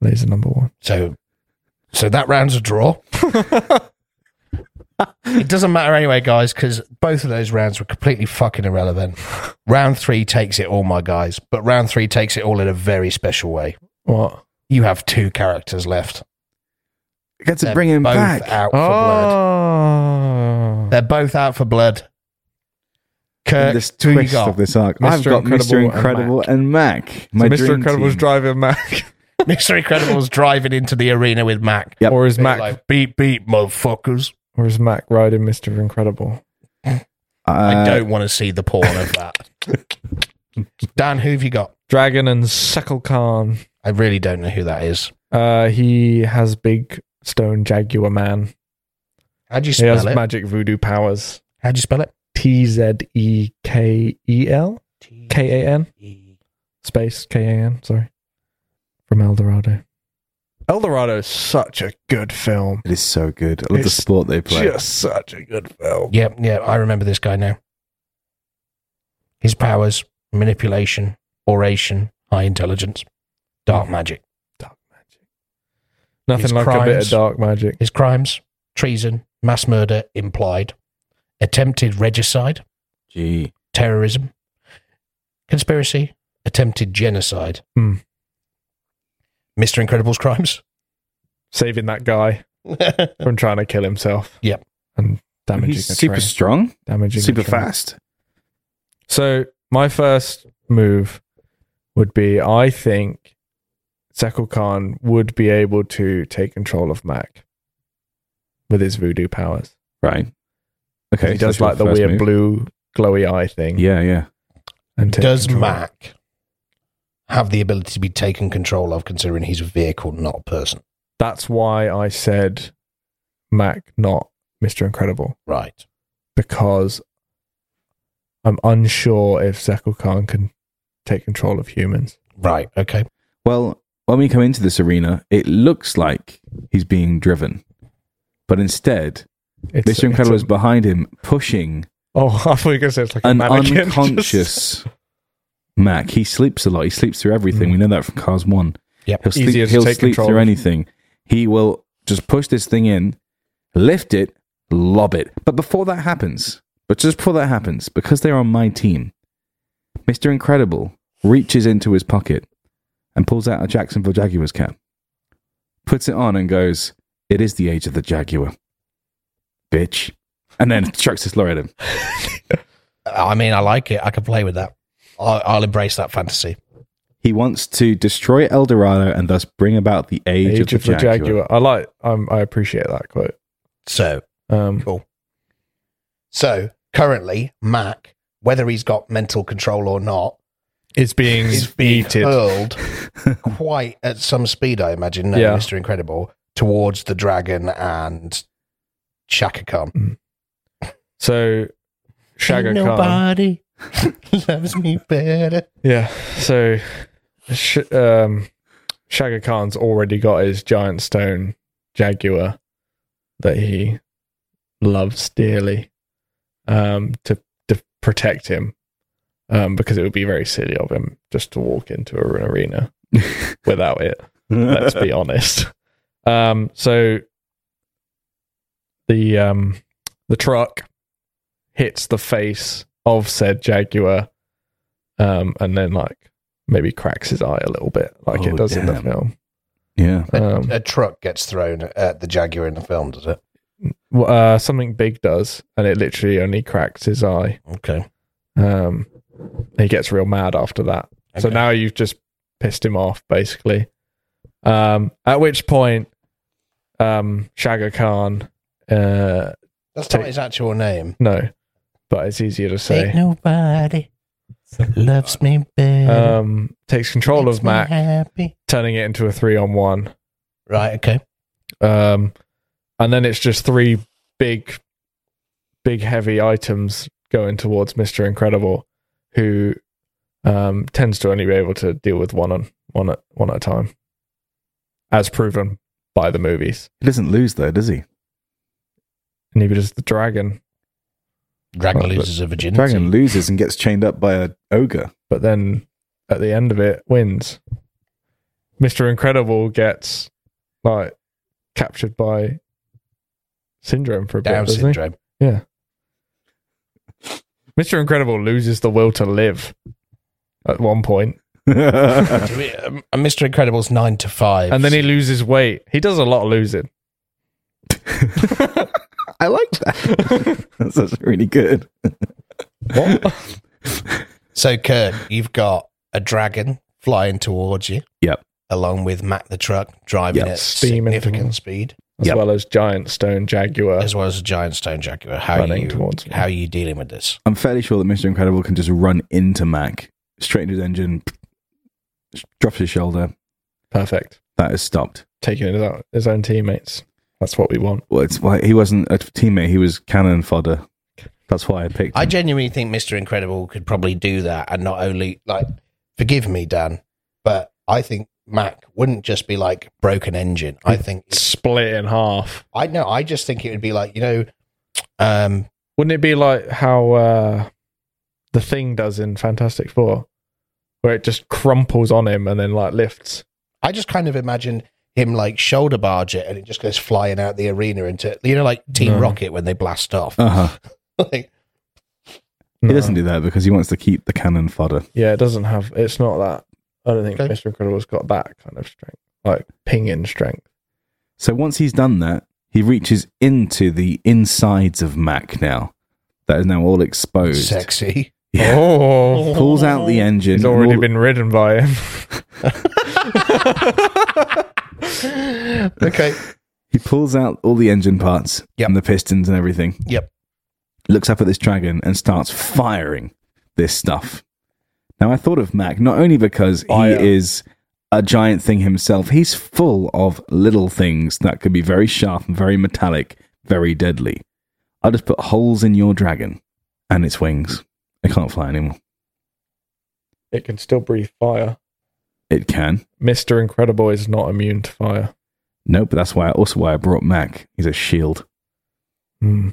Speaker 3: Laser number one.
Speaker 4: So, so that round's a draw.
Speaker 1: (laughs)
Speaker 4: it doesn't matter anyway, guys, because both of those rounds were completely fucking irrelevant. round three takes it all, my guys, but round three takes it all in a very special way.
Speaker 3: What?
Speaker 4: You have two characters left.
Speaker 1: Get to
Speaker 4: They're
Speaker 1: bring him
Speaker 4: both
Speaker 1: back.
Speaker 4: out for blood.
Speaker 3: Oh.
Speaker 4: They're both out for blood.
Speaker 1: In
Speaker 3: Uh,
Speaker 4: Kirk,
Speaker 1: this
Speaker 4: who you
Speaker 1: twist
Speaker 4: got?
Speaker 1: of
Speaker 4: (laughs)
Speaker 1: this arc.
Speaker 3: Mr.
Speaker 1: I've got Mr.
Speaker 3: Incredible
Speaker 1: Incredible and Mac.
Speaker 3: So
Speaker 1: My
Speaker 3: Mr.
Speaker 1: dream
Speaker 3: Incredible's
Speaker 1: team.
Speaker 3: driving Mac.
Speaker 4: Mr. Incredible's driving into the arena with Mac.
Speaker 1: Yep.
Speaker 3: (laughs) Or is
Speaker 4: They're
Speaker 3: Mac
Speaker 4: like, beat, beat, motherfuckers.
Speaker 3: or is Mac riding Mr. Incredible?
Speaker 1: Uh,
Speaker 4: I don't want to see the porn of that.
Speaker 1: (laughs)
Speaker 4: Dan, who have you got?
Speaker 3: Dragon and Suckle Khan.
Speaker 4: I really don't know who that is.
Speaker 3: Uh, he has big stone jaguar man.
Speaker 4: How do you
Speaker 3: He has
Speaker 4: spell it?
Speaker 3: magic voodoo powers.
Speaker 4: How do you spell it?
Speaker 3: T Z E K E L K A N space K A N. Sorry, from El Dorado. El Dorado is such a good film.
Speaker 1: It is so good. I love the
Speaker 3: It's
Speaker 1: sport they play.
Speaker 3: Just such a good film.
Speaker 4: Yep, yep. I remember this guy now. His powers: manipulation, oration, high intelligence, dark magic.
Speaker 3: Dark magic. Nothing
Speaker 4: His
Speaker 3: like a bit
Speaker 4: crimes.
Speaker 3: of dark magic.
Speaker 4: His crimes: treason, mass murder implied, attempted regicide,
Speaker 1: Gee.
Speaker 4: terrorism, conspiracy, attempted genocide.
Speaker 3: Hmm.
Speaker 4: Mr. Incredible's
Speaker 3: (laughs)
Speaker 4: crimes.
Speaker 3: Saving that guy from trying to kill himself.
Speaker 4: Yep.
Speaker 3: and damaging
Speaker 1: He's
Speaker 3: a
Speaker 1: super
Speaker 3: train.
Speaker 1: strong,
Speaker 3: damaging a
Speaker 1: super
Speaker 3: train.
Speaker 1: fast.
Speaker 3: So my first move would be I think Sekul Khan would be able to take control of Mac with his voodoo powers.
Speaker 1: Right. Okay.
Speaker 3: he
Speaker 1: so
Speaker 3: does
Speaker 1: that's your
Speaker 3: like the
Speaker 1: first
Speaker 3: weird
Speaker 1: move.
Speaker 3: blue glowy eye thing.
Speaker 1: Yeah, yeah.
Speaker 3: And take
Speaker 4: Does
Speaker 3: control.
Speaker 4: Mac have the ability to be taken control of, considering he's a vehicle, not a person?
Speaker 3: That's why I said Mac, not Mr. Incredible,
Speaker 4: Right.
Speaker 3: because I'm unsure if Sekul Khan can take control of humans.
Speaker 4: Right. Okay.
Speaker 1: Well, when we come into this arena, it looks like he's being driven, but instead,
Speaker 3: It's-
Speaker 1: Mr. Incredible
Speaker 3: it's
Speaker 1: is
Speaker 3: a-
Speaker 1: behind him, pushing
Speaker 3: Oh, (laughs) I thought you were going to say it's like a
Speaker 1: an
Speaker 3: (laughs) mannequin.
Speaker 1: unconscious Mac. He sleeps a lot. He sleeps through everything.
Speaker 3: Mm.
Speaker 1: We know that from Cars One.
Speaker 4: Yep.
Speaker 1: He'll sleep,
Speaker 3: Easier to
Speaker 1: he'll
Speaker 3: take
Speaker 1: sleep
Speaker 3: control
Speaker 1: through
Speaker 3: of.
Speaker 1: anything. He will just push this thing in, lift it, lob it. But before that happens, but just before that happens, because they're on my team, Mr. Incredible reaches into his pocket and pulls out a Jacksonville Jaguars cap, puts it on, and goes, It is the age of the Jaguar. Bitch. And then (laughs) chucks his lorry at him.
Speaker 4: I mean, I like it. I can play with that. I'll, I'll embrace that fantasy.
Speaker 1: He wants to destroy El Dorado and thus bring about the age,
Speaker 3: Age of the Jaguar.
Speaker 1: (laughs)
Speaker 3: I like. Um, I appreciate that quote.
Speaker 4: So
Speaker 3: Um,
Speaker 4: cool. So currently, Mac, whether he's got mental control or not,
Speaker 3: it's being
Speaker 4: is being hurled
Speaker 3: (laughs)
Speaker 4: quite at some speed, I imagine. No,
Speaker 3: Yeah.
Speaker 4: Mr. Incredible towards the dragon and Shaka Khan.
Speaker 3: So, Shagger Khan.
Speaker 4: Nobody (laughs) loves me better.
Speaker 3: Yeah. So, sh- um, Shagger Khan's already got his giant stone jaguar that he loves dearly um, to to protect him um, because it would be very silly of him just to walk into an arena without it. let's be honest. Um, so the um, the truck hits the face of said Jaguar, um, and then like maybe cracks his eye a little bit, like
Speaker 1: Oh,
Speaker 3: it does in the
Speaker 1: damn.
Speaker 3: film.
Speaker 1: (laughs) yeah.
Speaker 3: Um,
Speaker 4: A truck gets thrown at the Jaguar in the film, does it?
Speaker 3: w- uh, something big does, and it literally only cracks his eye.
Speaker 4: Okay.
Speaker 3: Um, he gets real mad after that. So
Speaker 4: Okay.
Speaker 3: now you've just pissed him off, basically. Um, at which point, um, Shagger Khan, uh,
Speaker 4: That's
Speaker 3: Take-
Speaker 4: not his actual name.
Speaker 3: no, but it's easier to
Speaker 4: Ain't
Speaker 3: say,
Speaker 4: nobody loves me better.
Speaker 3: um, takes control
Speaker 4: Makes
Speaker 3: of
Speaker 4: me
Speaker 3: Mac,
Speaker 4: Happy.
Speaker 3: turning it into a three on one.
Speaker 4: Right. Okay.
Speaker 3: Um, and then it's just three big, big heavy items going towards Mr. Incredible, who um, tends to only be able to deal with one on one at one at a time, as proven by the movies.
Speaker 1: He doesn't lose though, does he?
Speaker 3: and he was the dragon.
Speaker 4: Dragon
Speaker 3: Well, but-
Speaker 4: loses a virginity.
Speaker 1: Dragon loses and gets chained up by an (laughs) ogre.
Speaker 3: But then at the end of it, wins. Mister Incredible gets like captured by syndrome for a
Speaker 4: Down
Speaker 3: bit, doesn't
Speaker 4: syndrome.
Speaker 3: he? Yeah. Mister Incredible loses the will to live at one point,
Speaker 1: yeah,
Speaker 4: Do we- um, uh, Mr. Incredible's nine to five.
Speaker 3: and then he loses weight. He does a lot of losing.
Speaker 1: I like that. (laughs) That's actually really good.
Speaker 4: So, Kurt, you've got a dragon flying towards you.
Speaker 1: Yep.
Speaker 4: Along with Mac the truck driving
Speaker 1: Yep.
Speaker 4: at
Speaker 3: Steaming
Speaker 4: significant
Speaker 3: towards-
Speaker 4: speed.
Speaker 3: as
Speaker 4: Yep.
Speaker 3: well as giant stone jaguar.
Speaker 4: as well as a giant stone jaguar. How are
Speaker 3: Running
Speaker 4: you
Speaker 3: towards me.
Speaker 4: how are you dealing with this?
Speaker 1: I'm fairly sure that Mr. Incredible can just run into Mac, straight into his engine, drops his shoulder.
Speaker 3: Perfect.
Speaker 1: That is stopped.
Speaker 3: Taking his own, his own teammates. That's what we want.
Speaker 1: Well, it's why he wasn't a teammate. He was cannon fodder. That's why I picked.
Speaker 4: I
Speaker 1: him.
Speaker 4: genuinely think Mr. Incredible could probably do that and not only like forgive me, Dan, but I think Mac wouldn't just be like broken engine. I
Speaker 3: Mm.
Speaker 4: think
Speaker 3: Split in half.
Speaker 4: I know I just think it would be like, you know, um
Speaker 3: Wouldn't it be like how uh, the thing does in Fantastic Four, where it just crumples on him and then like lifts?
Speaker 4: I just kind of imagine him like shoulder barge it and it just goes flying out the arena into you know like Team
Speaker 3: No.
Speaker 4: Rocket when they blast off.
Speaker 1: Uh-huh.
Speaker 4: (laughs) like,
Speaker 1: He
Speaker 3: No.
Speaker 1: doesn't do that because he wants to keep the cannon fodder.
Speaker 3: Yeah, it doesn't have. It's not that. I don't think
Speaker 4: Okay.
Speaker 3: Mr. Incredible's got that kind of strength, like pinging strength.
Speaker 1: So once he's done that, he reaches into the insides of Mac now. That is now all exposed.
Speaker 4: sexy.
Speaker 1: Yeah.
Speaker 3: (laughs) Oh,
Speaker 1: Pulls out the engine.
Speaker 3: he's
Speaker 1: and
Speaker 3: already
Speaker 1: all-
Speaker 3: been ridden
Speaker 1: (laughs)
Speaker 3: by him.
Speaker 4: Okay.
Speaker 1: He pulls out all the engine parts
Speaker 4: Yep.
Speaker 1: and the pistons and everything.
Speaker 4: Yep.
Speaker 1: Looks up at this dragon and starts firing this stuff. Now I thought of Mac not only because
Speaker 3: Fire.
Speaker 1: he is a giant thing himself. He's full of little things that could be very sharp and very metallic, very deadly. I just put holes in your dragon and its wings. It can't fly anymore.
Speaker 3: it can still breathe fire.
Speaker 1: It can.
Speaker 3: Mr. Incredible is not immune to fire.
Speaker 1: Nope, but that's why also why I brought Mac. He's a shield.
Speaker 3: Hmm.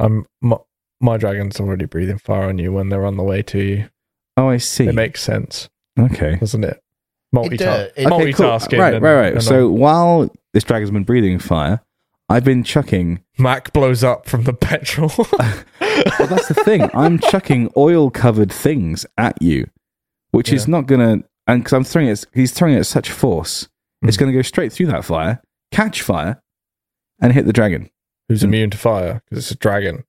Speaker 3: I'm my, my dragon's already breathing fire on you when they're on the way to you.
Speaker 1: Oh, I see.
Speaker 3: It makes sense,
Speaker 1: okay.
Speaker 3: doesn't it?
Speaker 4: It does.
Speaker 3: Multita-
Speaker 4: It-
Speaker 1: Okay, cool.
Speaker 3: multitasking.
Speaker 1: Right,
Speaker 3: and-
Speaker 1: right, right.
Speaker 3: and
Speaker 1: So while this dragon's been breathing fire, I've been chucking.
Speaker 3: Mac blows up from the (laughs) petrol.
Speaker 1: (laughs) Well, that's the thing. I'm chucking oil-covered things at you, which is not gonna. And because I'm throwing it, he's throwing it at such force, it's
Speaker 3: Mm.
Speaker 1: gonna go straight through that fire, catch fire, and hit the dragon
Speaker 3: (laughs) Who's immune to fire? Because it's a dragon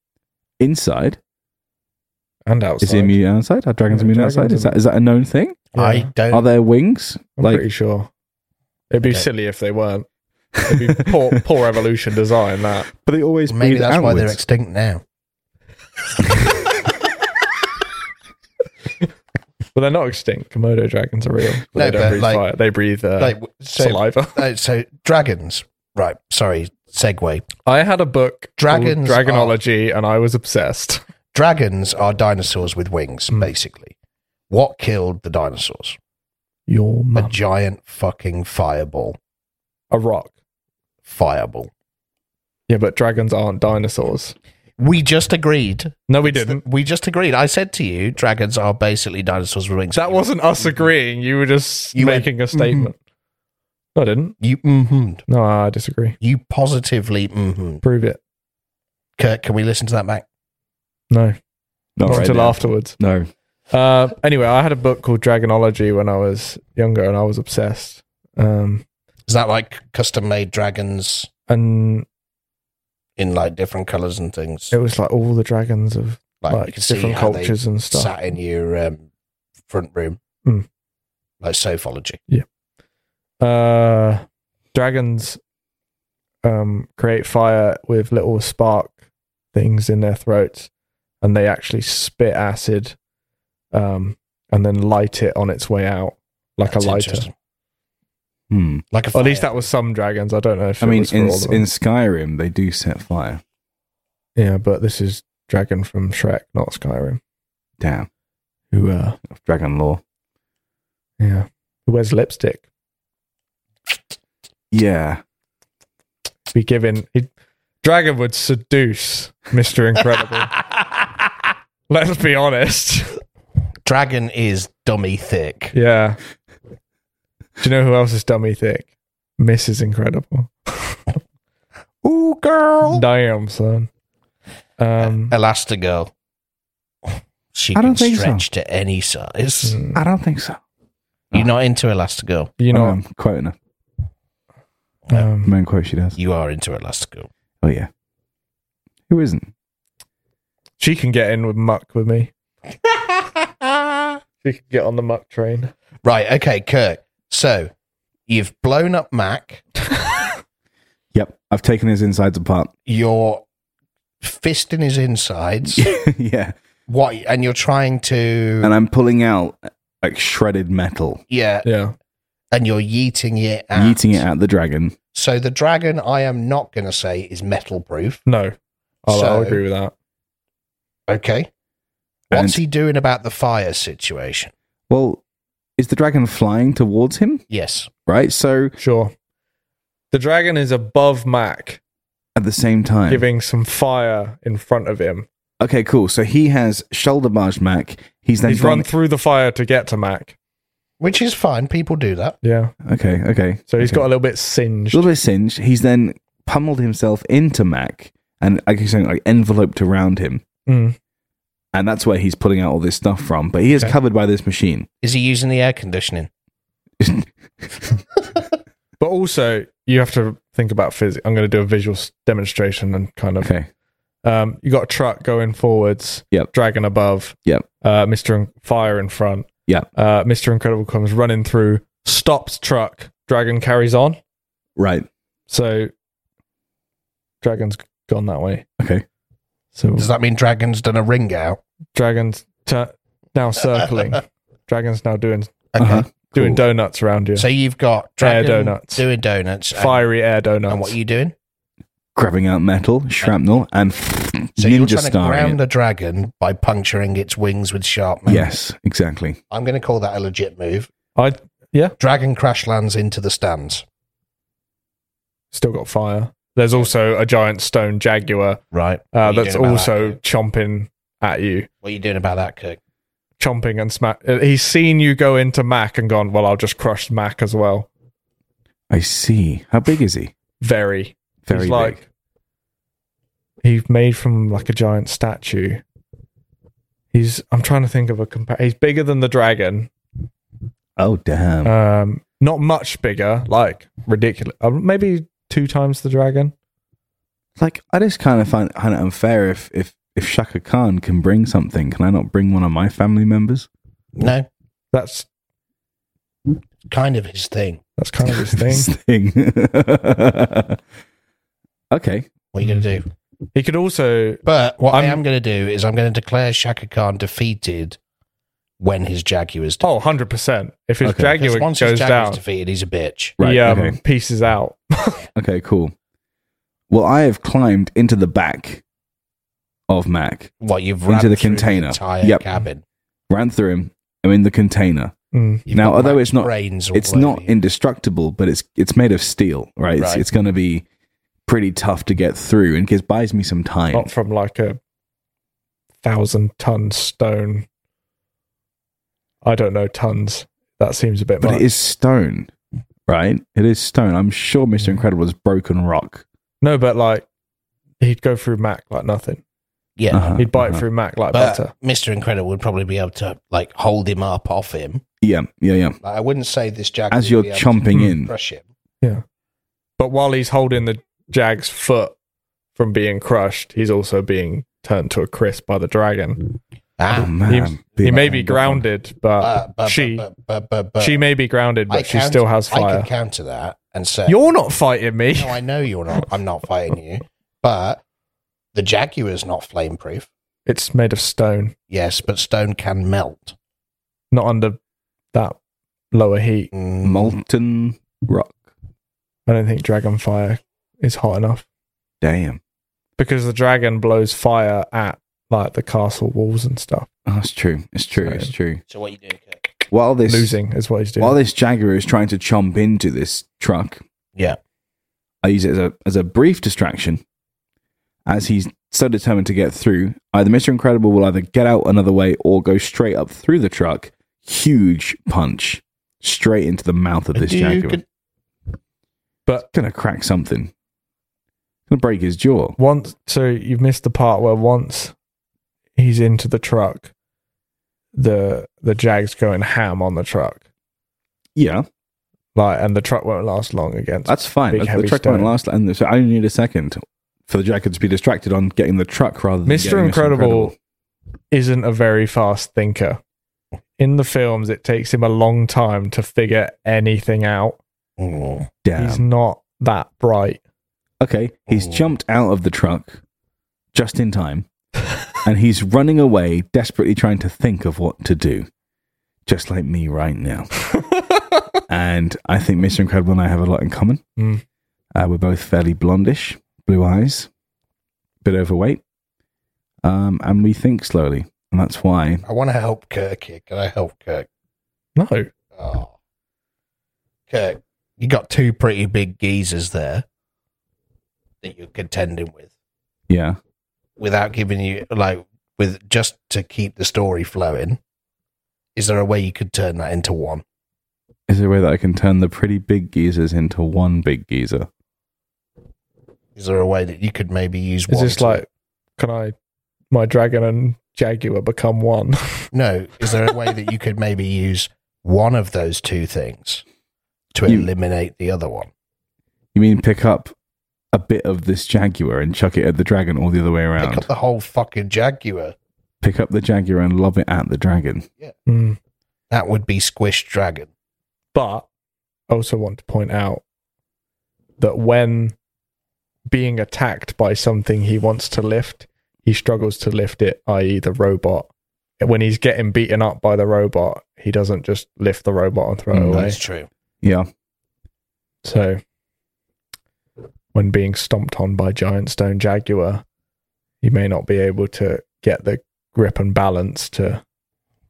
Speaker 1: inside.
Speaker 3: and outside.
Speaker 1: Is he immune outside? Are dragons
Speaker 3: Yeah,
Speaker 1: immune
Speaker 3: dragons
Speaker 1: outside? Is that is that a known thing?
Speaker 3: Yeah.
Speaker 4: I
Speaker 1: Are
Speaker 4: don't
Speaker 1: there wings?
Speaker 3: I'm
Speaker 1: like
Speaker 3: pretty sure. It'd be
Speaker 4: Okay.
Speaker 3: silly if they weren't.
Speaker 1: (laughs)
Speaker 3: It'd be poor, poor evolution design that.
Speaker 1: but they always
Speaker 4: maybe
Speaker 1: breathe
Speaker 4: that's why they're
Speaker 1: outwards.
Speaker 4: extinct now.
Speaker 3: But they're not extinct. Komodo dragons are real.
Speaker 4: No,
Speaker 3: they don't
Speaker 4: but,
Speaker 3: breathe
Speaker 4: like-
Speaker 3: fire. They breathe uh,
Speaker 4: like so,
Speaker 3: saliva.
Speaker 4: uh, so dragons. Right, sorry, segue.
Speaker 3: I had a book called
Speaker 4: Dragons are-
Speaker 3: Dragonology and I was obsessed.
Speaker 4: Dragons are dinosaurs with wings,
Speaker 1: Hmm.
Speaker 4: basically. What killed the dinosaurs?
Speaker 3: Your
Speaker 4: A giant fucking fireball.
Speaker 3: A rock.
Speaker 4: Fireball.
Speaker 3: Yeah, but dragons aren't dinosaurs.
Speaker 4: We just agreed.
Speaker 3: No, we didn't.
Speaker 4: We just agreed. I said to you, dragons are basically dinosaurs with wings.
Speaker 3: That wasn't us agreeing. You were just
Speaker 4: Mm-hmm. You went, mm-hmm.
Speaker 3: making a statement. No, I didn't.
Speaker 4: you. hmm
Speaker 3: No, I disagree.
Speaker 4: You positively. hmm
Speaker 3: Prove it.
Speaker 4: Kurt, can we listen to that back?
Speaker 3: No,
Speaker 1: Not
Speaker 3: not
Speaker 1: right
Speaker 3: until
Speaker 1: now.
Speaker 3: afterwards.
Speaker 1: No.
Speaker 3: Uh, anyway, I had a book called Dragonology when I was younger and I was obsessed. Um,
Speaker 4: Is that like custom made dragons
Speaker 3: and
Speaker 4: in like different colors and things?
Speaker 3: it was like all the dragons of
Speaker 4: Like, you
Speaker 3: like
Speaker 4: can see
Speaker 3: different
Speaker 4: how they
Speaker 3: cultures and stuff.
Speaker 4: sat in your um, front room,
Speaker 3: Mm.
Speaker 4: like
Speaker 3: (laughs)
Speaker 4: sophology.
Speaker 3: uh dragons um create fire with little spark things in their throats and they actually spit acid um and then light it on its way out like
Speaker 4: That's
Speaker 3: a lighter
Speaker 4: interesting.
Speaker 1: Hmm.
Speaker 4: like a.
Speaker 3: or
Speaker 4: fire.
Speaker 3: at least that was some dragons i don't know if
Speaker 1: I
Speaker 3: it
Speaker 1: mean,
Speaker 3: was for
Speaker 1: in,
Speaker 3: all of them.
Speaker 1: in Skyrim, they do set fire.
Speaker 3: yeah but this is dragon from shrek not skyrim
Speaker 1: Damn.
Speaker 3: who uh
Speaker 1: Dragon lore.
Speaker 3: yeah who wears lipstick
Speaker 1: Yeah.
Speaker 3: be given he, dragon would seduce mr (laughs) incredible let's be honest
Speaker 4: Dragon is dummy thick.
Speaker 3: Yeah. Do you know who else is dummy thick? Mrs. Incredible.
Speaker 4: Ooh, girl.
Speaker 3: Damn, son. Um,
Speaker 4: Elastigirl. (laughs) She
Speaker 1: I
Speaker 4: can
Speaker 1: don't think so.
Speaker 4: stretch to any size.
Speaker 3: mm,
Speaker 1: I don't think so.
Speaker 4: You're not into Elastigirl.
Speaker 3: you
Speaker 1: No,
Speaker 3: know,
Speaker 1: I'm quoting her. The
Speaker 3: um,
Speaker 1: main quote she does.
Speaker 4: You are into Elastigirl. (laughs)
Speaker 1: Oh, yeah. Who isn't?
Speaker 3: she can get in with muck with me. She can get on the muck train.
Speaker 4: Right, okay, Kirk. So you've blown up Mac.
Speaker 1: Yep, I've taken his insides apart.
Speaker 4: You're fisting
Speaker 1: (laughs)
Speaker 4: his insides.
Speaker 1: (laughs) yeah,
Speaker 4: what? And you're trying to.
Speaker 1: and I'm pulling out like shredded metal,
Speaker 4: yeah.
Speaker 3: Yeah.
Speaker 4: And you're yeeting it out.
Speaker 1: yeeting it at the dragon.
Speaker 4: So the dragon, I am not going to say is metal proof.
Speaker 3: No. I'll, I'll
Speaker 4: So-
Speaker 3: agree with that.
Speaker 4: Okay.
Speaker 1: And-
Speaker 4: What's he doing about the fire situation?
Speaker 1: Well, is the dragon flying towards him?
Speaker 4: Yes.
Speaker 1: Right. So
Speaker 3: Sure. The dragon is above Mac,
Speaker 1: at the same time,
Speaker 3: giving some fire in front of him.
Speaker 1: okay, cool. So he has shoulder barged Mac. He's then
Speaker 3: He's run
Speaker 1: gone.
Speaker 3: through the fire to get to Mac.
Speaker 4: Which is fine. People do that.
Speaker 3: Yeah.
Speaker 1: okay, okay.
Speaker 3: So he's
Speaker 1: okay.
Speaker 3: got a little bit
Speaker 1: a
Speaker 3: singed.
Speaker 1: little bit singed. He's then pummeled himself into Mac and I guess like enveloped around him,
Speaker 3: Mm.
Speaker 1: and that's where he's pulling out all this stuff from. But he is
Speaker 4: Okay.
Speaker 1: covered by this machine. (laughs)
Speaker 4: Is he using the air conditioning?
Speaker 3: But also, you have to think about physics. I'm going to do a visual s- demonstration and kind of.
Speaker 1: Okay.
Speaker 3: Um, you got a truck going forwards.
Speaker 1: Yep.
Speaker 3: Dragon above.
Speaker 1: Yep.
Speaker 3: Uh, Mr. In- Fire in front.
Speaker 1: Yep.
Speaker 3: Uh, Mr. Incredible comes running through, stops truck. Dragon carries on.
Speaker 1: Right.
Speaker 3: So dragon's gone that way.
Speaker 1: Okay.
Speaker 3: So
Speaker 4: Does that mean dragon's done a ring out?
Speaker 3: dragon's tu-
Speaker 4: (laughs)
Speaker 3: now circling. dragon's now doing
Speaker 4: Okay.
Speaker 1: Uh-huh.
Speaker 3: doing
Speaker 1: Cool.
Speaker 3: donuts around you.
Speaker 4: So you've got
Speaker 3: Air
Speaker 4: dragon
Speaker 3: donuts.
Speaker 4: doing donuts. and-
Speaker 3: Fiery air donuts.
Speaker 4: And what are you doing?
Speaker 1: grabbing out metal, shrapnel, and
Speaker 4: So you're
Speaker 1: ninja
Speaker 4: trying to
Speaker 1: starring.
Speaker 4: ground
Speaker 1: it.
Speaker 4: a dragon by puncturing its wings with sharp metal.
Speaker 1: Yes, exactly.
Speaker 4: I'm going to call that a legit move.
Speaker 3: I
Speaker 4: Dragon crash lands into the stands.
Speaker 3: still got fire. There's also a giant stone jaguar
Speaker 4: Right.
Speaker 3: uh,
Speaker 4: What are you
Speaker 3: that's
Speaker 4: doing about
Speaker 3: also
Speaker 4: that?
Speaker 3: chomping at you,
Speaker 4: What are you doing about that, Kirk?
Speaker 3: chomping and smack. uh, He's seen you go into Mac and gone. Well, I'll just crush Mac as well.
Speaker 1: I see. How big is he?
Speaker 3: Very,
Speaker 1: Very
Speaker 3: he's
Speaker 1: big.
Speaker 3: like he's made from like a giant statue. He's. I'm trying to think of a compare. He's bigger than the dragon.
Speaker 1: oh damn!
Speaker 4: uh,
Speaker 3: Um, not much bigger. Like ridiculous. Uh, maybe two times the dragon.
Speaker 1: like I just kind of find kind of unfair if if if Shaka Khan can bring something, can I not bring one of my family members? (laughs)
Speaker 4: No,
Speaker 3: That's
Speaker 4: kind of his thing.
Speaker 3: that's kind of his thing.
Speaker 1: This
Speaker 4: (laughs)
Speaker 1: thing. (laughs) okay.
Speaker 4: What are you going to
Speaker 1: Mm.
Speaker 4: do?
Speaker 3: He could also
Speaker 4: But what I'm,
Speaker 3: I'm-
Speaker 4: going to do is I'm going to declare Shaka Khan defeated when his Jaguar's
Speaker 3: Oh, 100%. If his
Speaker 1: Okay.
Speaker 3: Jaguar
Speaker 4: Because once
Speaker 3: goes
Speaker 4: his Jaguar's
Speaker 3: down,
Speaker 4: defeated, he's a bitch.
Speaker 1: Right.
Speaker 3: he um,
Speaker 1: okay.
Speaker 3: pieces out.
Speaker 1: Okay. Cool. Well, I have climbed into the back of Mac,
Speaker 4: What you've
Speaker 1: Into
Speaker 4: run
Speaker 1: the
Speaker 4: through
Speaker 1: container.
Speaker 4: entire
Speaker 1: Yep.
Speaker 4: cabin.
Speaker 1: ran through him. I'm in the container.
Speaker 3: Mm.
Speaker 4: You've
Speaker 1: Now,
Speaker 4: got
Speaker 1: although
Speaker 4: Mac's
Speaker 1: it's not-
Speaker 4: brains all
Speaker 1: it's
Speaker 4: over
Speaker 1: not
Speaker 4: you.
Speaker 1: indestructible, but it's it's made of steel, right? It's,
Speaker 4: Right.
Speaker 1: it's going to be pretty tough to get through, and it buys me some time.
Speaker 3: Not from like a thousand ton stone. I don't know, tons. That seems a bit
Speaker 1: but
Speaker 3: much.
Speaker 1: it is stone, right? It is stone. I'm sure Mister Incredible is broken rock.
Speaker 3: no, but like he'd go through Mac like nothing.
Speaker 4: yeah.
Speaker 1: Uh-huh,
Speaker 3: He'd bite
Speaker 1: uh-huh.
Speaker 3: through Mac like
Speaker 4: Uh, But
Speaker 3: butter.
Speaker 4: Mr. Incredible would probably be able to like hold him up off him.
Speaker 1: Yeah, yeah, yeah.
Speaker 4: Like, I wouldn't say this Jaguar
Speaker 1: As
Speaker 4: would
Speaker 1: you're
Speaker 4: be able
Speaker 1: chomping
Speaker 3: Mm.
Speaker 4: to
Speaker 1: in,
Speaker 4: crush him.
Speaker 3: But while he's holding the Jag's foot from being crushed, he's also being turned to a crisp by the dragon.
Speaker 1: oh,
Speaker 4: Ah,
Speaker 1: man,
Speaker 3: He
Speaker 1: big
Speaker 3: may be
Speaker 1: man.
Speaker 3: grounded,
Speaker 4: but,
Speaker 3: but
Speaker 4: but,
Speaker 3: she
Speaker 4: but, but, but, but-
Speaker 3: she may be grounded,
Speaker 4: I
Speaker 3: but she
Speaker 4: count-
Speaker 3: still has
Speaker 4: I
Speaker 3: fire.
Speaker 4: could counter that and say,
Speaker 3: You're not fighting me.
Speaker 4: "No, I know you're not. I'm not fighting you." But the Jaguar's not flame proof.
Speaker 3: It's made of stone,
Speaker 4: Yes, but stone can melt.
Speaker 3: not under that lower heat.
Speaker 4: Mm,
Speaker 1: molten rock.
Speaker 3: I don't think dragon fire is hot enough
Speaker 1: Damn,
Speaker 3: because the dragon blows fire at like the castle walls and stuff.
Speaker 1: oh, it's true. It's true. It's true.
Speaker 4: So what you do? Kirk?
Speaker 1: While this
Speaker 3: Losing is what he's doing.
Speaker 1: while this Jaguar is trying to chomp into this truck,
Speaker 4: Yeah.
Speaker 1: I use it as a as a brief distraction. As he's so determined to get through, either Mr. Incredible will either get out another way or go straight up through the truck. Huge punch straight into the mouth of this
Speaker 4: Do you
Speaker 1: jaguar.
Speaker 4: could-
Speaker 3: but
Speaker 1: Gonna crack something. Gonna break his jaw.
Speaker 3: once, so you've missed the part where once he's into the truck, the the jag's going ham on the truck,
Speaker 1: Yeah,
Speaker 3: like, and the truck won't last long against.
Speaker 1: that's fine.
Speaker 3: Big,
Speaker 1: That's- the
Speaker 3: heavy
Speaker 1: truck won't
Speaker 3: stone.
Speaker 1: last, and so I only need a second for the jaguar to be distracted on getting the truck rather than getting
Speaker 3: Mr. Incredible isn't a very fast thinker. In the films, it takes him a long time to figure anything out.
Speaker 4: Mm.
Speaker 1: Damn.
Speaker 3: He's not that bright.
Speaker 1: Okay, he's jumped out of the truck just in time and he's running away, desperately trying to think of what to do, just like me right now. and I think Mr. Incredible and I have a lot in common.
Speaker 3: Mm.
Speaker 1: Uh, we're both fairly blondish, blue eyes, bit overweight, um, and we think slowly. And that's why
Speaker 4: I want to help Kirk here. Can I help Kirk?
Speaker 3: No.
Speaker 4: Oh. Kirk, you got two pretty big geezers there that you're contending with.
Speaker 1: Yeah.
Speaker 4: without giving you like with just to keep the story flowing is there a way you could turn that into one
Speaker 1: Is there a way that I can turn the pretty big geezers into one big geezer?
Speaker 4: is there a way that you could maybe use
Speaker 3: It's
Speaker 4: one
Speaker 3: just
Speaker 4: to-
Speaker 3: like, can I, my dragon and jaguar become one?
Speaker 4: (laughs)
Speaker 3: (laughs)
Speaker 4: no is there a way that you could maybe use one of those two things to
Speaker 1: You-
Speaker 4: eliminate the other one
Speaker 1: You mean pick up a bit of this Jaguar and chuck it at the dragon all the other way around?
Speaker 4: pick up the whole fucking jaguar
Speaker 1: pick up the Jaguar and lob it at the dragon.
Speaker 3: Hmm.
Speaker 4: that would be squish dragon
Speaker 3: But I also want to point out that when being attacked by something he wants to lift, he struggles to lift it, i.e., the robot. And When he's getting beaten up by the robot, he doesn't just lift the robot and throw it
Speaker 1: Mm,
Speaker 3: away.
Speaker 4: that's true
Speaker 1: Yeah.
Speaker 3: So, when being stomped on by giant stone jaguar, he may not be able to get the grip and balance to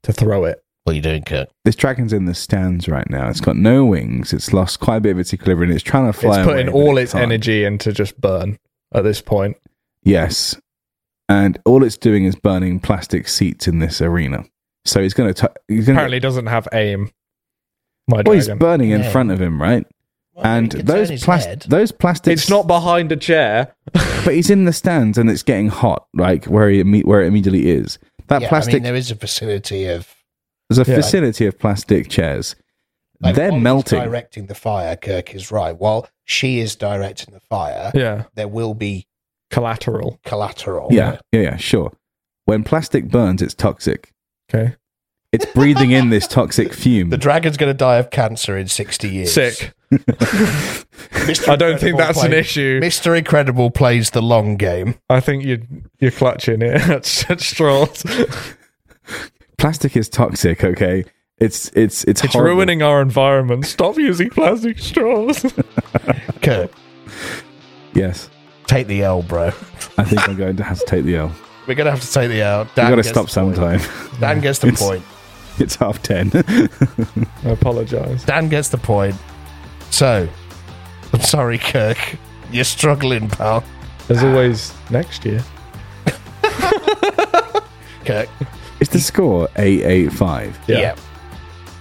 Speaker 3: to throw it.
Speaker 4: what are you doing kirk
Speaker 1: This dragon's in the stands right now. It's got no wings. It's lost quite a bit of its equilibrium. It's trying to fly.
Speaker 3: it's putting
Speaker 1: away, but
Speaker 3: all
Speaker 1: it
Speaker 3: its
Speaker 1: can't.
Speaker 3: energy into just burn at this point.
Speaker 1: Yes. And all it's doing is burning plastic seats in this arena. So he's going to. He's going
Speaker 3: apparently doesn't have aim. My
Speaker 1: Well, he's
Speaker 3: dragon.
Speaker 1: burning in
Speaker 4: Yeah.
Speaker 1: front of him, right? and
Speaker 4: you could turn
Speaker 1: those
Speaker 4: his
Speaker 1: plas-
Speaker 4: head.
Speaker 1: those plastics.
Speaker 3: it's not behind a chair.
Speaker 1: But he's in the stands and it's getting hot, like where he imme- where it immediately is. That
Speaker 4: yeah,
Speaker 1: plastic.
Speaker 4: i mean there is a facility of
Speaker 1: there's a
Speaker 3: Yeah.
Speaker 1: facility of plastic chairs.
Speaker 4: like,
Speaker 1: They're
Speaker 4: while he's
Speaker 1: melting.
Speaker 4: directing the fire kirk is right while she is directing the fire
Speaker 3: Yeah,
Speaker 4: there will be
Speaker 3: collateral.
Speaker 4: collateral.
Speaker 1: yeah, yeah, yeah, sure. When plastic burns, it's toxic.
Speaker 3: Okay,
Speaker 1: It's breathing in this toxic fume.
Speaker 4: (laughs) The dragon's going to die of cancer in 60 years.
Speaker 3: sick.
Speaker 4: Mr.
Speaker 3: I don't think
Speaker 4: Incredible
Speaker 3: that's an
Speaker 4: play-
Speaker 3: issue.
Speaker 4: Mr. Incredible plays the long game.
Speaker 3: I think you you're clutching it at such straws.
Speaker 1: plastic is toxic. Okay, it's it's it's,
Speaker 3: It's
Speaker 1: horrible.
Speaker 3: ruining our environment. Stop using plastic straws.
Speaker 4: Kirk,
Speaker 1: Yes,
Speaker 4: take the L, bro.
Speaker 1: I think I'm going to have to take the L.
Speaker 4: We're going to have to take the L.
Speaker 1: I've
Speaker 4: Dan
Speaker 1: got to
Speaker 4: gets
Speaker 1: stop
Speaker 4: the point.
Speaker 1: sometime. (laughs)
Speaker 4: Dan gets the
Speaker 1: It's-
Speaker 4: point.
Speaker 1: it's half ten. (laughs)
Speaker 3: I apologize.
Speaker 4: Dan gets the point. So, I'm sorry, Kirk. You're struggling, pal.
Speaker 3: As always, next year.
Speaker 4: Kirk.
Speaker 1: is the score eight eight five?
Speaker 3: Yeah.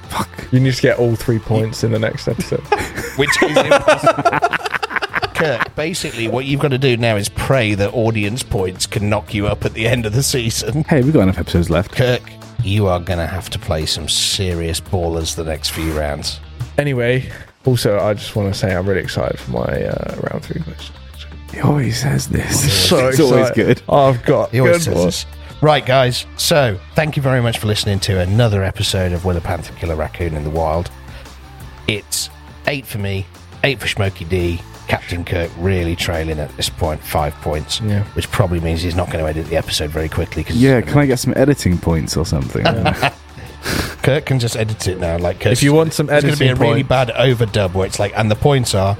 Speaker 1: Fuck.
Speaker 3: You need to get all three points in the
Speaker 4: (laughs)
Speaker 3: next episode.
Speaker 4: Which is impossible. Kirk, basically, what you've got to do now is pray that audience points can knock you up at the end of the season.
Speaker 1: Hey, we've got enough episodes left.
Speaker 4: Kirk, you are going to have to play some serious ballers the next few rounds.
Speaker 3: anyway, also I just want to say I'm really excited for my uh, round
Speaker 4: (laughs)
Speaker 3: three question.
Speaker 1: He always says this.
Speaker 3: (laughs) So
Speaker 1: it's always
Speaker 3: excited.
Speaker 1: good.
Speaker 3: I've got
Speaker 4: He always
Speaker 3: good
Speaker 4: says
Speaker 3: one.
Speaker 4: this. Right, guys. So, thank you very much for listening to another episode of Will a Panther Kill a Raccoon in the Wild. It's eight for me, eight for Smokey D. Captain Kirk really trailing at this point, five points,
Speaker 3: Yeah.
Speaker 4: which probably means he's not going to edit the episode very quickly because
Speaker 1: Yeah, can I get some editing points or
Speaker 3: (laughs)
Speaker 1: something?
Speaker 4: Kirk can just edit it now. Like, Kirk's-
Speaker 3: If you want some
Speaker 4: it's going
Speaker 3: editing
Speaker 4: to be a really
Speaker 3: points-
Speaker 4: bad overdub where it's like, and the points are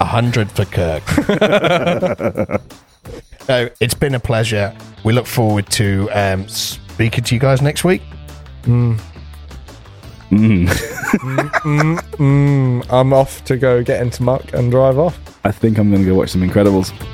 Speaker 4: hundred for Kirk. so it's been a pleasure. We look forward to um, speaking to you guys next week.
Speaker 3: Mm.
Speaker 1: Mm.
Speaker 3: Mm, I'm off to go get into muck and drive off.
Speaker 1: I think I'm going to go watch some Incredibles.